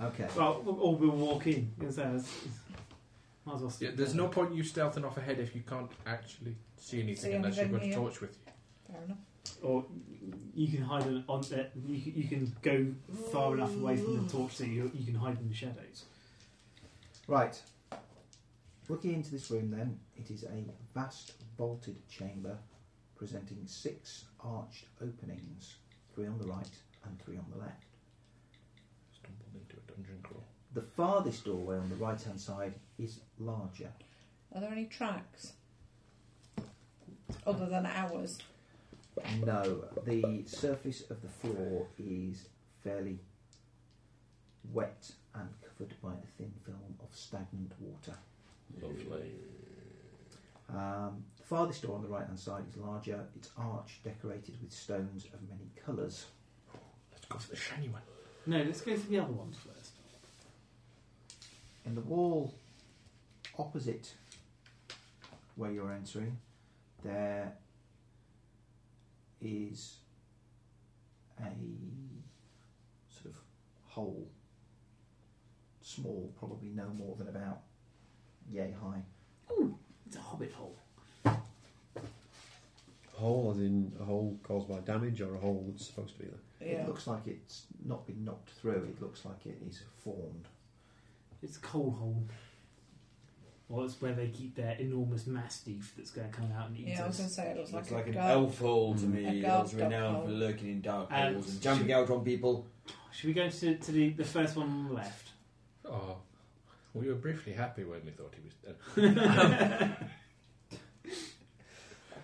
Speaker 2: Okay.
Speaker 4: well, or we'll walk in. And so it's- might as well.
Speaker 9: Yeah,
Speaker 4: stick
Speaker 9: there's
Speaker 4: there.
Speaker 9: no point you stealthing off ahead if you can't actually see anything
Speaker 3: See
Speaker 9: unless you've got
Speaker 3: anything here.
Speaker 9: a torch with you.
Speaker 3: Fair enough.
Speaker 4: Or you can hide on, on uh, you, can- you can go far enough away from the torch that you, you can hide in the shadows.
Speaker 2: Right. Looking into this room, then, it is a vast vaulted chamber presenting six arched openings three on the right and three on the left.
Speaker 9: Stumbled into a dungeon crawl.
Speaker 2: The farthest doorway on the right hand side is larger.
Speaker 3: Are there any tracks? Other than ours?
Speaker 2: No, the surface of the floor is fairly wet and covered by a thin film of stagnant water.
Speaker 9: Lovely.
Speaker 2: Um, the farthest door on the right hand side is larger, its arch decorated with stones of many colours.
Speaker 9: Let's go for the shiny one.
Speaker 4: No, let's go for the other ones first.
Speaker 2: In the wall opposite where you're entering, there is a sort of hole, small, probably no more than about yay high.
Speaker 4: It's a hobbit hole.
Speaker 5: Hole, as in a hole caused by damage, or a hole that's supposed to be there.
Speaker 2: It looks like it's not been knocked through, it looks like it is formed.
Speaker 4: It's a coal hole. Well, it's where they keep their enormous mastiff that's going to come out and eat
Speaker 3: Yeah, I was
Speaker 4: us.
Speaker 3: going to say it looks
Speaker 10: Looks
Speaker 3: like,
Speaker 10: like
Speaker 3: a
Speaker 10: an
Speaker 3: guard.
Speaker 10: elf hole to
Speaker 5: Mm.
Speaker 10: me.
Speaker 3: A
Speaker 10: That's
Speaker 3: ghost dog
Speaker 10: renowned
Speaker 3: hole.
Speaker 10: for lurking in dark
Speaker 4: And
Speaker 10: holes and jumping out on people.
Speaker 4: Should we go to, to the, the first one on the left?
Speaker 9: Oh, we were briefly happy when we thought he was dead.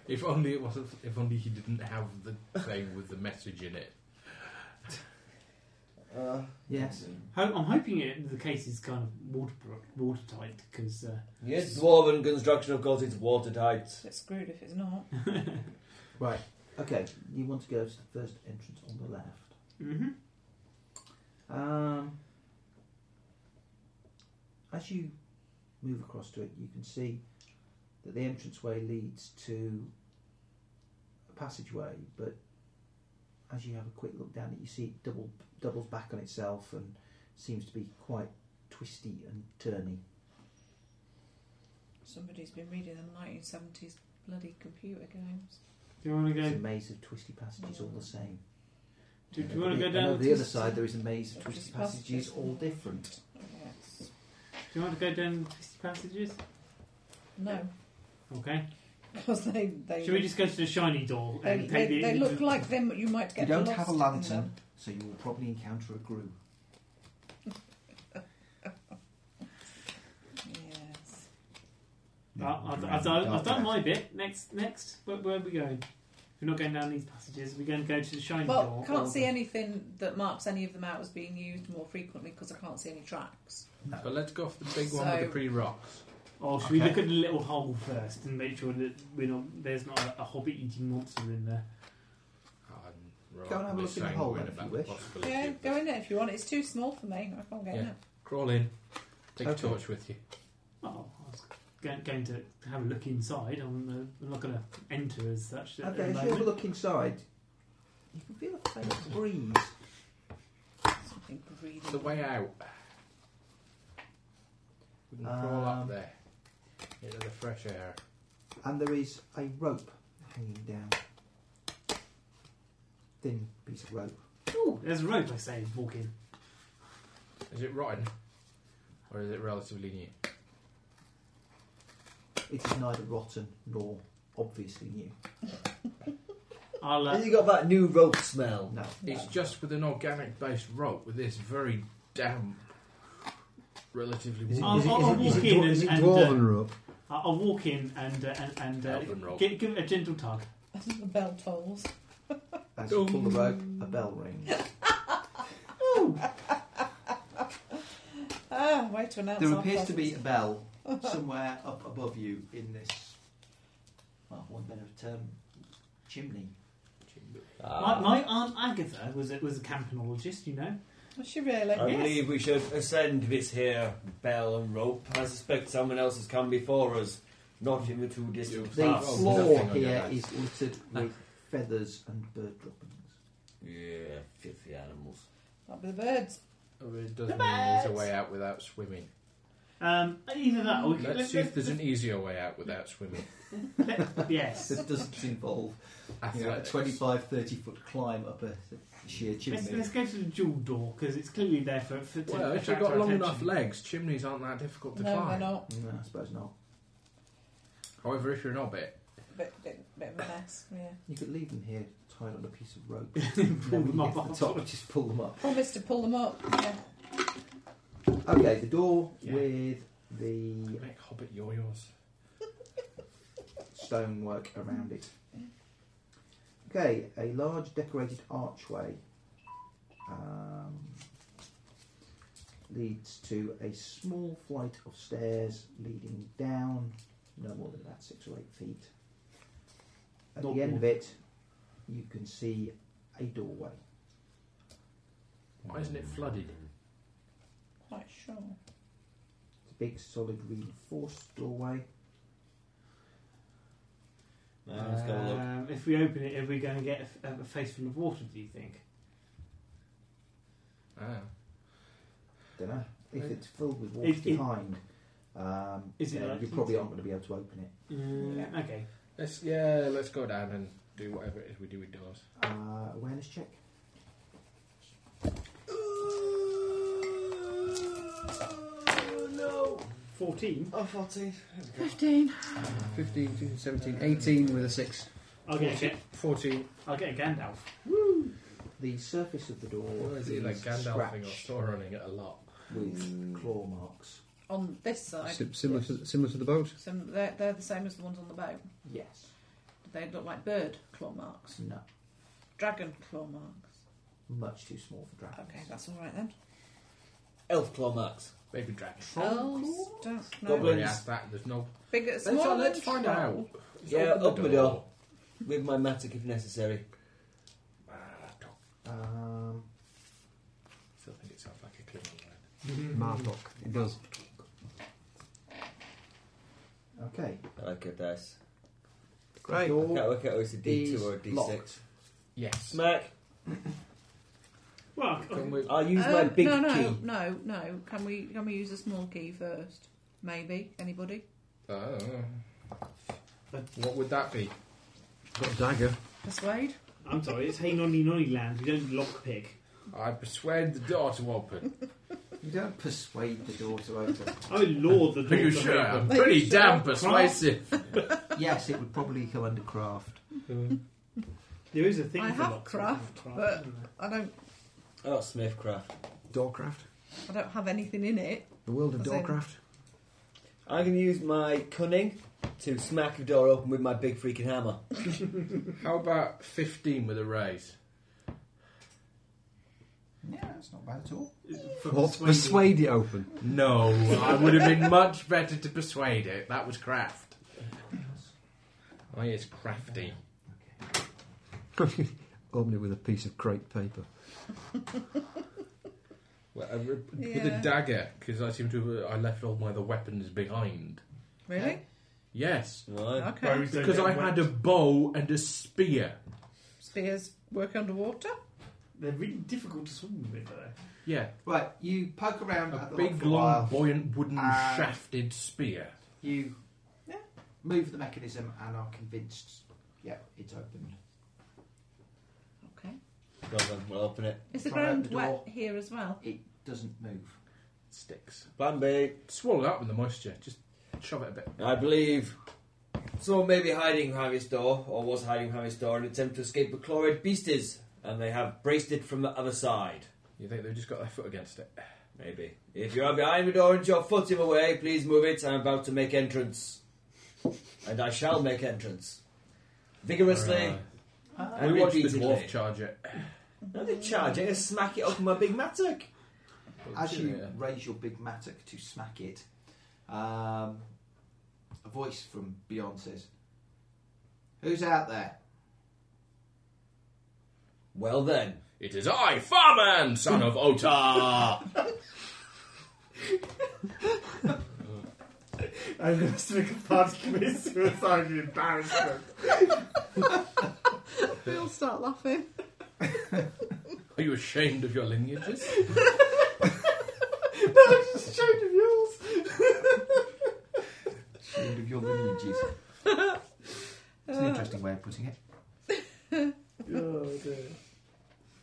Speaker 9: if only it wasn't. If only he didn't have the thing with the message in it.
Speaker 10: Uh,
Speaker 2: Yes.
Speaker 4: Ho- I'm hoping it, the case is kind of water, watertight because uh,
Speaker 10: Yes, dwarven construction, of course, it's watertight.
Speaker 3: It's screwed if it's not.
Speaker 2: Right. Okay, you want to go to the first entrance on the left.
Speaker 4: mm-hmm.
Speaker 2: Um, as you move across to it, you can see that the entranceway leads to a passageway, but as you have a quick look down it, you see it double, doubles back on itself and seems to be quite twisty and turny.
Speaker 3: Somebody's been reading the 1970s bloody computer games.
Speaker 4: do you want to
Speaker 2: It's a
Speaker 4: go?
Speaker 2: maze of twisty passages all the same.
Speaker 4: Do,
Speaker 2: And
Speaker 4: do you want to go
Speaker 2: and
Speaker 4: down
Speaker 2: over the other side, there is a maze of
Speaker 3: Of
Speaker 2: twisty
Speaker 3: twisty passages.
Speaker 2: passages, all different.
Speaker 3: Yes.
Speaker 4: Do you want to go down the twisty passages?
Speaker 3: No,
Speaker 4: Okay.
Speaker 3: *laughs* because they they,
Speaker 4: Should we just go to the shiny door
Speaker 3: they,
Speaker 4: and
Speaker 3: they,
Speaker 4: take the?
Speaker 3: they look like them. You might
Speaker 2: You
Speaker 3: get.
Speaker 2: don't
Speaker 3: lost
Speaker 2: have a
Speaker 3: in
Speaker 2: lantern,
Speaker 3: them.
Speaker 2: so you will probably encounter a grue.
Speaker 3: Yes.
Speaker 4: Well, I've, I've, done, I've done my bit. Next, next. Where, where are we going? We're not going down these passages. We're going to go to the shiny
Speaker 3: Well,
Speaker 4: door.
Speaker 3: can't
Speaker 4: or-
Speaker 3: see anything that marks any of them out as being used more frequently because I can't see any tracks.
Speaker 9: But let's go for the big one with the
Speaker 3: So-
Speaker 9: pretty rocks.
Speaker 4: Or should we
Speaker 2: Okay.
Speaker 4: look at the little hole first and make sure that we're not there's not a, a hobbit eating monster in there?
Speaker 9: I'm
Speaker 2: Go and have a look
Speaker 9: remarkably
Speaker 2: in the
Speaker 9: sanguine
Speaker 2: hole then, if
Speaker 9: about
Speaker 2: you
Speaker 9: the
Speaker 2: wish.
Speaker 9: possibility
Speaker 3: Yeah,
Speaker 9: of
Speaker 3: go
Speaker 9: this.
Speaker 3: in there if you want. It's too small for me. I can't get
Speaker 9: Yeah.
Speaker 3: in it.
Speaker 9: Crawl in. Take a
Speaker 2: Okay.
Speaker 9: torch with you.
Speaker 4: Oh, I was going, going to have a look inside. I'm, uh, I'm not going to enter as such. At
Speaker 2: Okay, if you
Speaker 4: the
Speaker 2: have a
Speaker 4: moment.
Speaker 2: look inside, you can feel a faint breeze.
Speaker 3: Ingredient. *laughs*
Speaker 9: The way out. We can crawl
Speaker 2: Um,
Speaker 9: up there. Into the fresh air.
Speaker 2: and there is a rope hanging down. Thin piece of rope.
Speaker 4: Ooh, there's a rope, I say, walk in.
Speaker 9: Is it rotten? Or is it relatively new?
Speaker 2: It is neither rotten nor obviously new.
Speaker 4: I'll, uh,
Speaker 1: And you got that new rope smell.
Speaker 2: No.
Speaker 9: It's just with an organic based rope with this very damp, relatively
Speaker 5: Is it,
Speaker 9: warm
Speaker 4: I'll-
Speaker 5: is it, is it, is
Speaker 4: I'll- I'll walk
Speaker 5: it,
Speaker 4: in
Speaker 5: dwar- is it
Speaker 4: and-
Speaker 5: dwarven rope?
Speaker 4: I'll I'll walk in and uh, and, and
Speaker 9: Elven
Speaker 4: uh,
Speaker 9: rope.
Speaker 4: give, give it a gentle tug.
Speaker 11: The bell tolls.
Speaker 2: As you pull the rope, a bell *laughs* rings.
Speaker 11: Ah, way to announce
Speaker 2: There
Speaker 11: our
Speaker 2: appears to be a
Speaker 11: presence.
Speaker 2: bell somewhere up above you in this, well, one better term, chimney.
Speaker 1: Ah,
Speaker 9: Ah.
Speaker 4: my, my aunt Agatha was a, was a campanologist, you know.
Speaker 11: Was she really?
Speaker 9: Oh,
Speaker 1: I
Speaker 4: Yes.
Speaker 1: believe we should ascend this here bell and rope. I suspect someone else has come before us, not in the too distant
Speaker 2: The
Speaker 9: Wow.
Speaker 1: past.
Speaker 2: floor
Speaker 9: Ah, Nothing on your
Speaker 2: here
Speaker 9: eyes.
Speaker 2: is littered
Speaker 9: *laughs*
Speaker 2: with feathers and bird droppings.
Speaker 1: Yeah, filthy animals.
Speaker 11: That'd be the birds.
Speaker 9: It doesn't mean there's a way out without swimming.
Speaker 4: Um, either that or we could,
Speaker 9: Let's
Speaker 4: let,
Speaker 9: see if
Speaker 4: let,
Speaker 9: there's an easier way out without swimming.
Speaker 4: let-
Speaker 9: *laughs*
Speaker 4: yes.
Speaker 2: That doesn't involve you know, a
Speaker 9: Athletics.
Speaker 2: 25, 30 foot climb up a sheer
Speaker 4: Let's,
Speaker 2: chimney.
Speaker 4: let's go to the jewel door because it's clearly there for, for to
Speaker 9: Well, if
Speaker 4: attract
Speaker 9: you've got
Speaker 4: our
Speaker 9: long
Speaker 4: attention.
Speaker 9: enough legs, chimneys aren't that difficult to
Speaker 11: No, they're
Speaker 9: climb.
Speaker 11: not.
Speaker 2: No, I suppose not.
Speaker 9: However, if you're an hobbit,
Speaker 11: Bit, bit, bit of a mess. Yeah.
Speaker 2: You could leave them here tied on a piece of
Speaker 9: *laughs*
Speaker 2: rope.
Speaker 4: Pull them up.
Speaker 2: Get to the top, just pull them up.
Speaker 11: Promise to pull them up. Yeah.
Speaker 2: Okay, the door
Speaker 9: Yeah.
Speaker 2: with the
Speaker 9: make hobbit yoyos.
Speaker 2: stonework around it. Okay, a large decorated archway um, leads to a small flight of stairs leading down, no more than about six or eight feet. At
Speaker 4: Not
Speaker 2: the end
Speaker 4: more.
Speaker 2: of it, you can see a doorway.
Speaker 9: Why isn't it flooded?
Speaker 11: Quite sure.
Speaker 2: It's a big, solid, reinforced doorway.
Speaker 1: Now, let's go look.
Speaker 4: Um, if we open it, are we going to get a, f- a face full of water? Do you think?
Speaker 9: Ah.
Speaker 2: Don't know if
Speaker 9: Right.
Speaker 2: it's filled with water
Speaker 4: It- it-
Speaker 2: behind. Um,
Speaker 4: Is it
Speaker 2: then
Speaker 4: like-
Speaker 2: you probably aren't going to be able to open it.
Speaker 4: Mm,
Speaker 11: Yeah.
Speaker 4: Okay.
Speaker 9: Let's yeah, let's go down and do whatever it is we do with doors.
Speaker 2: Uh, awareness check.
Speaker 1: Oh,
Speaker 4: Fourteen.
Speaker 10: Oh, 14.
Speaker 3: 15.
Speaker 5: 15, 16, 17, 18 with a 6.
Speaker 4: I'll get, a, Ga-
Speaker 9: Fourteen.
Speaker 4: I'll get a Gandalf.
Speaker 2: The surface of the door
Speaker 9: Or is
Speaker 2: is
Speaker 9: it like Gandalfing or
Speaker 2: scratched
Speaker 9: store running it a lot?
Speaker 2: with claw marks.
Speaker 3: On this side.
Speaker 5: Sim- similar, to, similar to the boat.
Speaker 3: Some, they're, they're the same as the ones on the bow.
Speaker 2: Yes.
Speaker 3: They look like bird claw marks,
Speaker 2: No.
Speaker 3: dragon claw marks.
Speaker 2: Much too small for dragons.
Speaker 3: Okay, that's all right then.
Speaker 1: Elf claw marks.
Speaker 9: Maybe dragon.
Speaker 3: Elves don't know.
Speaker 9: Don't really
Speaker 1: Goblins.
Speaker 9: ask that. There's no.
Speaker 3: Bigger,
Speaker 9: Oh, Let's,
Speaker 3: smaller
Speaker 9: let's
Speaker 3: than
Speaker 9: find
Speaker 3: troll.
Speaker 9: out. Just
Speaker 1: Yeah,
Speaker 9: open
Speaker 1: open the door. With my matic if necessary.
Speaker 9: Ah, dog.
Speaker 2: Um,
Speaker 9: Still think it sounds like a Klingon word.
Speaker 5: Martok. It does.
Speaker 2: okay.
Speaker 1: I like a dice.
Speaker 5: Great.
Speaker 1: I can't work out whether it's a D2
Speaker 2: is
Speaker 1: or a D6.
Speaker 2: locked.
Speaker 9: Yes.
Speaker 1: Smack!
Speaker 4: Well, oh,
Speaker 9: Can we-
Speaker 1: I'll
Speaker 4: Uh,
Speaker 1: use my
Speaker 3: Um,
Speaker 1: big
Speaker 3: no, no,
Speaker 1: key.
Speaker 3: no, no. Can we can we use a small key first? Maybe anybody?
Speaker 9: Oh. What would that be?
Speaker 5: Got a dagger.
Speaker 3: Persuade.
Speaker 4: I'm sorry. It's Hey Nonny Nonny Land. We don't lockpick.
Speaker 9: I persuade the door to open.
Speaker 2: You don't persuade the door to open.
Speaker 4: Oh Lord, the
Speaker 9: *laughs* Are you
Speaker 4: door's
Speaker 9: sure? I'm
Speaker 4: open.
Speaker 9: pretty damn persuasive.
Speaker 2: *laughs* yes, it would probably come under craft.
Speaker 4: There is a thing.
Speaker 3: I
Speaker 4: for
Speaker 3: have
Speaker 4: lockpicking,
Speaker 3: craft, but-
Speaker 4: isn't there?
Speaker 3: I don't
Speaker 1: I got Oh, Smithcraft.
Speaker 5: Doorcraft.
Speaker 3: I don't have anything in it.
Speaker 5: The world of
Speaker 3: As in-
Speaker 5: Doorcraft.
Speaker 1: I'm going to use my cunning to smack the door open with my big freaking hammer.
Speaker 9: How about 15 with a raise?
Speaker 2: Yeah, that's not bad at all.
Speaker 4: For
Speaker 5: What?
Speaker 4: persuading.
Speaker 5: Persuade it open. *laughs*
Speaker 9: No, I would have been much better to persuade it. That was craft. Oh, it's crafty.
Speaker 5: open it with a piece of crepe paper.
Speaker 9: Well, I re- With
Speaker 3: Yeah.
Speaker 9: a dagger, because I seem to have, I left all my other weapons behind.
Speaker 3: Really?
Speaker 9: Yes,
Speaker 1: Right.
Speaker 3: Okay.
Speaker 4: Bows don't
Speaker 9: because
Speaker 4: get
Speaker 9: I
Speaker 4: wet.
Speaker 9: had a bow and a spear.
Speaker 3: Spears work underwater.
Speaker 4: They're really difficult to swim with, though.
Speaker 9: Yeah,
Speaker 2: Right, you poke around
Speaker 9: a
Speaker 2: at the rock
Speaker 9: big,
Speaker 2: for a while.
Speaker 9: long, buoyant wooden
Speaker 2: And-
Speaker 9: shafted spear.
Speaker 2: You
Speaker 3: Yeah.
Speaker 2: move the mechanism and are convinced. Yeah, it's open.
Speaker 3: Okay.
Speaker 1: Go on, then, we'll open it.
Speaker 3: Is the
Speaker 2: Try and
Speaker 3: ground
Speaker 2: open the
Speaker 3: wet
Speaker 2: door.
Speaker 3: here
Speaker 2: *laughs*
Speaker 3: as well?
Speaker 2: It doesn't move.
Speaker 9: Sticks.
Speaker 1: Plan B.
Speaker 9: Swallow it up with the moisture. Just shove it a bit.
Speaker 1: I believe someone may be hiding behind this door, or was hiding behind this door, in an attempt to escape the chloride beasties, and they have braced it from the other side.
Speaker 9: You think they've just got their foot against it?
Speaker 1: Maybe. If you are behind the door and your foot in the way, please move it. I'm about to make entrance. And I shall make entrance. Vigorously.
Speaker 9: Right.
Speaker 1: and
Speaker 9: we watched the
Speaker 1: repeatedly.
Speaker 9: dwarf charge it.
Speaker 1: No, they charge it and smack it up with my big mattock.
Speaker 2: As you
Speaker 9: Yeah.
Speaker 2: raise your big mattock to smack it, um, a voice from beyond says, Who's out there?
Speaker 1: Well then.
Speaker 9: It is I, Farman, son of Otar!
Speaker 4: And the Civic Party commits suicide in embarrassment.
Speaker 3: We all start laughing.
Speaker 9: Are you ashamed of your lineages?
Speaker 4: no, I'm just
Speaker 3: *laughs*
Speaker 4: ashamed of yours.
Speaker 2: Shield of your *laughs* lineages. It's an interesting way of putting it.
Speaker 4: *laughs* Oh, dear.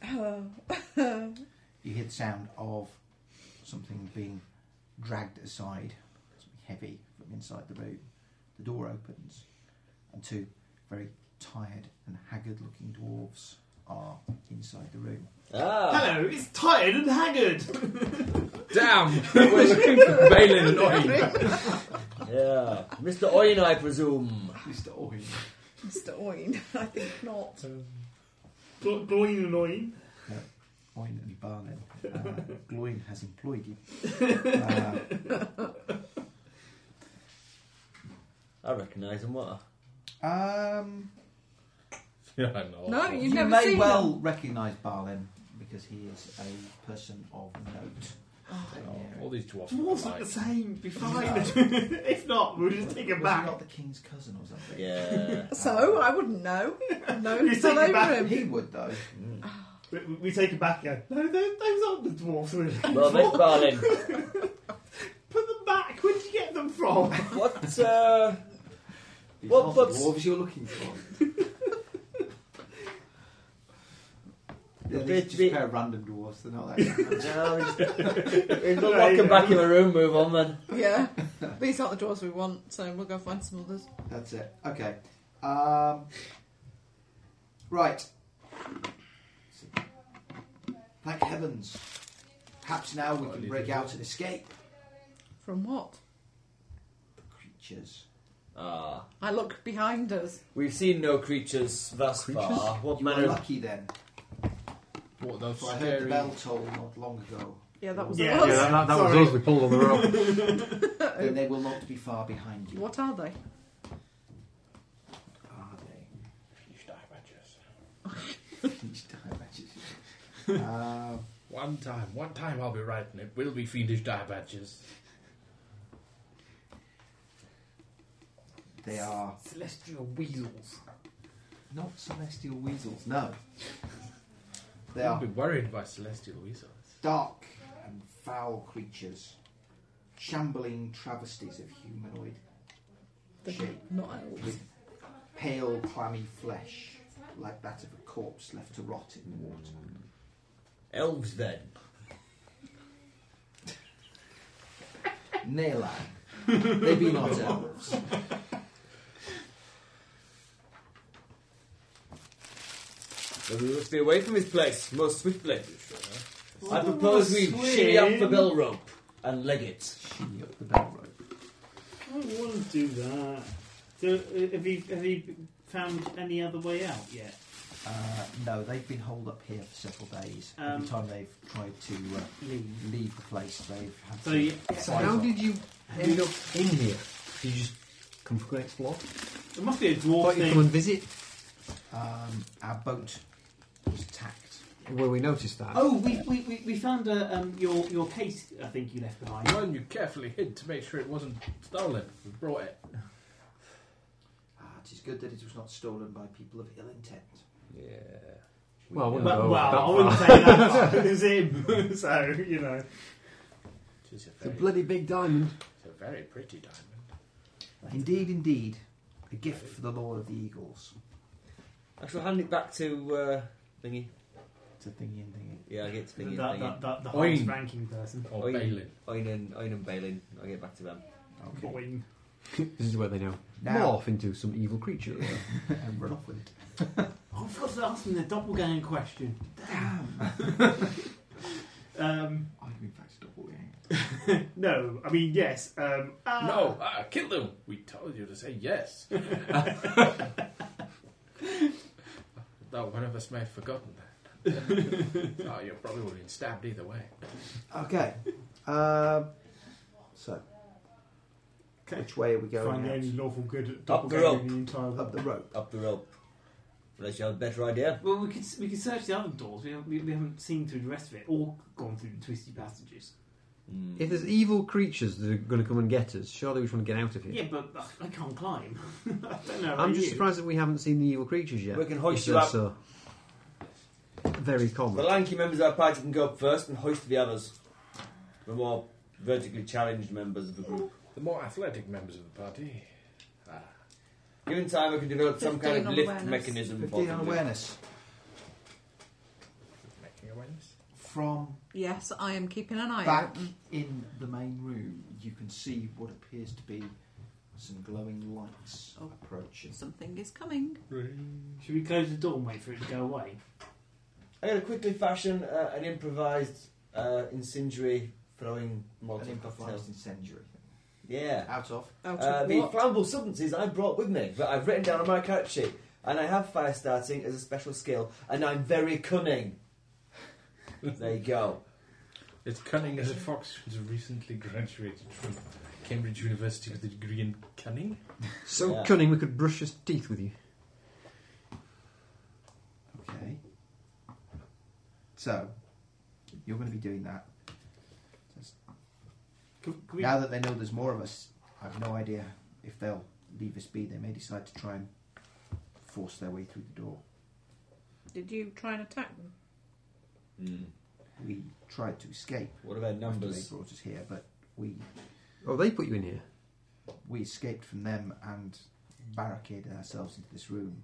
Speaker 3: Oh.
Speaker 2: You hear the sound of something being dragged aside, something heavy from inside the room. The door opens, and two very tired and haggard looking dwarves are inside the room.
Speaker 1: Ah.
Speaker 4: Hello, it's tired and haggard.
Speaker 9: Damn! Where's Balin and Oi?
Speaker 1: Yeah. Mr. Oyen, I presume.
Speaker 2: Mr. Oin.
Speaker 3: Mr. Oin, *laughs* I think not.
Speaker 4: Gl- Gloin annoying.
Speaker 2: Oin and
Speaker 4: *laughs*
Speaker 2: Barlin. Uh, Gloin has employed you. Uh,
Speaker 1: I recognise him, what?
Speaker 2: um,
Speaker 9: Yeah, I know.
Speaker 3: No, you- You've
Speaker 2: you
Speaker 3: never
Speaker 2: may
Speaker 3: seen
Speaker 2: well recognise Barlin because he is a person of note.
Speaker 9: Oh, all these dwarfs.
Speaker 4: Dwarves
Speaker 9: are
Speaker 4: look the
Speaker 9: alike.
Speaker 4: same, be fine. *laughs*
Speaker 2: No.
Speaker 4: if not, we'll just take him
Speaker 2: Was he
Speaker 4: back.
Speaker 2: not the king's cousin or something?
Speaker 1: Yeah.
Speaker 3: So, I wouldn't know. No,
Speaker 4: *laughs* You
Speaker 3: it's
Speaker 4: take
Speaker 3: all
Speaker 4: it
Speaker 3: over
Speaker 4: back.
Speaker 3: him.
Speaker 2: He would though.
Speaker 4: We, we- we take him back again. No, those, those aren't the dwarves we're looking
Speaker 1: well,
Speaker 4: for.
Speaker 1: Miss Barlin,
Speaker 4: Put them back. Where did you get them from?
Speaker 1: what, uh...
Speaker 2: These
Speaker 1: What
Speaker 2: are the
Speaker 1: books-
Speaker 2: dwarves you're looking for? They're
Speaker 1: Bit-
Speaker 2: just a
Speaker 1: bit-
Speaker 2: pair of random dwarves. They're not that. *laughs*
Speaker 1: No, we've got
Speaker 4: Right,
Speaker 1: lock him
Speaker 4: yeah.
Speaker 1: back in the room, move on then.
Speaker 4: *laughs*
Speaker 3: Yeah. These aren't the doors we want, so we'll go find some others.
Speaker 2: That's it. Okay. Um, right. Thank heavens. Perhaps now we can break out and escape.
Speaker 3: From what?
Speaker 2: The creatures.
Speaker 1: Ah.
Speaker 3: I look behind us.
Speaker 1: We've seen no creatures thus far. Ah, What
Speaker 2: You are
Speaker 1: manner of
Speaker 2: lucky then.
Speaker 9: What, those
Speaker 2: For I heard the
Speaker 9: scary...
Speaker 2: bell toll not long ago.
Speaker 3: Yeah, that was
Speaker 4: Yeah.
Speaker 3: us.
Speaker 5: Yeah, that, that was
Speaker 4: Sorry.
Speaker 5: us. We pulled on the rope. *laughs*
Speaker 2: Then they will not be far behind you.
Speaker 3: What are they?
Speaker 2: are they?
Speaker 9: Huge diamantes.
Speaker 2: Each time matches. *laughs* uh,
Speaker 9: One time, one time I'll be writing it. Will be fiendish diabatches.
Speaker 2: they are
Speaker 4: Celestial weasels.
Speaker 2: not celestial weasels. No, they are
Speaker 9: I'll be worried by celestial weasels.
Speaker 2: dark and foul creatures, shambling travesties of humanoid shape,
Speaker 3: Not elves.
Speaker 2: with pale, clammy flesh like that of a corpse left to rot in the water.
Speaker 1: elves then?
Speaker 2: Nailan. They be not elves.
Speaker 1: Then we must be away from this place most swiftly. I propose we shimmy up the bell rope and leg it.
Speaker 2: Shimmy up the bell rope.
Speaker 4: I don't want to do that. So, uh, have you have you found any other way out yet?
Speaker 2: Uh, no, they've been holed up here for several days.
Speaker 4: Um,
Speaker 2: Every time they've tried to uh,
Speaker 4: Leave.
Speaker 2: leave the place, they've had
Speaker 4: So
Speaker 2: to
Speaker 4: you,
Speaker 2: size
Speaker 5: How
Speaker 2: up.
Speaker 5: did you end up in here? Did you just come from an explore?
Speaker 4: there must be a dwarf
Speaker 5: Thought you'd come
Speaker 4: thing.
Speaker 5: and visit?
Speaker 2: Um, our boat was attacked.
Speaker 5: Well, we noticed that.
Speaker 4: Oh, we, we, we, we found uh, um, your your case. I think you left behind.
Speaker 9: One you carefully hid to make sure it wasn't stolen. We brought it.
Speaker 2: Ah, it is good that it was not stolen by people of ill intent.
Speaker 9: Yeah.
Speaker 5: Well, I wouldn't
Speaker 4: Well,
Speaker 5: go
Speaker 4: well,
Speaker 5: Oh, that
Speaker 4: I wouldn't
Speaker 5: far.
Speaker 4: say that.
Speaker 5: *laughs*
Speaker 4: far. it was him, *laughs* so you know.
Speaker 9: It's a,
Speaker 5: It's a
Speaker 9: very,
Speaker 5: bloody big diamond.
Speaker 9: it's a very pretty diamond.
Speaker 2: Indeed, indeed. A gift for the Lord of the Eagles.
Speaker 1: I shall hand it back to uh, Thingy.
Speaker 2: It's a thingy and thingy.
Speaker 1: Yeah, I get to Thingy.
Speaker 4: that,
Speaker 1: and
Speaker 4: that,
Speaker 1: thingy.
Speaker 4: that, the
Speaker 9: Oin.
Speaker 4: highest ranking person.
Speaker 9: Or
Speaker 1: Oh, yeah.
Speaker 9: Balin.
Speaker 1: Oin and Oin and Balin. I get back to them.
Speaker 4: Oin.
Speaker 5: *laughs* this is where they now,
Speaker 2: Now-
Speaker 5: morph into some evil creature.
Speaker 2: *laughs* and run off with it.
Speaker 4: *laughs* Oh, I forgot to ask him the doppelganger question. *laughs* Um, Damn. um,
Speaker 2: I've been fact a doppelganger.
Speaker 4: no, I mean, yes. Um, ah,
Speaker 9: No, uh, kill them. We told you to say yes. Though one of us may have forgotten that. oh, you probably would have been stabbed either way.
Speaker 2: Okay. Um, so,
Speaker 4: Okay.
Speaker 2: which way are we going?
Speaker 4: Find
Speaker 2: out?
Speaker 4: any lawful good
Speaker 1: Up the
Speaker 4: doppelganger
Speaker 1: rope.
Speaker 4: in the entire
Speaker 2: Up
Speaker 4: world.
Speaker 2: the rope.
Speaker 1: Up the rope. Unless you have a better idea.
Speaker 4: Well, we could we could search the other doors. We haven't, we, we haven't seen through the rest of it or gone through the twisty passages.
Speaker 1: Mm.
Speaker 5: *laughs* if there's evil creatures that are going to come and get us, surely we just want to get out of here.
Speaker 4: Yeah, but uh, I, I can't climb. *laughs* I don't know. about
Speaker 5: I'm just
Speaker 4: you.
Speaker 5: surprised that we haven't seen the evil creatures yet.
Speaker 1: We can hoist
Speaker 5: If
Speaker 1: you
Speaker 5: they're
Speaker 1: up.
Speaker 5: So very
Speaker 1: The
Speaker 5: common.
Speaker 1: lanky members of our party can go up first and hoist the others. The more vertically challenged members of the group.
Speaker 9: The more athletic members of the party. Ah,
Speaker 1: Given time, I can develop some kind of
Speaker 3: Fifteen on
Speaker 1: lift
Speaker 3: awareness.
Speaker 1: mechanism for
Speaker 2: 15 on
Speaker 1: them.
Speaker 2: awareness.
Speaker 9: making awareness.
Speaker 2: From
Speaker 3: Yes, I am keeping an eye
Speaker 2: back
Speaker 3: out.
Speaker 2: in the main room, you can see what appears to be some glowing lights
Speaker 3: Oh.
Speaker 2: approaching.
Speaker 3: Something is coming.
Speaker 4: Should we close the door and wait for it to go away?
Speaker 1: I'm going to quickly fashion uh, an improvised uh, incendiary throwing
Speaker 2: An
Speaker 1: molotov cocktail.
Speaker 2: improvised incendiary.
Speaker 1: Yeah.
Speaker 2: Out of.
Speaker 3: Out
Speaker 1: Uh,
Speaker 3: of
Speaker 1: the
Speaker 3: what?
Speaker 1: flammable substances I brought with me that I've written down on my character sheet, and I have fire starting as a special skill, and I'm very *laughs* cunning. there you go.
Speaker 9: It's cunning as a fox who's recently graduated from Cambridge University with a degree in cunning.
Speaker 5: So
Speaker 1: Yeah.
Speaker 5: cunning we could brush his teeth with you.
Speaker 2: Okay. So, you're going to be doing that.
Speaker 4: Can, can we?
Speaker 2: Now that they know there's more of us, I have no idea if they'll leave us be. They may decide to try and force their way through the door.
Speaker 3: Did you try and attack them?
Speaker 1: Hmm.
Speaker 2: We tried to escape.
Speaker 1: What are their
Speaker 2: after They
Speaker 1: numbers?
Speaker 2: brought us here, but we
Speaker 5: Oh, they put you in here.
Speaker 2: we escaped from them and barricaded ourselves into this room.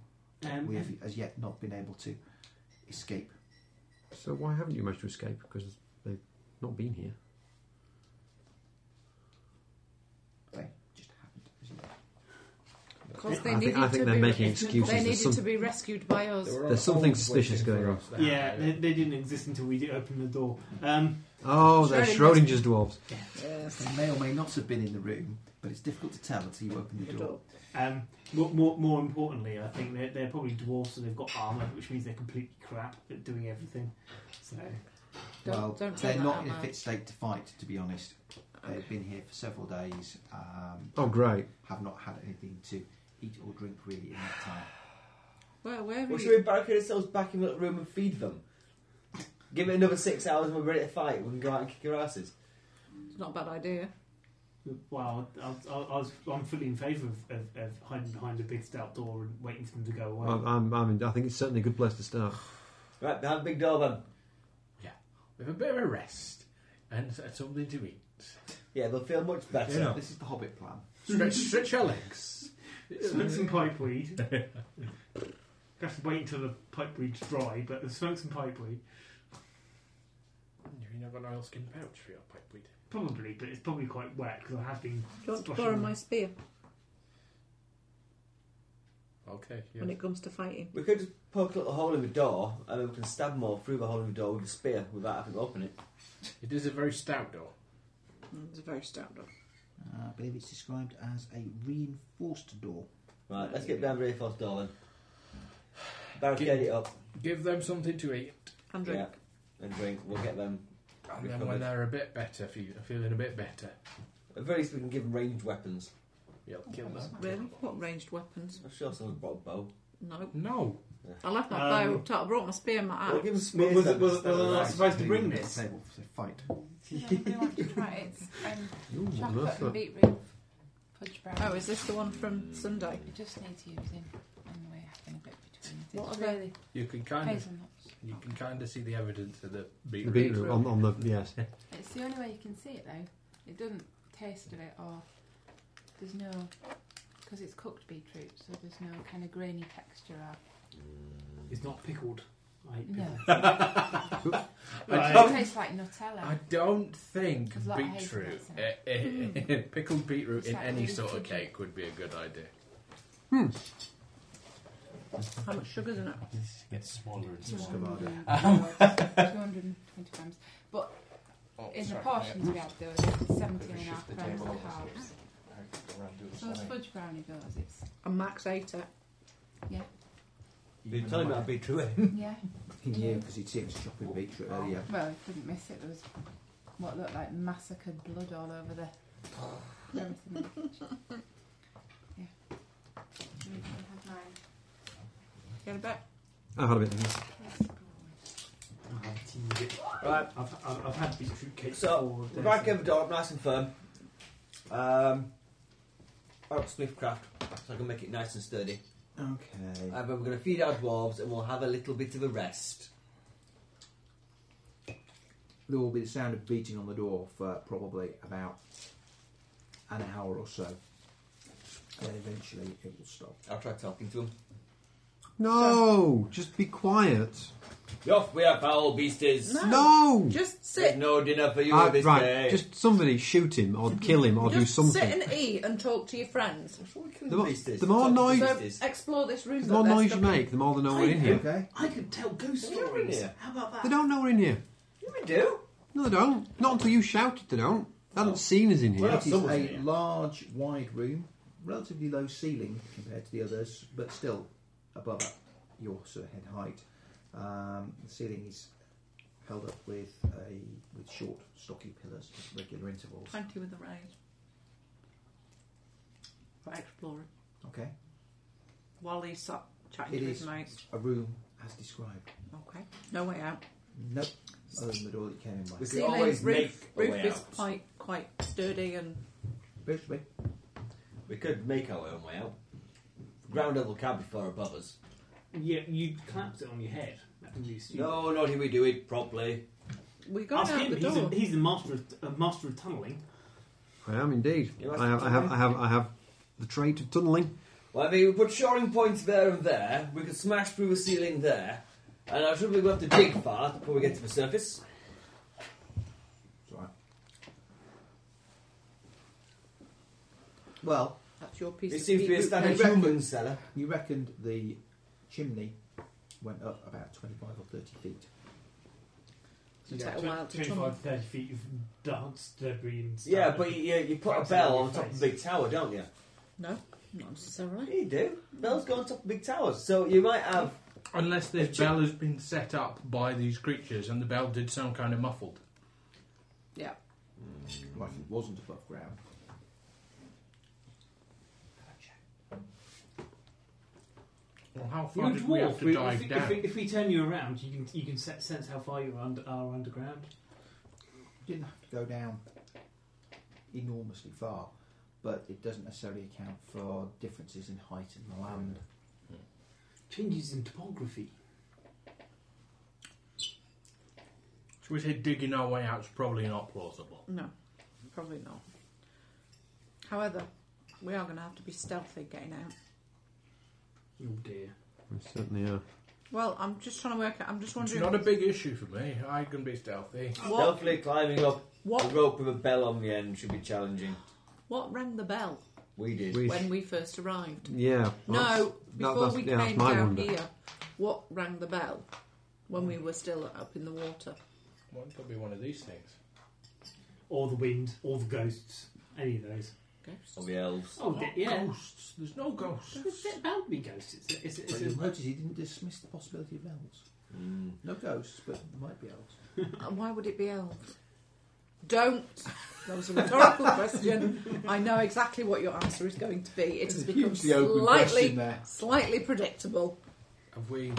Speaker 4: Um,
Speaker 2: we have as yet not been able to escape.
Speaker 5: So why haven't you managed to escape? Because they've not been here.
Speaker 2: They just haven't as yet.
Speaker 3: Because they
Speaker 5: I
Speaker 3: needed
Speaker 5: think, I think
Speaker 3: to
Speaker 5: they're
Speaker 3: be
Speaker 5: making
Speaker 4: it's-
Speaker 5: excuses.
Speaker 3: They needed
Speaker 5: There's some-
Speaker 3: to be rescued by us.
Speaker 9: They were on
Speaker 5: There's something
Speaker 9: hold
Speaker 5: suspicious
Speaker 9: waiting
Speaker 5: going
Speaker 9: for
Speaker 5: on.
Speaker 9: us.
Speaker 4: yeah, they, they didn't exist until we did open the door. Um,
Speaker 5: Oh, they're Schrodinger's
Speaker 3: Schrodinger's-
Speaker 5: dwarves.
Speaker 3: Yes.
Speaker 2: They may or may not have been in the room, but it's difficult to tell until you open the door.
Speaker 4: um, more, more, more importantly, I think they're, they're probably dwarfs, so they've got armor, which means they're completely crap at doing everything. So
Speaker 3: Don't-
Speaker 2: well,
Speaker 3: don't
Speaker 2: they're
Speaker 3: turn
Speaker 2: not
Speaker 3: that
Speaker 2: in a
Speaker 3: out,
Speaker 2: fit state to fight, to be honest. They've been here for several days, um,
Speaker 5: Oh, great.
Speaker 2: have not had anything to eat or drink really in that time.
Speaker 3: Well, where are
Speaker 1: Well,
Speaker 3: you?
Speaker 1: should we barricade ourselves back in the room and feed them? Give it another six hours and we're ready to fight. We can go out and kick your asses.
Speaker 3: It's not a bad idea.
Speaker 4: Well, I, I, I was, I'm fully in favour of, of, of hiding behind a big stout door and waiting for them to go away.
Speaker 5: I'm, I'm, I'm in, I think it's certainly a good place to start.
Speaker 1: Right, behind the big door then.
Speaker 9: We have a bit of a rest and s- something to eat.
Speaker 1: Yeah, they'll feel much better.
Speaker 9: Yeah.
Speaker 2: This is the Hobbit plan.
Speaker 9: *laughs* Stretch, stretch our legs.
Speaker 4: Smoke some pipeweed. *laughs* You have to wait until the pipeweed's dry, but smoke some pipeweed.
Speaker 9: You've not got an oilskin pouch for your pipeweed.
Speaker 4: Probably, but it's probably quite wet because I have
Speaker 3: Do
Speaker 4: been.
Speaker 3: you want to
Speaker 4: splashing-
Speaker 3: borrow my spear
Speaker 9: Okay,
Speaker 3: when
Speaker 9: yeah.
Speaker 3: it comes to fighting?
Speaker 1: We could just poke a little hole in the door and then we can stab them all through the hole in the door with a spear without having to open it.
Speaker 9: It is a very stout door.
Speaker 3: Mm, It's a very stout dog.
Speaker 2: Uh, I believe it's described as a reinforced door.
Speaker 1: Right, let's get behind the reinforced door then. Barricade it up
Speaker 9: Give them something to eat,
Speaker 3: And drink.
Speaker 1: and drink. We'll get them.
Speaker 9: and then when they're a bit better, feel, feeling a bit better,
Speaker 1: At very least, we can give them ranged weapons.
Speaker 9: you'll kill them.
Speaker 3: Really? What ranged weapons?
Speaker 1: I'm sure someone's brought a bow.
Speaker 3: No.
Speaker 9: No.
Speaker 3: I left my
Speaker 4: Um,
Speaker 3: bow up top. I brought my spear and my
Speaker 1: We'll
Speaker 3: axe.
Speaker 1: give them
Speaker 4: Well,
Speaker 1: spears.
Speaker 4: was
Speaker 1: then
Speaker 4: it- was it-
Speaker 1: instead
Speaker 4: was
Speaker 1: of
Speaker 4: it
Speaker 1: knives.
Speaker 4: not supposed to bring
Speaker 2: Thing on
Speaker 4: this?
Speaker 2: the Table, so fight.
Speaker 12: *laughs* Yeah, we want to try it. It's
Speaker 2: *laughs*
Speaker 12: um,
Speaker 5: Ooh,
Speaker 12: chocolate
Speaker 5: that's
Speaker 12: and
Speaker 5: a-
Speaker 12: beetroot fudge brownie.
Speaker 3: Oh, is this the one from Sunday?
Speaker 12: You just need to use him, and we're having a bit between.
Speaker 3: What
Speaker 12: It's
Speaker 3: are they?
Speaker 12: really
Speaker 9: You can kind of
Speaker 12: hazelnuts.
Speaker 9: You can kind of see the evidence of the beetroot.
Speaker 5: The beetroot on, on the yes.
Speaker 13: It's the only way you can see it though. It doesn't taste of it or there's no because it's cooked beetroot, so there's no kind of grainy texture. Or,
Speaker 4: It's not pickled. I hate
Speaker 13: no,
Speaker 4: pickle. *laughs*
Speaker 9: I,
Speaker 13: it
Speaker 9: don't,
Speaker 13: tastes like Nutella.
Speaker 9: I don't think
Speaker 13: There's Uh, a lot of hazelnuts
Speaker 9: beetroot,
Speaker 13: in it.
Speaker 9: eh, *laughs* eh, eh, pickled beetroot
Speaker 13: It's
Speaker 9: in
Speaker 13: like
Speaker 9: any
Speaker 13: really
Speaker 9: sort of
Speaker 13: sticky.
Speaker 9: cake would be a good idea.
Speaker 3: How much sugar's in it?
Speaker 9: This gets smaller and
Speaker 13: 200 220 grams.
Speaker 2: Oh,
Speaker 13: In the portions we had, there was 17 and a half
Speaker 2: Shift the
Speaker 13: grams of
Speaker 2: table
Speaker 13: carbs. So as fudge brownie goes, it's
Speaker 3: And Max ate it.
Speaker 2: You're
Speaker 1: telling me
Speaker 2: about beetroot.
Speaker 13: yeah. Oh,
Speaker 2: He knew because he'd seen us chopping beetroot earlier.
Speaker 13: Well, I didn't miss it. There was what looked like massacred blood all over the everything. in the kitchen. yeah. You can have mine.
Speaker 3: Get a bit.
Speaker 5: I had a bit. Of
Speaker 13: Yes.
Speaker 4: Oh, I have a teeny bit.
Speaker 1: Right.
Speaker 4: I've, I've, I've had beetroot cake
Speaker 1: So,
Speaker 4: before.
Speaker 1: We're
Speaker 4: they're
Speaker 1: back
Speaker 4: so-
Speaker 1: over the door, nice and firm. Um, Oak Smith craft, so I can make it nice and sturdy.
Speaker 2: Okay.
Speaker 1: Uh, but we're going to feed our dwarves and we'll have a little bit of a rest.
Speaker 2: There will be the sound of beating on the door for probably about an hour or so. And then eventually it will stop.
Speaker 1: I'll try talking to them.
Speaker 5: no, just be quiet.
Speaker 1: Yoff, we are foul beasties.
Speaker 3: No.
Speaker 5: No.
Speaker 3: Just
Speaker 1: There's
Speaker 3: sit.
Speaker 1: no dinner for you
Speaker 5: Ah,
Speaker 1: this
Speaker 5: right,
Speaker 1: day.
Speaker 5: just somebody shoot him or kill him or do
Speaker 3: just
Speaker 5: something.
Speaker 3: sit and eat and talk to your friends.
Speaker 1: Before we kill
Speaker 5: The mo-
Speaker 1: beasties,
Speaker 5: the more
Speaker 1: talk to
Speaker 5: noise-
Speaker 3: So
Speaker 1: beasties.
Speaker 3: explore this room.
Speaker 5: The more
Speaker 3: that they're
Speaker 5: noise you
Speaker 3: stuck in.
Speaker 5: make, the more they know we're in here.
Speaker 2: Okay.
Speaker 4: I could tell ghost
Speaker 1: They are in
Speaker 4: stories.
Speaker 1: here.
Speaker 4: How about that?
Speaker 5: They don't know we're in here.
Speaker 1: We do.
Speaker 5: No, they don't. Not until you shout it, they don't. They haven't seen us in here.
Speaker 1: Well,
Speaker 2: It is
Speaker 1: someone's in
Speaker 2: a
Speaker 1: here.
Speaker 2: large, wide room, relatively low ceiling compared to the others, but still above your sort of head height. Um, the ceiling is held up with a with short, stocky pillars at regular intervals.
Speaker 3: Twenty with the raise. For exploring.
Speaker 2: Okay,
Speaker 3: While he's sat chatting
Speaker 2: It
Speaker 3: to
Speaker 2: is.
Speaker 3: his mates.
Speaker 2: a room as described.
Speaker 3: Okay. No way out.
Speaker 2: Nope, other than the door that you came in by.
Speaker 1: We could
Speaker 3: Ceiling,
Speaker 1: always
Speaker 3: roof,
Speaker 1: make a
Speaker 3: roof
Speaker 1: way
Speaker 3: is
Speaker 1: out.
Speaker 3: quite quite sturdy and
Speaker 2: Basically,
Speaker 1: We could make our own way out. Ground level cab before above us.
Speaker 4: Yeah, you collapse it on your head. That would be stupid.
Speaker 1: No, not if we do it properly.
Speaker 3: we got
Speaker 4: Ask
Speaker 3: out
Speaker 4: him.
Speaker 3: the
Speaker 4: He's
Speaker 3: door.
Speaker 4: a, he's a master of, a master of tunneling.
Speaker 5: I am indeed.
Speaker 1: You
Speaker 5: I have, I have, I have, I have the trait of tunneling.
Speaker 1: Well, I mean, we put shoring points there and there. We could smash through the ceiling there. And I'm sure we'll have to dig far before we get to the surface.
Speaker 2: it's alright. Well,
Speaker 3: That's your piece.
Speaker 1: It
Speaker 3: of
Speaker 1: seems to be a
Speaker 3: beetroot
Speaker 1: standard
Speaker 3: cake.
Speaker 1: human cellar.
Speaker 2: You reckoned the chimney went up about 25 or 30 feet.
Speaker 3: It'll take a while to
Speaker 4: 25
Speaker 3: tumble.
Speaker 4: to 30 feet of dance debris and stuff.
Speaker 1: Yeah, but you, you, you put a
Speaker 4: Perhaps
Speaker 1: bell
Speaker 4: on
Speaker 1: on
Speaker 4: your
Speaker 1: top of a
Speaker 4: face.
Speaker 1: big tower, don't you?
Speaker 3: No, not necessarily.
Speaker 1: You do. Bells go on top of big towers. So you might have.
Speaker 9: Unless this
Speaker 1: Ju-
Speaker 9: bell has been set up by these creatures and the bell did sound kind of muffled.
Speaker 3: Yeah.
Speaker 2: Well, if it wasn't above ground.
Speaker 9: Well, how
Speaker 4: You're
Speaker 9: far
Speaker 4: a
Speaker 9: did we have
Speaker 4: dwarf.
Speaker 9: to
Speaker 4: We-
Speaker 9: dive
Speaker 4: if, we-
Speaker 9: down?
Speaker 4: If, we, if we turn you around, you can you can se- sense how far you are, under, are underground.
Speaker 2: You didn't have to go down enormously far, but it doesn't necessarily account for differences in height in the land.
Speaker 4: Changes in topography.
Speaker 9: Should we say digging our way out is probably not plausible?
Speaker 3: No, probably not. However, we are going to have to be stealthy getting out.
Speaker 4: Oh dear.
Speaker 5: We certainly are.
Speaker 3: Well, I'm just trying to work out. I'm just
Speaker 9: It's
Speaker 3: wondering
Speaker 9: not a big issue for me. I can be stealthy.
Speaker 3: what
Speaker 1: Stealthily climbing up a
Speaker 3: what
Speaker 1: rope with a bell on the end should be challenging.
Speaker 3: what rang the bell
Speaker 1: We did.
Speaker 5: We-
Speaker 3: when we first arrived.
Speaker 5: yeah. that's-
Speaker 3: No,
Speaker 5: that-
Speaker 3: before
Speaker 5: that's-
Speaker 3: we
Speaker 5: yeah, that's
Speaker 3: came
Speaker 5: my
Speaker 3: down
Speaker 5: wonder.
Speaker 3: here, what rang the bell when we were still up in the water?
Speaker 9: Well, it could be one of these things.
Speaker 4: Or the wind, or the ghosts. Any of those.
Speaker 1: Or
Speaker 3: Ghosts.
Speaker 1: the elves.
Speaker 4: Oh,
Speaker 9: Not
Speaker 4: de- yeah.
Speaker 9: Ghosts. There's no ghosts.
Speaker 4: There's there's bound to be ghosts. It's a,
Speaker 2: But
Speaker 4: it's a, it's
Speaker 2: you'll
Speaker 4: a,
Speaker 2: notice he didn't dismiss the possibility of elves.
Speaker 1: Mm.
Speaker 2: No ghosts, but there might be elves.
Speaker 3: And why would it be elves? Don't. That was a rhetorical question. I know exactly what your answer is going to be. It has become slightly,
Speaker 2: there.
Speaker 3: slightly predictable.
Speaker 9: Have we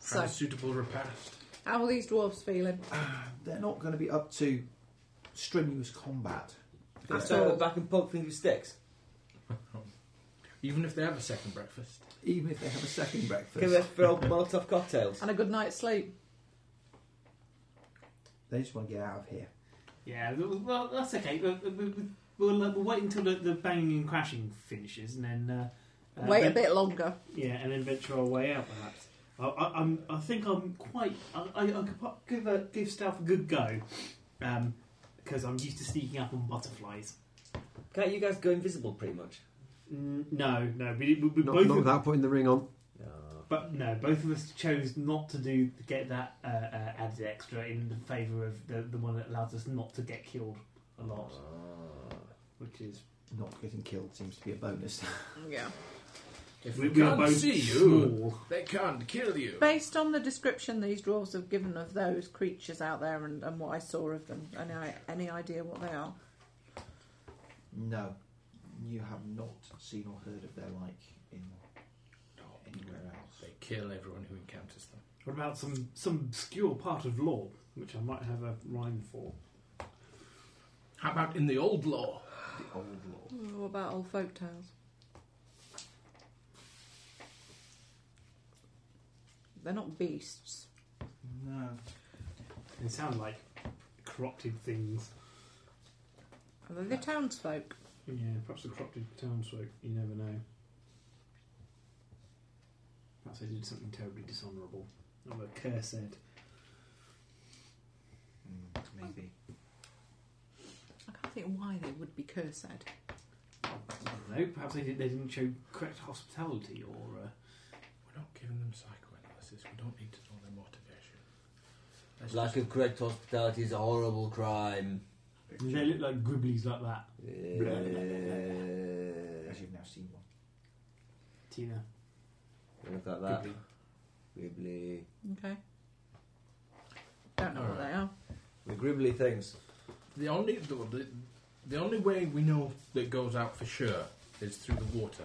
Speaker 3: So,
Speaker 9: had a suitable repast?
Speaker 3: how are these dwarves feeling?
Speaker 2: *sighs* They're not going to be up to strenuous combat.
Speaker 1: So back and poke things with sticks.
Speaker 9: even if they have a second breakfast.
Speaker 2: Even if they have a second
Speaker 1: Give it
Speaker 2: breakfast,
Speaker 1: for old Molotov cocktails.
Speaker 3: And a good night's sleep.
Speaker 2: they just want to get out of here.
Speaker 4: Yeah, well, that's okay. We'll, we'll, we'll, we'll wait until the, the banging and crashing finishes and then. Uh, uh,
Speaker 3: Wait a
Speaker 4: then-
Speaker 3: bit longer.
Speaker 4: Yeah, and then venture our way out, perhaps. I, I, I'm, I think I'm quite. I, I, I could pu- give, a, give stealth a good go, because I'm used to sneaking up on butterflies.
Speaker 1: Can't you guys go invisible pretty much?
Speaker 4: N- No, no, we, we, we
Speaker 5: Not,
Speaker 4: both.
Speaker 5: not
Speaker 4: of,
Speaker 5: without putting the ring on.
Speaker 1: No.
Speaker 4: but no, both of us chose not to do to get that uh, uh, added extra in favour of the, the one that allows us not to get killed a lot,
Speaker 1: Ah.
Speaker 4: which is
Speaker 2: Not getting killed seems to be a bonus. *laughs*
Speaker 3: Yeah.
Speaker 9: If
Speaker 4: we,
Speaker 9: we,
Speaker 4: we are
Speaker 9: can't
Speaker 4: both
Speaker 9: see you,
Speaker 4: small.
Speaker 9: they can't kill you.
Speaker 3: Based on the description these dwarves have given of those creatures out there and, and what I saw of them, any, any idea what they are?
Speaker 2: no, you have not seen or heard of their like in anywhere else.
Speaker 9: They kill everyone who encounters them.
Speaker 4: What about some some obscure part of law, which I might have a rhyme for?
Speaker 9: How about in the old law?
Speaker 2: The old law.
Speaker 3: What about old folk tales? They're not beasts.
Speaker 2: No.
Speaker 4: They sound like corrupted things.
Speaker 3: Are they the townsfolk?
Speaker 4: Yeah, perhaps the corrupted townsfolk. You never know. Perhaps they did something terribly dishonourable. Or were cursed.
Speaker 2: Mm, maybe.
Speaker 3: I can't think why they would be cursed.
Speaker 4: I don't know. Perhaps they, did, they didn't show correct hospitality, or uh,
Speaker 9: We're not giving them psychoanalysis. We don't need to know their motivation. Let's
Speaker 10: Lack of correct hospitality is a horrible crime.
Speaker 9: just-
Speaker 4: they look like gribblies like that.
Speaker 10: Yeah.
Speaker 2: As you've now seen one.
Speaker 4: Tina,
Speaker 10: Look at
Speaker 9: Uh,
Speaker 10: that.
Speaker 4: gribbly.
Speaker 10: Gribbly.
Speaker 3: Okay. Don't know what they are.
Speaker 10: The gribbly things.
Speaker 9: The only the, the, the only way we know that goes out for sure is through the water.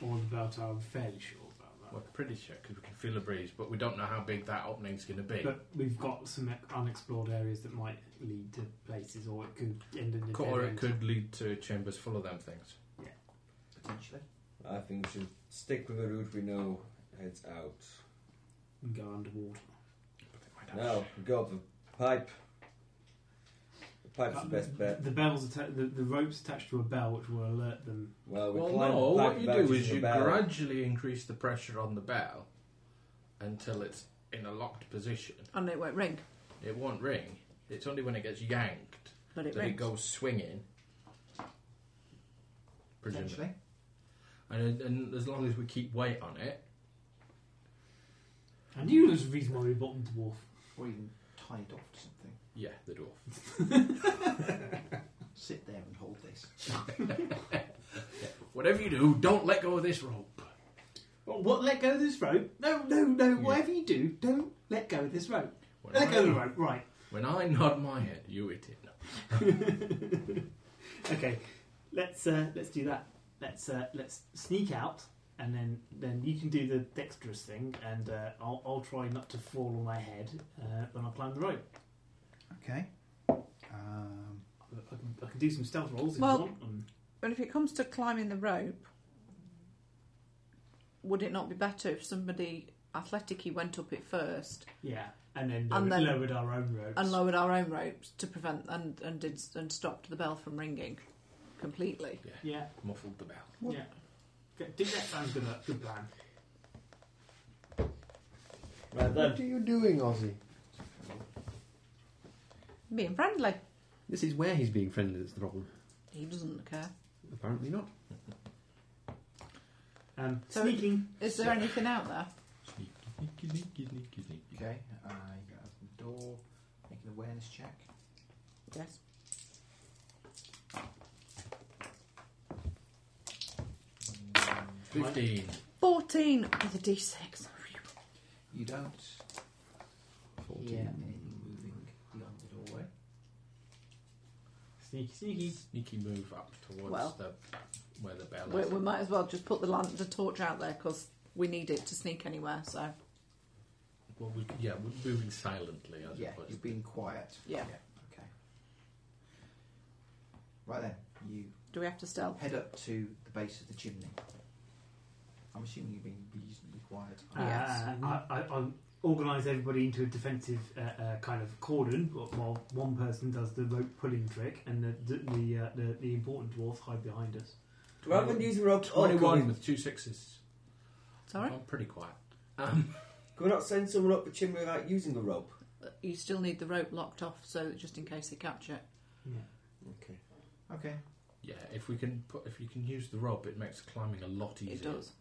Speaker 4: Or about I'm fairly sure about
Speaker 9: We're
Speaker 4: that.
Speaker 9: pretty sure because we can feel a breeze, but we don't know how big that opening's going to be.
Speaker 4: But we've got some e- unexplored areas that might lead to places, or it could end in a dead
Speaker 9: or it
Speaker 4: end.
Speaker 9: could lead to chambers full of them things.
Speaker 2: Potentially.
Speaker 10: I think we should stick with the route we know heads out.
Speaker 4: and go underwater.
Speaker 9: But they might have
Speaker 10: Now, go up the pipe. The pipe's the best bet.
Speaker 4: The bells, atta- the, the ropes attached to a bell, which will alert them.
Speaker 10: Well, we
Speaker 9: Well,
Speaker 10: climb
Speaker 9: no.
Speaker 10: the pipe
Speaker 9: What you
Speaker 10: without
Speaker 9: do is
Speaker 10: using
Speaker 9: you
Speaker 10: the barrel.
Speaker 9: gradually increase the pressure on the bell until it's in a locked position.
Speaker 3: And it won't ring,
Speaker 9: It won't ring. It's only when it gets yanked
Speaker 3: but it
Speaker 9: that it
Speaker 3: rings.
Speaker 9: goes swinging. Presumably,
Speaker 2: Potentially.
Speaker 9: and, and as long as we keep weight on it,
Speaker 4: I knew there was a reason why we bought the dwarf.
Speaker 2: Or even tie it off to something.
Speaker 9: yeah, the dwarf.
Speaker 2: Sit there and hold this.
Speaker 9: Whatever you do, don't let go of this rope.
Speaker 4: What, what? Let go of this rope? No, no, no.
Speaker 9: Yeah.
Speaker 4: Whatever you do, don't let go of this rope.
Speaker 9: When
Speaker 4: Let
Speaker 9: I,
Speaker 4: go of the rope. Right. *laughs*
Speaker 9: when I nod my head, you eat it. No.
Speaker 4: Okay. Let's uh, let's do that. Let's uh, let's sneak out, and then then you can do the dexterous thing, and uh, I'll I'll try not to fall on my head uh, when I climb the rope.
Speaker 2: Okay. Um,
Speaker 4: I can, I can do some stealth rolls if
Speaker 3: Well-
Speaker 4: you want. and-
Speaker 3: But if it comes to climbing the rope, would it not be better if somebody athleticy went up it first
Speaker 4: yeah, and then,
Speaker 3: And
Speaker 4: lowered-
Speaker 3: then-
Speaker 4: lowered our own ropes.
Speaker 3: and lowered our own ropes to prevent and and did and stopped the bell from ringing completely?
Speaker 4: yeah.
Speaker 9: Muffled the bell.
Speaker 4: Yeah. Okay, I think that sounds good, uh, good plan.
Speaker 10: Right then.
Speaker 5: What are you doing, Ozzy?
Speaker 3: Being friendly,
Speaker 5: This is where he's being friendly that's the problem.
Speaker 3: he doesn't care.
Speaker 5: Apparently not.
Speaker 4: Um,
Speaker 3: So-
Speaker 4: sneaking.
Speaker 3: Is there anything out there?
Speaker 9: Sneaky, sneaky, sneaky, sneaky.
Speaker 2: okay. Uh, you got open the door. Make an awareness check.
Speaker 3: Yes.
Speaker 9: Fifteen.
Speaker 3: Fourteen with a D six.
Speaker 2: You don't hear anything moving beyond the doorway.
Speaker 4: Sneaky, sneaky.
Speaker 9: Sneaky move up towards
Speaker 3: Well.
Speaker 9: the where the bell
Speaker 3: We,
Speaker 9: is.
Speaker 3: we might as well just put the lamp, the torch out there because we need it to sneak anywhere. So
Speaker 9: Well, we, yeah, we're moving silently as
Speaker 2: Yeah,
Speaker 9: opposed.
Speaker 2: you've been quiet.
Speaker 3: Yeah.
Speaker 2: Okay. Right then, you
Speaker 3: Do we have to stealth?
Speaker 2: Head up to the base of the chimney. I'm assuming you've been reasonably quiet.
Speaker 4: Uh,
Speaker 3: Yes.
Speaker 2: Ah,
Speaker 4: I, I, I'll organise everybody into a defensive uh, uh, kind of cordon wh- while one person does the rope pulling trick and the the, the, uh, the, the important dwarves hide behind us.
Speaker 10: Do I have a using rope? Only
Speaker 9: Twenty-one
Speaker 10: one.
Speaker 9: with two sixes.
Speaker 3: Sorry?
Speaker 9: Oh, pretty quiet. Um,
Speaker 10: Can we not send someone up the chimney without using a rope?
Speaker 3: You still need the rope locked off so that just in case they catch it.
Speaker 4: Yeah.
Speaker 2: Okay.
Speaker 9: yeah, if we can put, if you can use the rope, it makes climbing a lot easier.
Speaker 3: It does.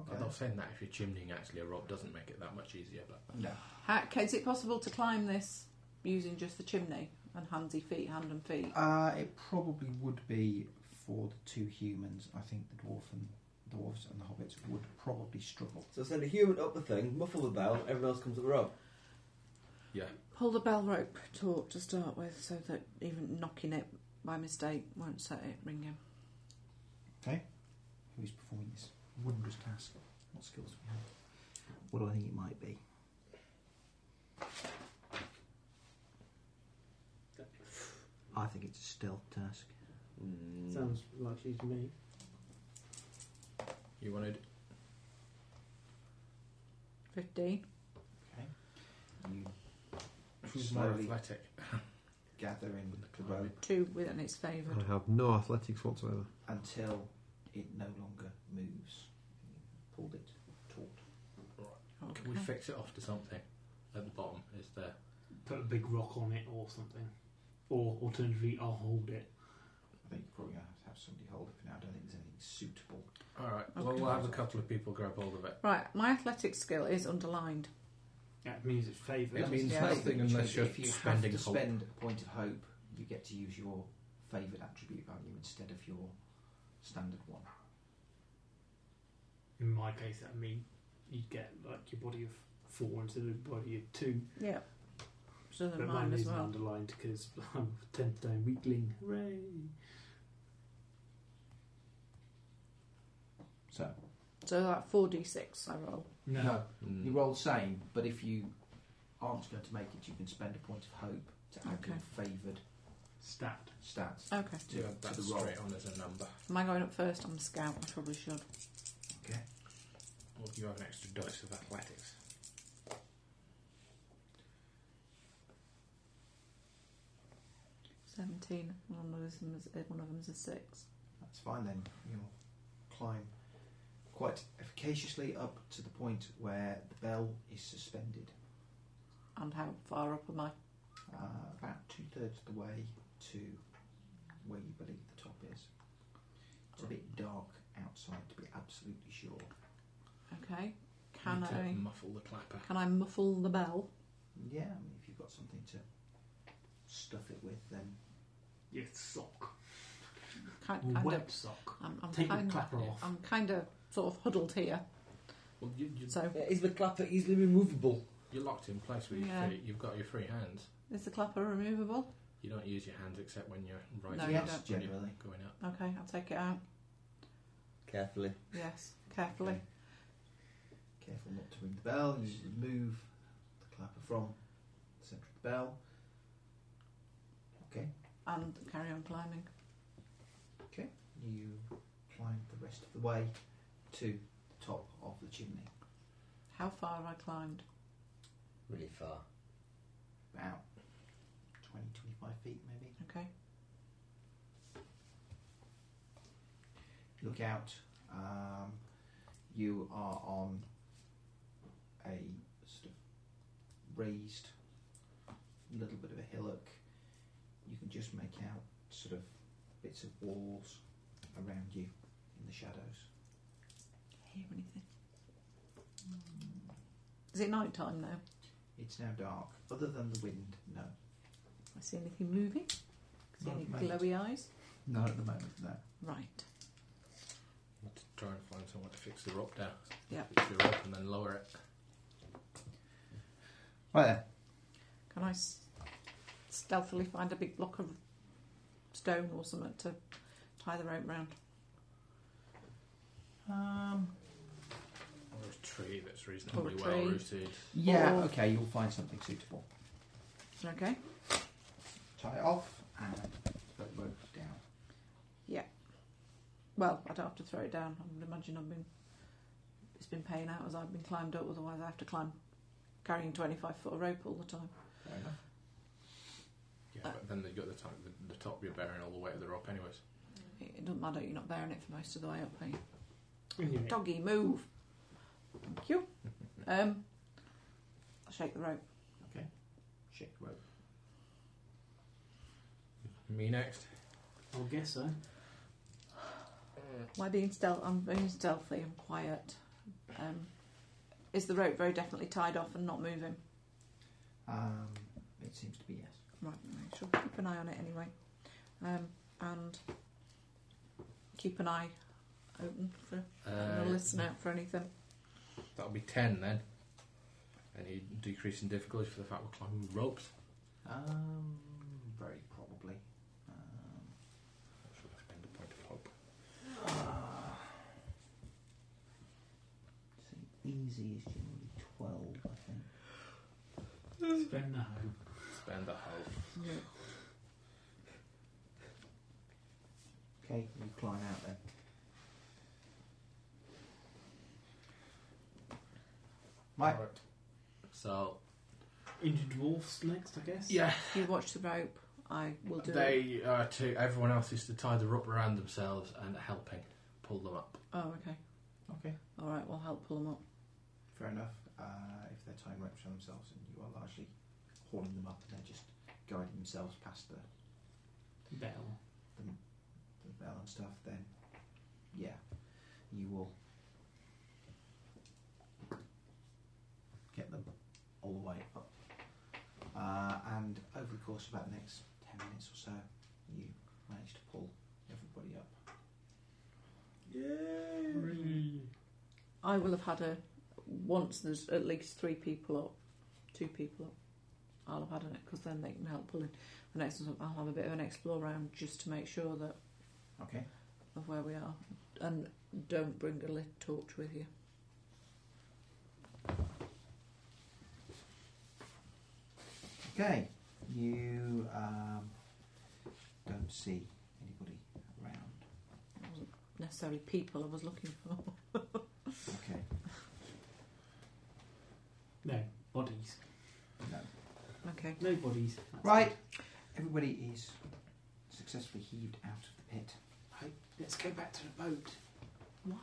Speaker 2: Okay.
Speaker 9: I'm not saying that if you're chimneying, actually, a rope doesn't make it that much easier. But
Speaker 2: No.
Speaker 3: How, ca- is it possible to climb this using just the chimney and handsy feet, hand and feet?
Speaker 2: Uh, it probably would be for the two humans. I think the dwarf and dwarves and the hobbits would probably struggle.
Speaker 10: So send a human up the thing, muffle the bell, everyone else comes up the rope.
Speaker 3: Pull the bell rope taut to start with so that even knocking it by mistake won't set it ringing.
Speaker 2: Who is performing this wondrous task? What skills do we have? What do I think it might be? I think it's a stealth task.
Speaker 9: Mm.
Speaker 4: Sounds likely to me.
Speaker 9: you wanted
Speaker 3: 15.
Speaker 2: You
Speaker 9: who's more
Speaker 2: Slowly.
Speaker 9: athletic?
Speaker 2: gather in
Speaker 9: With the
Speaker 2: the
Speaker 9: climate.
Speaker 2: rope
Speaker 3: Two with and it's
Speaker 5: I
Speaker 3: favoured.
Speaker 5: have no athletics whatsoever.
Speaker 2: until it no longer moves. Pulled it taut.
Speaker 9: Can we fix it off to something at the bottom? Is there?
Speaker 4: Put a big rock on it or something. Or alternatively, I'll hold it.
Speaker 2: I think you're probably going to have somebody hold it for now. I don't think there's anything suitable.
Speaker 9: All right. Well,
Speaker 3: Okay.
Speaker 9: we'll have a couple of people grab hold of it.
Speaker 3: Right, my athletic skill is underlined.
Speaker 4: That means it's favoured.
Speaker 9: It means
Speaker 3: Yeah.
Speaker 9: nothing
Speaker 2: Which
Speaker 9: unless
Speaker 2: means
Speaker 9: you're
Speaker 2: if you
Speaker 9: spending
Speaker 2: have to
Speaker 9: hope.
Speaker 2: spend a point of hope, you get to use your favoured attribute value instead of your standard one.
Speaker 4: In my case, that mean you'd get like your body of four instead of a body of two.
Speaker 3: Yeah. So
Speaker 4: But
Speaker 3: then
Speaker 4: mine,
Speaker 3: mine as
Speaker 4: isn't
Speaker 3: well.
Speaker 4: underlined because *laughs* I'm a 10th day weakling. Hooray!
Speaker 2: So
Speaker 3: So like 4d6 I roll.
Speaker 2: no,
Speaker 9: Mm.
Speaker 2: you roll the same, but if you aren't going to make it, you can spend a point of hope to add your favoured
Speaker 4: Stat.
Speaker 2: stats.
Speaker 3: Okay.
Speaker 2: To,
Speaker 9: Yeah,
Speaker 2: to the
Speaker 9: that's
Speaker 2: roll.
Speaker 9: straight on as a number.
Speaker 3: Am I going up first? I'm a scout. I probably should.
Speaker 9: Or you have an extra dice of athletics.
Speaker 3: Seventeen. One of them is one of them's a six.
Speaker 2: That's fine then. You'll climb quite efficaciously up to the point where the bell is suspended.
Speaker 3: And how far up am I?
Speaker 2: uh, about two thirds of the way to where you believe the top is. It's a bit dark outside to be absolutely sure.
Speaker 3: Okay. Can
Speaker 9: Need to
Speaker 3: I
Speaker 9: muffle the clapper?
Speaker 3: can I muffle the bell?
Speaker 2: Yeah, I mean, if you've got something to stuff it with, then
Speaker 4: Yes, sock.
Speaker 3: Kind,
Speaker 4: Or
Speaker 3: kind of.
Speaker 4: web sock.
Speaker 3: I'm, I'm
Speaker 4: Take the
Speaker 3: kind
Speaker 4: clapper off.
Speaker 3: I'm kind of sort of huddled here.
Speaker 9: Well, you, you,
Speaker 3: So
Speaker 10: Yeah, is the clapper easily removable?
Speaker 9: you're locked in place with your
Speaker 3: Yeah.
Speaker 9: feet. You've got your free hands.
Speaker 3: is the clapper removable?
Speaker 9: You don't use your hands except when you're
Speaker 3: No,
Speaker 9: rising
Speaker 3: you
Speaker 9: up,
Speaker 3: don't.
Speaker 9: when you're
Speaker 2: generally.
Speaker 9: going up.
Speaker 3: Okay, I'll take it out.
Speaker 10: Carefully.
Speaker 3: Yes, carefully.
Speaker 2: Okay. Careful not to ring the bell. You remove the clapper from the centre of the bell. Okay,
Speaker 3: And carry on climbing.
Speaker 2: you climb the rest of the way to the top of the chimney.
Speaker 3: How far have I climbed?
Speaker 10: Really far.
Speaker 2: About 20, 25 feet maybe.
Speaker 3: Okay.
Speaker 2: look out. Um, you are on a sort of raised little bit of a hillock. You can just make out sort of bits of walls around you in the shadows.
Speaker 3: Hear anything? Is it night time now?
Speaker 2: It's now dark. Other than the wind, no.
Speaker 3: I see anything moving? See
Speaker 2: Not
Speaker 3: any
Speaker 2: at the moment.
Speaker 3: glowy eyes?
Speaker 2: Not at the moment, no.
Speaker 3: Right.
Speaker 9: I'll have to try and find someone to fix the rope down.
Speaker 3: Yeah.
Speaker 9: Fix the rope and then lower it.
Speaker 2: Right there.
Speaker 3: Can I s- stealthily find a big block of stone or something to tie the rope round?
Speaker 2: Um,
Speaker 9: Or a tree that's reasonably
Speaker 3: tree.
Speaker 9: well rooted.
Speaker 2: yeah,
Speaker 3: Or-
Speaker 2: okay, you'll find something suitable.
Speaker 3: Okay.
Speaker 2: Tie it off and put the rope down.
Speaker 3: Well, I don't have to throw it down. I would imagine I've been. It's been paying out as I've been climbed up. Otherwise, I have to climb carrying twenty-five foot of rope all the time.
Speaker 2: Fair enough.
Speaker 9: Yeah, but then they've got the top, the, the top you're bearing all the weight of the rope, anyways.
Speaker 3: It, it doesn't matter. You're not bearing it for most of the way up. Are you?
Speaker 4: Anyway,
Speaker 3: Doggy, move. Thank you. Um, I'll shake the rope.
Speaker 2: Shake rope.
Speaker 9: Me next.
Speaker 4: I'll guess so.
Speaker 3: Am I being stealth? I'm being stealthy. I'm quiet. Um, is the rope very definitely tied off and not moving?
Speaker 2: Um, it seems to be yes.
Speaker 3: Right, I shall keep an eye on it anyway, um, and keep an eye open for
Speaker 1: Uh,
Speaker 3: and I'll listen out for anything.
Speaker 9: Uh, that'll be 10 then. Any decrease in difficulty for the fact we're climbing ropes?
Speaker 2: Um, very probably. *sighs* Um,
Speaker 9: Should I spend a point of hope?
Speaker 2: so easy is generally twelve, I think.
Speaker 4: Spend the hope.
Speaker 9: Spend a hope.
Speaker 2: Okay, you climb out then. Right.
Speaker 9: Alright. So,
Speaker 4: Into dwarfs next, I guess.
Speaker 9: yeah,
Speaker 3: You watch the rope. I will do. it.
Speaker 9: they are to everyone else is to tie the rope around themselves and helping pull them up.
Speaker 3: Oh, okay.
Speaker 2: Okay.
Speaker 3: All right. We'll help pull them up.
Speaker 2: Fair enough. Uh, if they're tying ropes on themselves and you are largely hauling them up, and they're just guiding themselves past the,
Speaker 4: Bell.
Speaker 2: the bell and stuff, then yeah, you will get them all the way up. Uh, and over the course of about the next 10 minutes or so, you manage to pull everybody up.
Speaker 3: I will have had a once. There's at least three people up, two people up. I'll have had it because then they can help pulling. The next one, I'll have a bit of an explore round just to make sure that
Speaker 2: Okay.
Speaker 3: of where we are, and don't bring a lit torch with you.
Speaker 2: Okay, you um, don't see anybody around.
Speaker 3: It wasn't necessarily people I was looking for.
Speaker 2: Okay,
Speaker 4: No, bodies.
Speaker 2: no.
Speaker 3: *laughs* Okay.
Speaker 4: No bodies. That's
Speaker 2: Right, everybody is successfully heaved out of the pit.
Speaker 4: good. Let's go back to the boat.
Speaker 3: Why?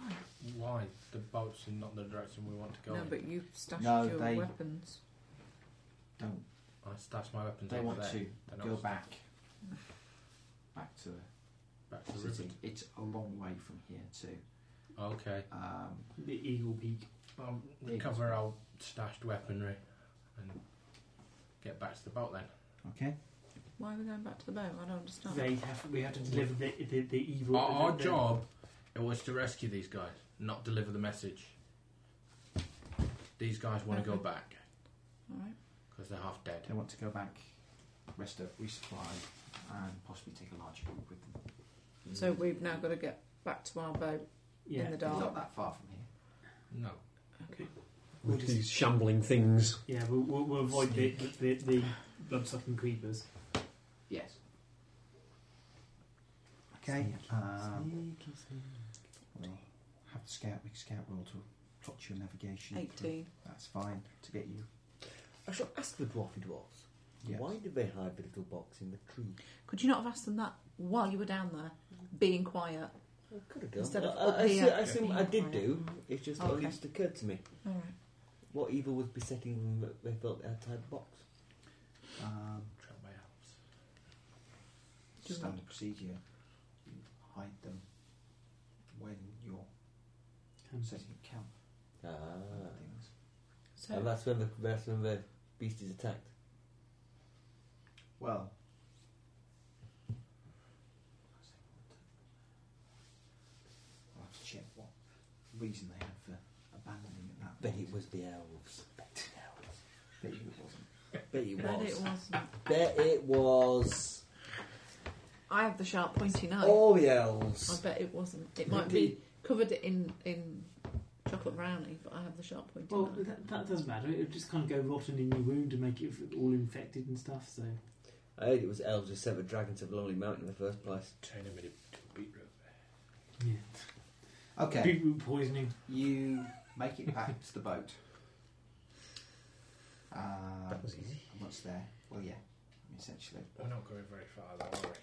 Speaker 9: Why? The boat's in not the direction we want to go.
Speaker 3: no,
Speaker 9: in.
Speaker 3: but you stashed
Speaker 2: No,
Speaker 3: your
Speaker 2: they-
Speaker 3: weapons.
Speaker 2: Don't
Speaker 9: I stashed my weapons
Speaker 2: they
Speaker 9: over
Speaker 2: want
Speaker 9: there.
Speaker 2: to
Speaker 9: They're not
Speaker 2: go
Speaker 9: st- *laughs*
Speaker 2: back? Back to the
Speaker 9: Back to the
Speaker 2: city.
Speaker 9: ribbon.
Speaker 2: It's a long way from here too.
Speaker 9: Okay.
Speaker 2: Um,
Speaker 4: The Eagle Peak.
Speaker 9: I'll
Speaker 2: Yeah.
Speaker 9: recover our stashed weaponry and get back to the boat then.
Speaker 2: okay.
Speaker 3: Why are we going back to the boat? I don't understand.
Speaker 4: They have. We have to deliver the the, the evil.
Speaker 9: Our, our
Speaker 4: the- the-
Speaker 9: job it was to rescue these guys, not deliver the message. These guys want to go
Speaker 3: Okay.
Speaker 9: back
Speaker 3: All right.
Speaker 9: because they're half dead.
Speaker 2: They want to go back, rest up, resupply, and possibly take a larger group with them.
Speaker 3: So we've now got to get back to our boat
Speaker 4: Yeah.
Speaker 3: in the
Speaker 2: It's
Speaker 3: dark.
Speaker 2: not that far from here.
Speaker 9: No.
Speaker 5: With these shambling things.
Speaker 4: Yeah, we'll, we'll, we'll avoid the, the, the blood sucking creepers.
Speaker 2: Yes. Okay. Um, we'll have the scout make a scout roll to plot your navigation.
Speaker 3: Eighteen.
Speaker 2: That's fine to get you.
Speaker 1: I shall ask the dwarfy dwarfs.
Speaker 2: Yes.
Speaker 1: Why did they hide the little box in the tree?
Speaker 3: Could you not have asked them that while you were down there, being quiet?
Speaker 1: I could have done.
Speaker 3: Instead of
Speaker 1: I-
Speaker 3: up
Speaker 1: I, I,
Speaker 3: here.
Speaker 1: assu- I assume I
Speaker 3: Yeah.
Speaker 1: did do. It's just
Speaker 3: Okay.
Speaker 1: only just occurred to me.
Speaker 3: All right.
Speaker 1: What evil was besetting them that they felt they had tied the box?
Speaker 2: Um,
Speaker 9: Trail my elves.
Speaker 3: Do what?
Speaker 2: standard procedure. You hide them when you're setting camp
Speaker 1: Ah,
Speaker 2: and things.
Speaker 1: and
Speaker 3: So
Speaker 1: that's when the that's when the beast is attacked.
Speaker 2: Well. I'll have to check what reason they had for abandoning it that
Speaker 1: Bet
Speaker 2: point.
Speaker 1: it was the elves. Bet
Speaker 2: Bet you it wasn't.
Speaker 1: it
Speaker 3: but
Speaker 1: was.
Speaker 3: it wasn't.
Speaker 1: Bet it was.
Speaker 3: I have the sharp pointy knife.
Speaker 1: All the
Speaker 3: I
Speaker 1: elves.
Speaker 3: bet it wasn't. It might be covered in in chocolate brownie, but I have the sharp pointy
Speaker 4: Well,
Speaker 3: knife.
Speaker 4: that, that doesn't matter. It would just kind of go rotten in your wound and make it all infected and stuff. So
Speaker 1: I heard it was elves who sent the dragon to the Lonely Mountain in the first place.
Speaker 9: Turn him into beetroot.
Speaker 4: Yeah.
Speaker 2: Okay,
Speaker 4: Beetroot poisoning.
Speaker 2: you make it back to the
Speaker 4: *laughs*
Speaker 2: boat. Um,
Speaker 5: That was easy.
Speaker 2: and What's there? Well, yeah, essentially.
Speaker 9: We're not going very far, though, are we?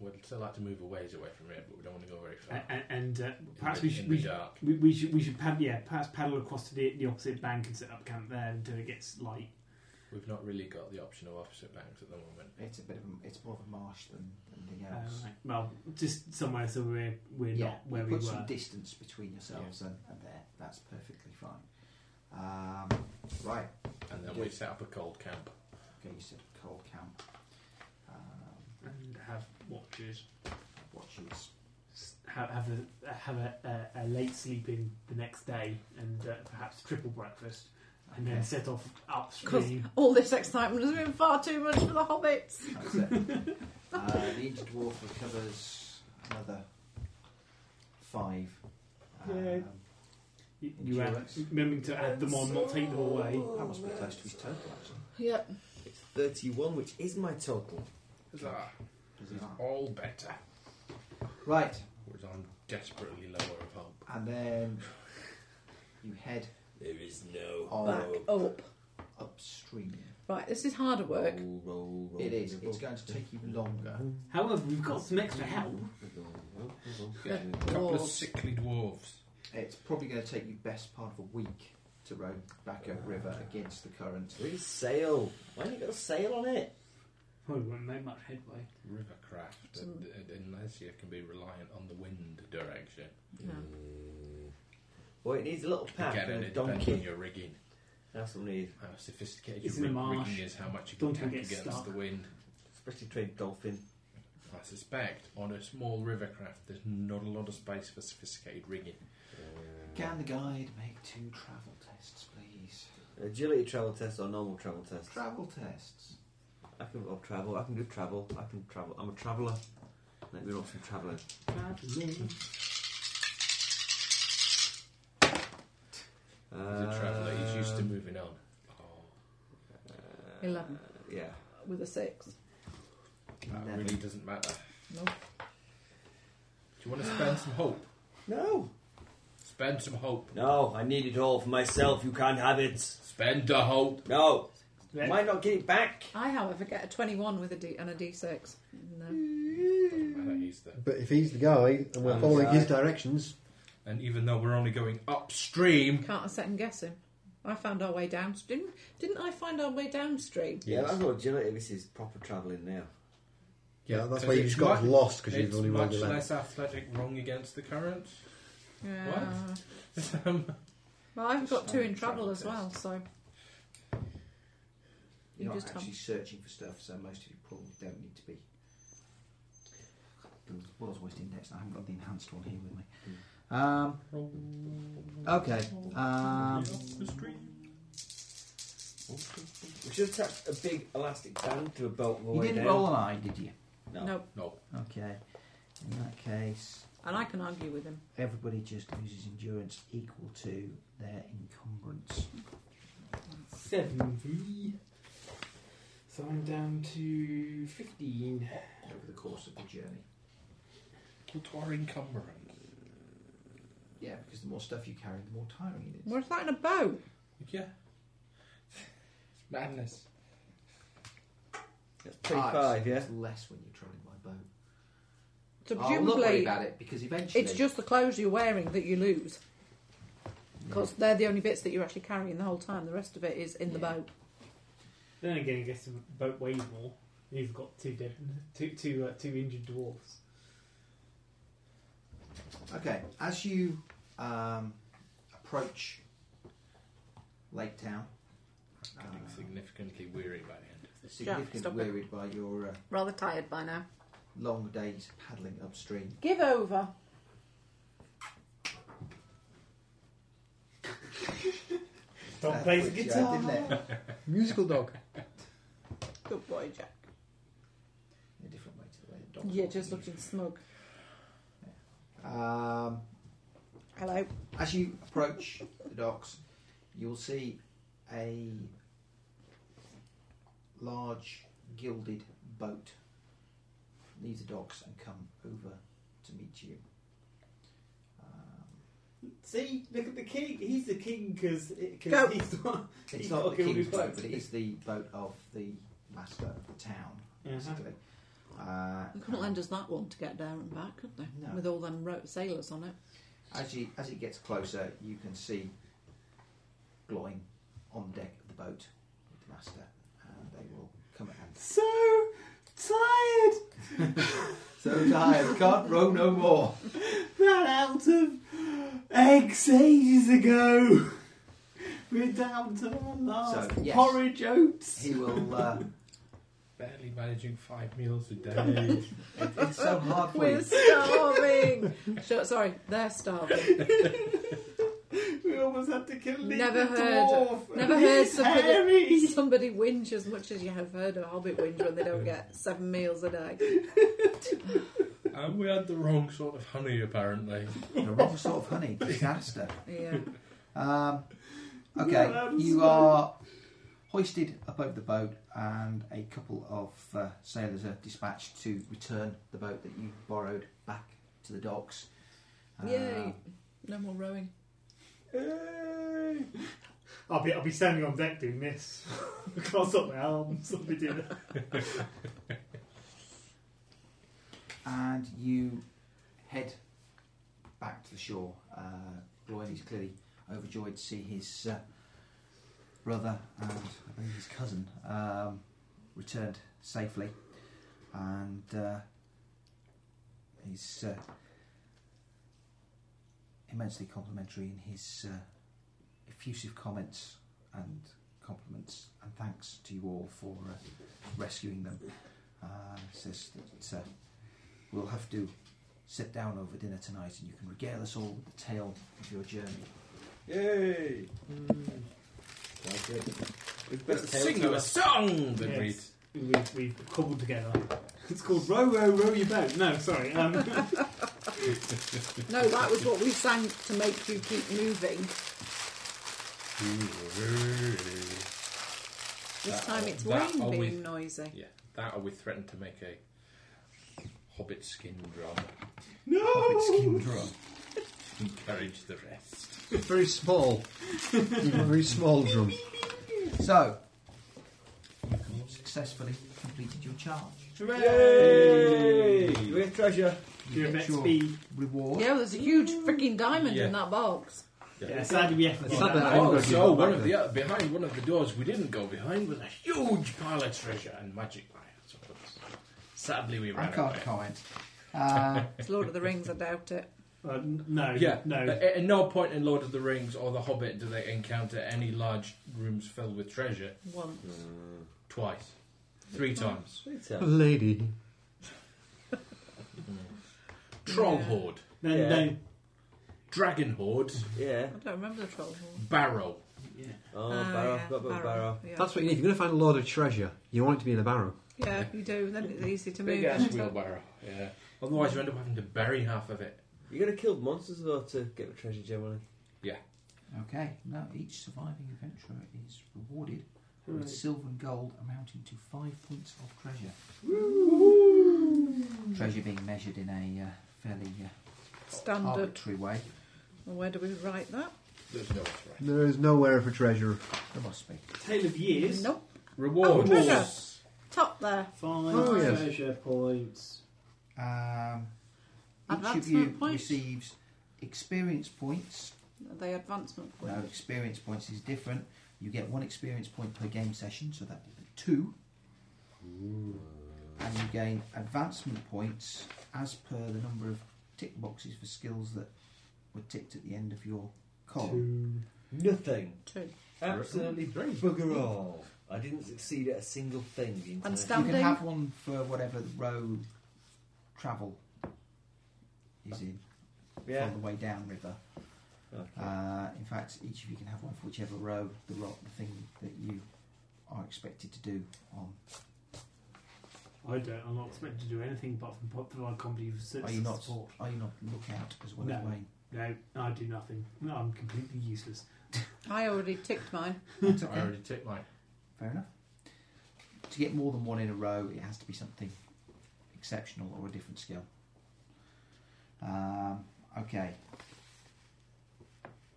Speaker 9: We'd still like to move a ways away from here, but we don't want to go very far.
Speaker 4: And, and uh,
Speaker 9: In
Speaker 4: perhaps
Speaker 9: the-
Speaker 4: we should,
Speaker 9: in the
Speaker 4: we, should,
Speaker 9: dark.
Speaker 4: we, we should we should pad, yeah perhaps paddle across to the, the opposite bank and set up camp there until it gets light.
Speaker 9: We've not really got the option of opposite banks at the moment.
Speaker 2: It's a bit of a, it's more of a marsh than than anything
Speaker 4: Uh,
Speaker 2: else.
Speaker 4: right. Well, just somewhere so we're we're
Speaker 2: yeah,
Speaker 4: not where
Speaker 2: you
Speaker 4: we
Speaker 2: put
Speaker 4: were.
Speaker 2: some distance between yourselves and, and there. That's perfectly fine. Um, right.
Speaker 9: And then
Speaker 2: Okay.
Speaker 9: we set up a cold camp.
Speaker 2: Okay, you said cold camp. Um,
Speaker 4: and have watches.
Speaker 2: watches.
Speaker 4: S- Have, have a have a, a, a late sleep in the next day and uh, perhaps triple breakfast and then
Speaker 2: Okay.
Speaker 4: set off upstream.
Speaker 3: All this excitement has been far too much for the hobbits.
Speaker 4: *laughs*
Speaker 2: That's it. uh, the injured dwarf recovers another five.
Speaker 4: Yay.
Speaker 2: Um,
Speaker 4: You, you add,
Speaker 2: Endurance.
Speaker 4: remembering to add them on, not take them away.
Speaker 2: that must be close to his total, actually.
Speaker 3: Yep.
Speaker 1: It's 31, which is my total.
Speaker 9: Huzzah!
Speaker 2: Does
Speaker 9: It's
Speaker 2: he not?
Speaker 9: all better.
Speaker 2: Right,
Speaker 9: Whereas I'm desperately lower of hope.
Speaker 2: and then you head
Speaker 1: There is no
Speaker 2: Oh.
Speaker 3: Back up.
Speaker 2: upstream.
Speaker 3: Right, this is harder work.
Speaker 1: Roll, roll, roll.
Speaker 2: It is. It's going to take you longer.
Speaker 4: However, we've got some extra help.
Speaker 9: A couple of
Speaker 3: Dwarves.
Speaker 9: sickly dwarves.
Speaker 2: It's probably going to take you best part of a week to row back up river against the current.
Speaker 1: Where's sail? Why ain't it got a sail on it?
Speaker 4: Well, Oh, we won't make much headway.
Speaker 9: Rivercraft, and, and unless you can be reliant on the wind direction.
Speaker 1: Well, Hmm. it needs a little
Speaker 4: Ah,
Speaker 1: pack
Speaker 9: Again,
Speaker 1: and a
Speaker 9: it depends on
Speaker 1: donkey.
Speaker 9: your rigging.
Speaker 1: That's what we need.
Speaker 9: How sophisticated
Speaker 4: It's
Speaker 9: your
Speaker 4: in the
Speaker 9: rig-
Speaker 4: marsh.
Speaker 9: rigging is, how much you can
Speaker 4: Donkey
Speaker 9: tack
Speaker 4: gets
Speaker 9: against
Speaker 4: stuck.
Speaker 9: the wind.
Speaker 1: Especially trained dolphin.
Speaker 9: I suspect on a small rivercraft, there's not a lot of space for sophisticated rigging.
Speaker 2: Can the guide make two travel tests, please?
Speaker 1: Agility travel test or normal travel test?
Speaker 2: Travel tests.
Speaker 1: I can well, travel. I can do travel. I can travel. I'm a traveller. Let me roll some travelling.
Speaker 9: As a traveller, he's used to moving on. Oh,
Speaker 3: Eleven
Speaker 1: Uh, Yeah.
Speaker 3: with a six.
Speaker 9: that
Speaker 2: Never.
Speaker 9: Uh, really doesn't matter.
Speaker 3: No.
Speaker 9: Do you want to spend some hope?
Speaker 1: No.
Speaker 9: Spend some hope.
Speaker 1: No. I need it all for myself. You can't have it.
Speaker 9: Spend the hope.
Speaker 1: No.
Speaker 4: Let-
Speaker 1: Might not get it back.
Speaker 3: I, however, get a twenty-one with a D and a D six.
Speaker 2: Hmm.
Speaker 3: No.
Speaker 9: Doesn't matter, he's the.
Speaker 5: But if he's the guy and we're
Speaker 1: I'm
Speaker 5: following
Speaker 1: the
Speaker 5: his
Speaker 1: guy.
Speaker 5: directions,
Speaker 9: And even though we're only going upstream,
Speaker 3: Can't I second guess him? I found our way down. Didn't didn't I find our way downstream?
Speaker 1: Yeah, that's not agility. This is proper travelling now.
Speaker 5: yeah, that's
Speaker 9: because
Speaker 5: why you
Speaker 9: it's
Speaker 5: just got
Speaker 9: much-
Speaker 5: lost because
Speaker 9: it's
Speaker 5: you've only
Speaker 9: much
Speaker 5: rolled eleven.
Speaker 9: less athletic wrong against the current. *laughs*
Speaker 3: Yeah.
Speaker 9: What?
Speaker 4: Oh,
Speaker 9: Um,
Speaker 3: Well, I've got two in
Speaker 2: Some travel
Speaker 3: travel as well, so You
Speaker 2: You're not
Speaker 3: just have-
Speaker 2: actually searching for stuff, so most of you probably don't need to be. There was West Index, and I haven't got the enhanced one here with me. Um, okay. Um,
Speaker 1: We should attach a big elastic band to a boat on the
Speaker 2: you
Speaker 1: way
Speaker 2: didn't
Speaker 1: down.
Speaker 2: roll an eye, did you?
Speaker 1: No.
Speaker 3: no.
Speaker 9: no,
Speaker 2: Okay. In that case,
Speaker 3: And I can argue with him.
Speaker 2: everybody just loses endurance equal to their encumbrance.
Speaker 4: Seven V. So I'm down to fifteen.
Speaker 2: over the course of the journey.
Speaker 9: Couture encumbrance.
Speaker 2: Yeah, because the more stuff you carry, the more tiring it is.
Speaker 3: Where's that in a boat?
Speaker 9: Yeah. It's madness.
Speaker 1: That's
Speaker 2: Ah, it's-
Speaker 1: 35, yeah?
Speaker 2: It's less when you're travelling by boat.
Speaker 3: So
Speaker 2: Oh, I'm not worried
Speaker 3: presumably,
Speaker 2: about it because eventually
Speaker 3: it's just the clothes you're wearing that you lose. Because they're the only bits that you're actually carrying the whole time. The rest of it is in the
Speaker 2: Yeah.
Speaker 3: boat.
Speaker 4: Then again, I guess the boat weighs more. You've got two dead, two two, uh, two injured dwarfs.
Speaker 2: Okay, as you um, approach Lake Town, uh,
Speaker 9: I'm getting significantly weary by the end.
Speaker 2: significantly
Speaker 3: stop it.
Speaker 2: wearied by your uh,
Speaker 3: Rather tired by now.
Speaker 2: long days paddling upstream.
Speaker 3: Give over.
Speaker 4: Tom
Speaker 2: That
Speaker 4: plays the
Speaker 2: was- yeah,
Speaker 4: guitar.
Speaker 2: Uh, didn't it?
Speaker 5: Musical *laughs* dog.
Speaker 3: Good boy, Jack.
Speaker 2: In a different way to the way the dogs
Speaker 3: Yeah,
Speaker 2: walk
Speaker 3: just
Speaker 2: in.
Speaker 3: looking smug.
Speaker 2: Um,
Speaker 3: Hello.
Speaker 2: As you approach the docks, you'll see a large gilded boat, leave the docks, and come over to meet you. Um,
Speaker 4: See, look at the king. He's the king because
Speaker 3: Go.
Speaker 4: he's the one.
Speaker 2: it's
Speaker 4: He's
Speaker 2: not
Speaker 4: got
Speaker 2: the
Speaker 4: killed
Speaker 2: king's
Speaker 4: his
Speaker 2: boat,
Speaker 4: boat.
Speaker 2: but it is the boat of the master of the town,
Speaker 4: Uh-huh.
Speaker 2: basically. Uh,
Speaker 3: They couldn't lend us that one to get there and back, could they?
Speaker 2: No.
Speaker 3: With all them ro- sailors on it.
Speaker 2: As you as it gets closer, you can see glowing on deck of the boat with the master, and they will come at hand.
Speaker 4: So tired.
Speaker 2: So tired, can't row no more.
Speaker 4: Ran out of eggs ages ago. We're down to our last
Speaker 2: So, yes.
Speaker 4: porridge oats.
Speaker 2: He will. Uh,
Speaker 9: Barely managing five meals a
Speaker 2: *laughs*
Speaker 9: day.
Speaker 2: it, it's so hard for
Speaker 3: We're
Speaker 2: you.
Speaker 3: starving! *laughs* Sure, sorry, they're starving.
Speaker 4: We almost had to kill Lee
Speaker 3: Never
Speaker 4: the
Speaker 3: heard-
Speaker 4: dwarf.
Speaker 3: never
Speaker 4: and
Speaker 3: heard
Speaker 4: he's
Speaker 3: somebody-
Speaker 4: hairy.
Speaker 3: Somebody whinge as much as you have heard a hobbit whinge when they don't get seven meals a day.
Speaker 9: and we had the wrong sort of honey, apparently.
Speaker 2: The wrong sort of honey, disaster.
Speaker 3: Yeah.
Speaker 2: Um, okay,
Speaker 4: No, I'm
Speaker 2: you
Speaker 4: sorry.
Speaker 2: are hoisted up over the boat, and a couple of uh, sailors are dispatched to return the boat that you borrowed back to the docks. Uh,
Speaker 3: Yay. No more rowing.
Speaker 4: Hey. I'll be I'll be standing on deck doing this. *laughs* I can't stop my arms. I'll be doing that.
Speaker 2: and you head back to the shore. Uh, Lloyd is clearly overjoyed to see his uh, brother and I believe his cousin um, returned safely, and uh, he's uh, immensely complimentary in his uh, effusive comments and compliments and thanks to you all for uh, rescuing them. Uh, says that uh, We'll have to sit down over dinner tonight and you can regale us all with the tale of your journey.
Speaker 10: Yay!
Speaker 1: Like it. We've
Speaker 9: Let's
Speaker 1: best
Speaker 9: sing
Speaker 1: tale
Speaker 9: you a song that we
Speaker 4: Yes. We, we've cobbled together. It's called Row, Row, Row Your Boat. No, sorry. Um,
Speaker 3: No, that was what we sang to make you keep moving. This
Speaker 9: That
Speaker 3: time
Speaker 9: or-
Speaker 3: it's
Speaker 9: that
Speaker 3: rain
Speaker 9: or
Speaker 3: being
Speaker 9: with-
Speaker 3: noisy.
Speaker 9: Yeah, that or we threatened to make a hobbit skin drum.
Speaker 4: no!
Speaker 5: skin drum.
Speaker 9: Encourage the rest.
Speaker 5: Very small. very small drum.
Speaker 2: So, you successfully completed your charge.
Speaker 10: Yay! With treasure.
Speaker 4: You're
Speaker 2: get
Speaker 4: at
Speaker 2: your
Speaker 4: speed.
Speaker 2: reward.
Speaker 3: Yeah, there's a huge freaking diamond
Speaker 9: Yeah.
Speaker 3: in that box.
Speaker 4: Yeah, sadly we have to
Speaker 5: It's
Speaker 4: do
Speaker 5: not
Speaker 4: that.
Speaker 5: that hard.
Speaker 9: Oh,
Speaker 5: I'll go
Speaker 9: so
Speaker 5: give it
Speaker 9: one
Speaker 5: back
Speaker 9: of
Speaker 5: then.
Speaker 9: the uh, behind one of the doors we didn't go behind was a huge pile of treasure and magic wire. So that's- sadly, we
Speaker 2: I
Speaker 9: ran
Speaker 2: can't
Speaker 9: away.
Speaker 2: comment. Uh,
Speaker 3: It's Lord of the Rings, I doubt it.
Speaker 4: Uh, n- no,
Speaker 9: Yeah,
Speaker 4: no.
Speaker 9: At, at no point in Lord of the Rings or The Hobbit do they encounter any large rooms filled with treasure.
Speaker 3: Once.
Speaker 9: Twice, three times.
Speaker 1: Sweet tale.
Speaker 5: *laughs* lady.
Speaker 9: Troll
Speaker 3: Yeah.
Speaker 9: horde,
Speaker 4: no,
Speaker 1: Yeah.
Speaker 4: no.
Speaker 9: dragon horde,
Speaker 1: Yeah.
Speaker 3: I don't remember the troll hall.
Speaker 9: barrow.
Speaker 4: Yeah.
Speaker 1: Oh,
Speaker 3: Ah,
Speaker 1: barrow.
Speaker 3: yeah,
Speaker 1: Got about
Speaker 3: barrow,
Speaker 1: barrow.
Speaker 3: Yeah.
Speaker 5: That's what you need. If you're going to find a lot of treasure, you want it to be in a barrow.
Speaker 3: yeah, you do. Then it's easy to move.
Speaker 9: Big ass
Speaker 3: isn't it?
Speaker 9: wheelbarrow. Yeah. Otherwise, you end up having to bury half of it.
Speaker 1: You gotta kill monsters though to get the treasure generally.
Speaker 2: okay, now each surviving adventurer is rewarded with silver and gold amounting to five points of treasure. Treasure being measured in a uh, fairly uh,
Speaker 3: Standard.
Speaker 2: arbitrary way.
Speaker 3: Well, where do we write that?
Speaker 9: There's no threat.
Speaker 5: There is nowhere for *laughs* treasure.
Speaker 2: There must be.
Speaker 4: Tale of Years.
Speaker 3: Nope.
Speaker 9: Rewards.
Speaker 3: treasure. Top there.
Speaker 4: Five
Speaker 5: Oh, yes.
Speaker 4: treasure points.
Speaker 2: Um, each of you
Speaker 3: Advancement points.
Speaker 2: receives experience points.
Speaker 3: Are they advancement
Speaker 2: Now,
Speaker 3: points?
Speaker 2: experience points is different. You get one experience point per game session, so that would be two. And you gain advancement points as per the number of tick boxes for skills that were ticked at the end of your column.
Speaker 4: Two.
Speaker 1: Nothing.
Speaker 3: Two.
Speaker 1: Absolutely bugger all. I didn't succeed at a single thing. the entire-
Speaker 3: And
Speaker 2: You
Speaker 3: standing.
Speaker 2: can have one for whatever the road travel is in
Speaker 1: Yeah.
Speaker 2: on the way down river.
Speaker 1: Okay.
Speaker 2: Uh, in fact, each of you can have one for whichever row the rock, the thing that you are expected to do on.
Speaker 4: I don't. I'm not expected to do anything apart from pop- provide comedy for
Speaker 2: Are
Speaker 4: citizens
Speaker 2: you not?
Speaker 4: support.
Speaker 2: Are you not lookout as well as
Speaker 4: No. *laughs*
Speaker 2: Wayne?
Speaker 4: No, I do nothing. No, I'm completely useless.
Speaker 3: I already ticked mine.
Speaker 2: That's
Speaker 9: I
Speaker 2: okay.
Speaker 9: already took mine.
Speaker 2: Fair enough. to get more than one in a row, it has to be something exceptional or a different skill. Um, okay.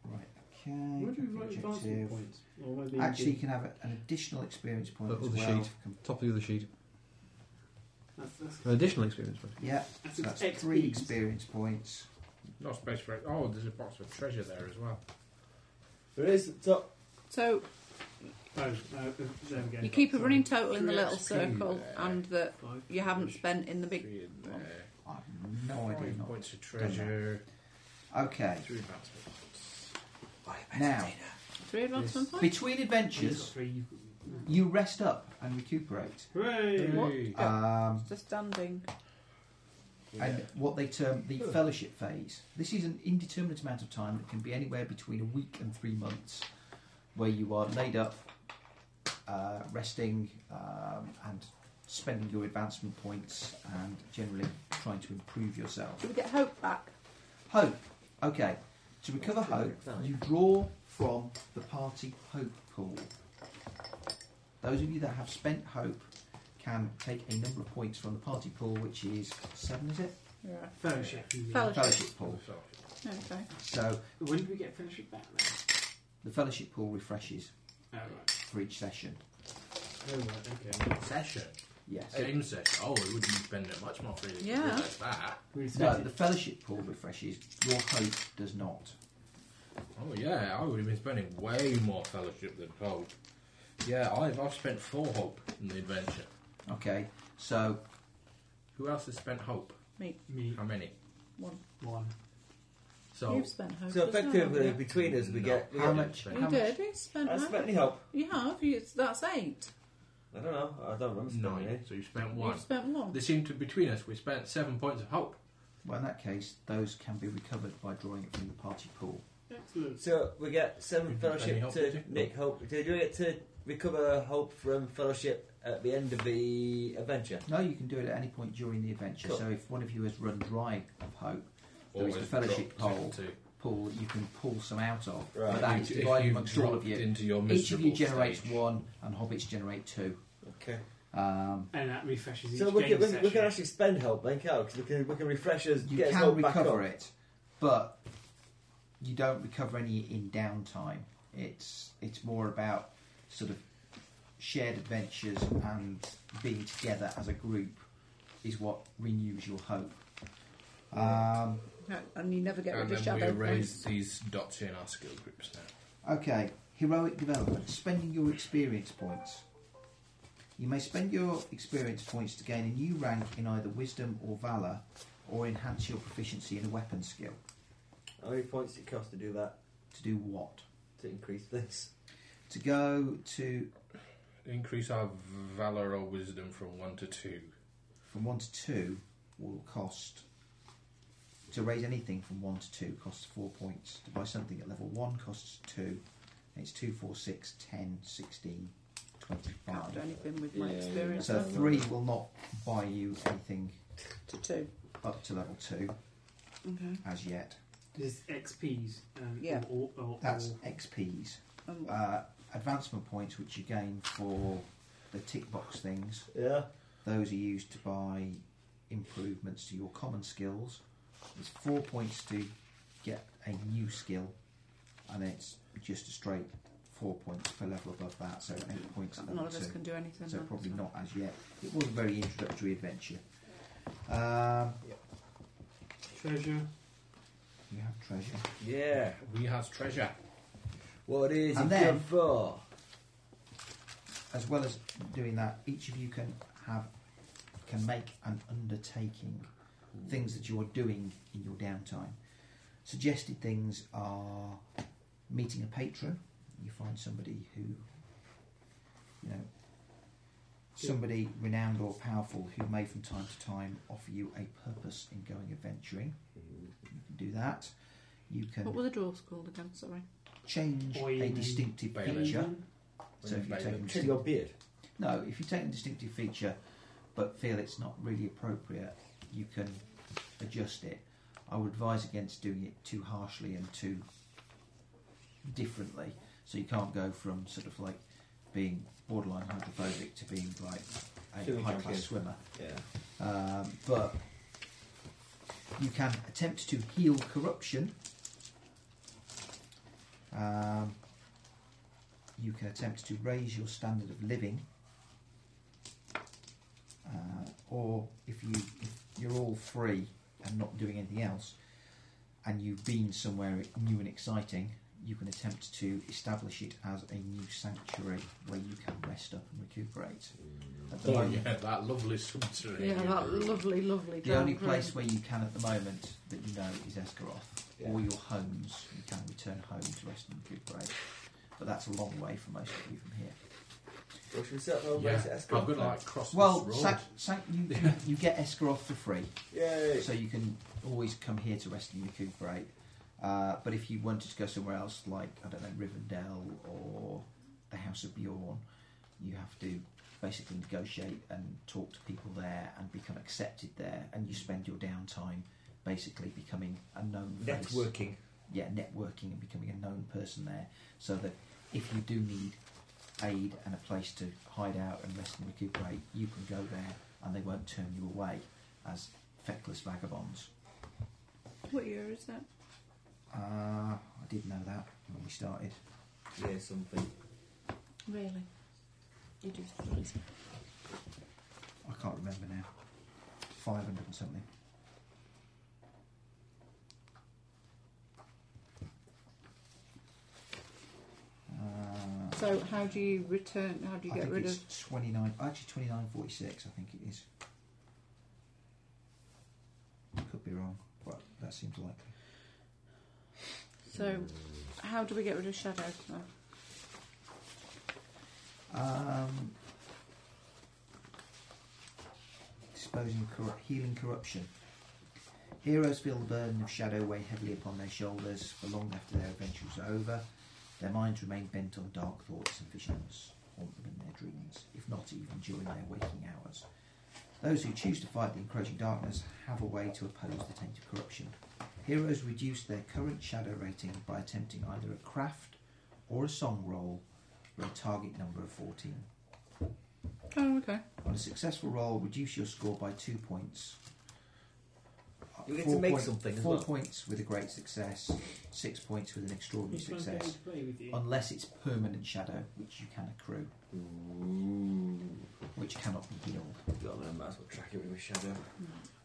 Speaker 2: Right. Okay.
Speaker 4: Where do
Speaker 2: Company
Speaker 4: you write advancement
Speaker 2: objective.
Speaker 4: points? Or where they
Speaker 2: Actually, you
Speaker 4: give-
Speaker 2: can have a, an additional experience point
Speaker 5: That
Speaker 2: as
Speaker 5: other
Speaker 2: well.
Speaker 5: sheet. Top of the other sheet.
Speaker 4: that's, that's,
Speaker 5: An additional experience point.
Speaker 2: Yeah,
Speaker 4: that's,
Speaker 2: so that's
Speaker 4: XPs.
Speaker 2: three experience points.
Speaker 9: No space for it. Oh, there's a box of treasure there as well.
Speaker 10: There is top.
Speaker 11: So
Speaker 4: Oh, uh, there we go.
Speaker 11: you keep a
Speaker 4: Sorry.
Speaker 11: running total in the
Speaker 9: Three
Speaker 11: little
Speaker 9: XP
Speaker 11: circle,
Speaker 9: there.
Speaker 11: and that
Speaker 4: Five.
Speaker 11: you haven't spent in the big.
Speaker 9: Three in
Speaker 11: one.
Speaker 9: there.
Speaker 2: I have no idea.
Speaker 9: Five
Speaker 2: Not.
Speaker 9: points of treasure.
Speaker 2: Okay.
Speaker 9: Three advancement points.
Speaker 2: Now,
Speaker 11: Three advancement points.
Speaker 2: between
Speaker 4: You've got
Speaker 2: adventures,
Speaker 4: three.
Speaker 2: you rest up and recuperate.
Speaker 4: Hooray!
Speaker 9: Hey.
Speaker 2: Um,
Speaker 3: Just standing.
Speaker 2: and what they term the fellowship phase. This is an indeterminate amount of time that can be anywhere between a week and three months, where you are laid up, uh, resting, um, and spending your advancement points and generally trying to improve yourself.
Speaker 3: Do we get hope back?
Speaker 2: Hope. Okay. To recover hope, you draw from the party hope pool. Those of you that have spent hope can take a number of points from the party pool, which is seven, is it?
Speaker 3: Yeah.
Speaker 4: Fellowship. you mean.
Speaker 11: Fellowship.
Speaker 2: Fellowship pool.
Speaker 3: Okay.
Speaker 2: So
Speaker 4: When do we get fellowship back then?
Speaker 2: the fellowship pool refreshes
Speaker 4: Oh, right.
Speaker 2: for each session.
Speaker 4: Oh, right, okay.
Speaker 9: Session.
Speaker 2: Yes.
Speaker 9: Game session. Oh, it wouldn't spend it much more freely.
Speaker 11: Yeah.
Speaker 9: That's that.
Speaker 4: We
Speaker 2: No, the fellowship pool refreshes. Your hope does not.
Speaker 9: Oh yeah, I would have been spending way more fellowship than hope. Yeah, I've I've spent four hope in the adventure.
Speaker 2: Okay. So
Speaker 9: Who else has spent hope?
Speaker 4: Me,
Speaker 9: How many?
Speaker 3: One.
Speaker 4: one.
Speaker 9: So
Speaker 3: You've spent hope.
Speaker 10: So
Speaker 3: as well,
Speaker 10: effectively,
Speaker 3: haven't
Speaker 10: between us, we
Speaker 9: No.
Speaker 10: get. We
Speaker 2: how
Speaker 10: get
Speaker 2: much?
Speaker 9: You
Speaker 3: you?
Speaker 2: how
Speaker 3: You
Speaker 2: much-
Speaker 3: did. You've spent
Speaker 10: I
Speaker 3: hope.
Speaker 10: spent any help.
Speaker 3: You have. You, that's eight.
Speaker 10: I don't know. I don't remember spending
Speaker 9: nine.
Speaker 10: any.
Speaker 9: So you spent one.
Speaker 3: You've spent one.
Speaker 9: They seem to between us. We spent seven points of hope.
Speaker 2: Well, in that case, those can be recovered by drawing it from the party pool.
Speaker 4: Excellent.
Speaker 10: So we get seven
Speaker 9: Didn't spend
Speaker 10: fellowship
Speaker 9: any help,
Speaker 10: to
Speaker 9: did you?
Speaker 10: make hope. Did you get to recover hope from fellowship at the end of the adventure?
Speaker 2: No, you can do it at any point during the adventure.
Speaker 10: Cool.
Speaker 2: So if one of you has run dry of hope, There is the
Speaker 9: has
Speaker 2: fellowship
Speaker 9: dropped
Speaker 2: poll.
Speaker 9: into-
Speaker 2: pool that you can pull some out of.
Speaker 10: Right.
Speaker 2: But that is
Speaker 9: if you- if
Speaker 2: divided
Speaker 9: you've
Speaker 2: amongst all of
Speaker 9: dropped
Speaker 2: you.
Speaker 9: Into your
Speaker 2: Each of you
Speaker 9: miserable
Speaker 2: generates
Speaker 9: stage.
Speaker 2: one, and hobbits generate two.
Speaker 10: Okay.
Speaker 2: Um,
Speaker 4: And that refreshes each
Speaker 10: So we
Speaker 4: game
Speaker 10: can, we,
Speaker 4: session.
Speaker 10: we can actually spend help then, can't Because we can, we can refresh us,
Speaker 2: you
Speaker 10: get us
Speaker 2: can
Speaker 10: all back
Speaker 2: recover
Speaker 10: up.
Speaker 2: it, but you don't recover any in downtime. It's it's more about sort of shared adventures and being together as a group is what renews your hope. Um,
Speaker 3: No, and you never get
Speaker 9: And
Speaker 3: rid of
Speaker 9: then we
Speaker 3: shadow
Speaker 9: erase
Speaker 3: points.
Speaker 9: these dots in our skill groups now.
Speaker 2: Okay, heroic development. Spending your experience points. You may spend your experience points to gain a new rank in either wisdom or valor, or enhance your proficiency in a weapon skill.
Speaker 10: How many points does it cost to do that?
Speaker 2: To do what?
Speaker 10: To increase
Speaker 9: *laughs*
Speaker 10: this?
Speaker 2: To go to
Speaker 9: Increase our valor or wisdom from one to two.
Speaker 2: from one to two will cost. To raise anything from one to two costs four points. To buy something at level one costs two. And it's two, four, six, ten, sixteen,
Speaker 3: Can't do
Speaker 2: twenty-five.
Speaker 3: anything with my
Speaker 1: Yeah,
Speaker 3: experience.
Speaker 2: So
Speaker 3: level.
Speaker 2: three will not buy you anything
Speaker 3: to two.
Speaker 2: up to level two
Speaker 3: Okay.
Speaker 2: as yet.
Speaker 4: There's XPs. Um,
Speaker 3: Yeah.
Speaker 4: Or, or, or,
Speaker 2: That's XPs.
Speaker 3: And
Speaker 2: Uh, advancement points, which you gain for the tick box things,
Speaker 10: Yeah.
Speaker 2: those are used to buy improvements to your common skills. It's four points to get a new skill, and then it's just a straight four points per level above that, so eight points at
Speaker 3: none
Speaker 2: level
Speaker 3: of us
Speaker 2: two.
Speaker 3: can do anything.
Speaker 2: So
Speaker 3: then,
Speaker 2: probably not as yet. It was a very introductory adventure. Um,
Speaker 4: treasure.
Speaker 2: you have treasure.
Speaker 10: Yeah.
Speaker 9: We has treasure.
Speaker 10: What is
Speaker 2: And
Speaker 10: it
Speaker 2: then-
Speaker 10: good for?
Speaker 2: as well as doing that, each of you can have can make an undertaking, things that you are doing in your downtime. Suggested things are meeting a patron. You find somebody who, you know, somebody renowned or powerful who may from time to time offer you a purpose in going adventuring. You can do that. You
Speaker 3: What
Speaker 2: can
Speaker 3: were the dwarves called again? Sorry.
Speaker 2: change a
Speaker 4: Oiling.
Speaker 2: distinctive
Speaker 9: Bailing.
Speaker 2: feature. So if you
Speaker 9: Bailing.
Speaker 2: take a
Speaker 10: Trim
Speaker 2: distinct
Speaker 10: your beard.
Speaker 2: no, if you take a distinctive feature but feel it's not really appropriate, you can adjust it. I would advise against doing it too harshly and too differently. So you can't go from sort of like being borderline hydrophobic to being like
Speaker 10: Doing
Speaker 2: a high class
Speaker 10: jumping.
Speaker 2: swimmer.
Speaker 10: Yeah.
Speaker 2: Um, but you can attempt to heal corruption. Um, you can attempt to raise your standard of living. Uh, or if you if you're all free and not doing anything else, and you've been somewhere new and exciting, you can attempt to establish it as a new sanctuary where you can rest up and recuperate. At the
Speaker 9: Oh
Speaker 2: moment,
Speaker 9: yeah, that lovely subterranean.
Speaker 3: Yeah, that lovely, lovely.
Speaker 2: the only
Speaker 3: dark
Speaker 2: place
Speaker 3: room.
Speaker 2: where you can at the moment that you know is Esgaroth. All your homes, you can return home to rest and recuperate. But that's a long way for most of you from here.
Speaker 10: Well, should we set up our own
Speaker 9: Yeah,
Speaker 10: base at Escrow?
Speaker 9: I've got like cross
Speaker 2: Well,
Speaker 9: this road.
Speaker 2: Sank, Sank, you, you, you get Esgaroth for free,
Speaker 10: Yay!
Speaker 2: so you can always come here to rest and recuperate. Uh, but if you wanted to go somewhere else, like, I don't know, Rivendell or the House of Bjorn, you have to basically negotiate and talk to people there and become accepted there, and you spend your downtime basically becoming a known face.
Speaker 10: Networking.
Speaker 2: yeah, networking and becoming a known person there, so that if you do need aid and a place to hide out and rest and recuperate, you can go there and they won't turn you away as feckless vagabonds.
Speaker 11: What year is that?
Speaker 2: Uh, I did know that when we started.
Speaker 10: Yeah, something.
Speaker 11: Really? You do
Speaker 2: I can't remember now. 500 and something. Uh,
Speaker 3: So how do you return? How do you
Speaker 2: I
Speaker 3: get
Speaker 2: think
Speaker 3: rid
Speaker 2: it's
Speaker 3: of?
Speaker 2: 29, actually 2946, I think it is. Could be wrong, but that seems likely.
Speaker 3: So how do we get rid of shadows now?
Speaker 2: Um, disposing corru- healing corruption. Heroes feel the burden of shadow weigh heavily upon their shoulders for long after their adventures are over. Their minds remain bent on dark thoughts and visions, haunt them in their dreams, if not even during their waking hours. Those who choose to fight the encroaching darkness have a way to oppose the taint of corruption. Heroes reduce their current shadow rating by attempting either a craft or a song roll with a target number of 14.
Speaker 3: Oh, okay.
Speaker 2: On a successful roll, reduce your score by two points. Uh,
Speaker 10: You get
Speaker 2: four
Speaker 10: to make something as
Speaker 2: Four
Speaker 10: well.
Speaker 2: points with a great success, six points with an extraordinary
Speaker 4: Which one's going
Speaker 2: success,
Speaker 4: to play with you?
Speaker 2: unless it's permanent shadow, which you can accrue,
Speaker 10: Ooh.
Speaker 2: which cannot be healed.
Speaker 10: God, man, I might as well track it with my shadow.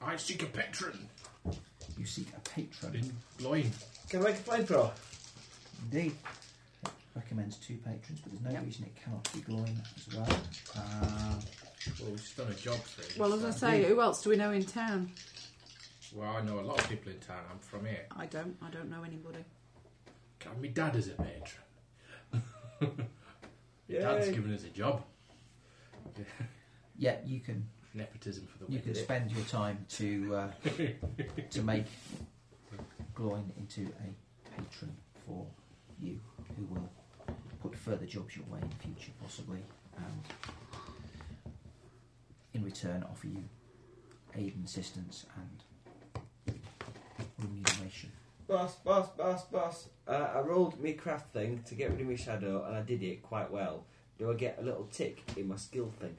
Speaker 9: I seek a patron
Speaker 2: You seek a patron.
Speaker 9: in Loin.
Speaker 10: Can I make a flamethrower?
Speaker 2: Indeed. Recommends two patrons, but there's no reason it cannot be glowing as well. Um,
Speaker 9: Well, we've just done a job for him.
Speaker 3: Well, I was going to say, who else do we know in town?
Speaker 9: Well, I know a lot of people in town. I'm from here.
Speaker 3: I don't. I don't know anybody.
Speaker 9: God, my dad is a *laughs* patron. Your dad's
Speaker 10: Yay.
Speaker 9: given us a job.
Speaker 2: yeah, you can
Speaker 9: Nepotism for the
Speaker 2: You
Speaker 9: win.
Speaker 2: can spend your time to uh, to make Gloin into a patron for you, who will put further jobs your way in future, possibly, and in return offer you aid and assistance and remuneration.
Speaker 10: Boss, boss, boss, boss. Uh, I rolled my craft thing to get rid of my shadow and I did it quite well. Do I get a little tick in my skill thing?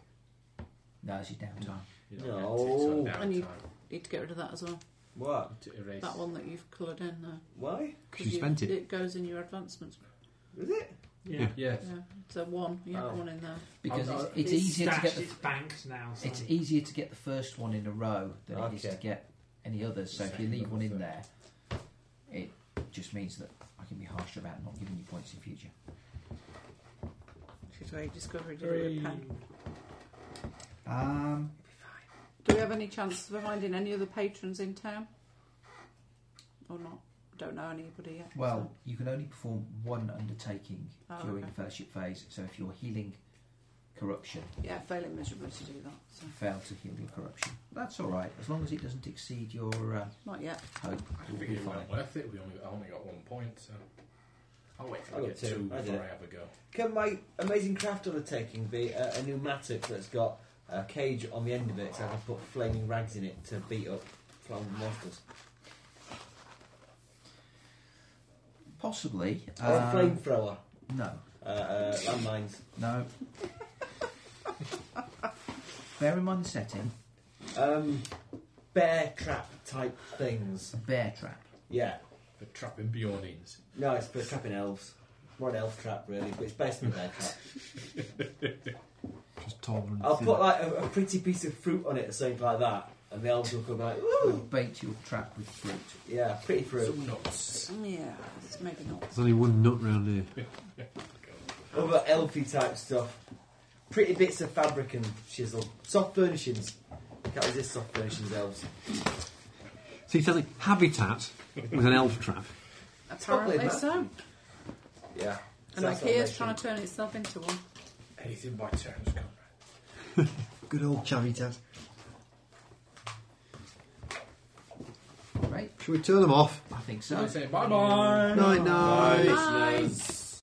Speaker 2: Now is your downtime.
Speaker 9: You
Speaker 10: No.
Speaker 9: know,
Speaker 3: I need-
Speaker 9: downtime
Speaker 3: Need to get rid of that as well.
Speaker 10: What?
Speaker 9: to erase.
Speaker 3: That one that you've coloured in there.
Speaker 10: Why?
Speaker 5: 'Cause you spent it.
Speaker 3: It goes in your advancements.
Speaker 10: Is it?
Speaker 4: Yeah.
Speaker 9: Yes.
Speaker 3: Yeah. So one. You have
Speaker 10: Oh.
Speaker 3: one in there.
Speaker 2: Because
Speaker 9: I'll-
Speaker 2: it's,
Speaker 9: I'll-
Speaker 2: it's easier to get
Speaker 4: stashed,
Speaker 2: the
Speaker 4: It's banked now. So.
Speaker 2: it's e- easier to get the first one in a row than it is to
Speaker 10: Okay.
Speaker 2: get any others. So if you
Speaker 9: Second
Speaker 2: leave
Speaker 9: or
Speaker 2: one in
Speaker 9: third.
Speaker 2: there, it just means that I can be harsher about not giving you points in future.
Speaker 3: She's very discovery did it with a pen.
Speaker 2: Um,
Speaker 3: Do we have any chance of finding any other patrons in town? Or not? Don't know anybody yet.
Speaker 2: well, you can only perform one undertaking
Speaker 3: Oh,
Speaker 2: during
Speaker 3: okay.
Speaker 2: the fellowship phase. So if you're healing corruption,
Speaker 3: so- yeah, failing miserably to do that. So
Speaker 2: fail to heal your corruption. That's all right as long as it doesn't exceed your uh,
Speaker 3: not yet.
Speaker 2: hope.
Speaker 9: I
Speaker 2: You'll
Speaker 9: figured
Speaker 2: be
Speaker 9: it
Speaker 2: fine.
Speaker 9: wasn't worth it. We only, I only got one point, so I'll wait till
Speaker 10: I
Speaker 9: I
Speaker 10: got
Speaker 9: get
Speaker 10: two.
Speaker 9: two
Speaker 10: I did
Speaker 9: before
Speaker 10: it.
Speaker 9: I have a go.
Speaker 10: Can my amazing craft undertaking be a, a pneumatic that's got a cage on the end of it so I can put flaming rags in it to beat up flammable monsters?
Speaker 2: Possibly.
Speaker 10: Or a
Speaker 2: um,
Speaker 10: Uh, flamethrower?
Speaker 2: no.
Speaker 1: uh, uh, landmines.
Speaker 3: *laughs*
Speaker 2: No. Bear in mind the setting.
Speaker 1: Um, bear trap type things.
Speaker 2: A bear trap.
Speaker 1: Yeah.
Speaker 9: For trapping Bjornings.
Speaker 1: No, it's for trapping elves. More an elf trap, really, but it's based on a bear trap.
Speaker 5: Just tall and
Speaker 1: I'll
Speaker 5: thin.
Speaker 1: put like a, a pretty piece of fruit on it or something like that, and the elves will come out. Ooh,
Speaker 2: We'll bait your trap with fruit.
Speaker 1: yeah, pretty fruit.
Speaker 9: Some nuts.
Speaker 3: Yeah, it's maybe not.
Speaker 5: There's only one nut round here.
Speaker 1: Other elfy type stuff. Pretty bits of fabric and shizzle. Soft furnishings. Can't resist soft furnishings, elves.
Speaker 5: So you're telling Habitat was an elf trap.
Speaker 1: Probably
Speaker 3: Apparently
Speaker 1: not.
Speaker 3: so.
Speaker 1: Yeah.
Speaker 3: And
Speaker 1: Sounds
Speaker 3: IKEA's
Speaker 1: like
Speaker 3: trying to turn itself into one.
Speaker 9: Anything by terms, Conrad.
Speaker 5: Good old Chavitat.
Speaker 2: Right?
Speaker 5: Should we turn them off?
Speaker 2: I think
Speaker 9: So I
Speaker 2: so.
Speaker 9: say bye bye.
Speaker 5: Night night.
Speaker 3: Nice.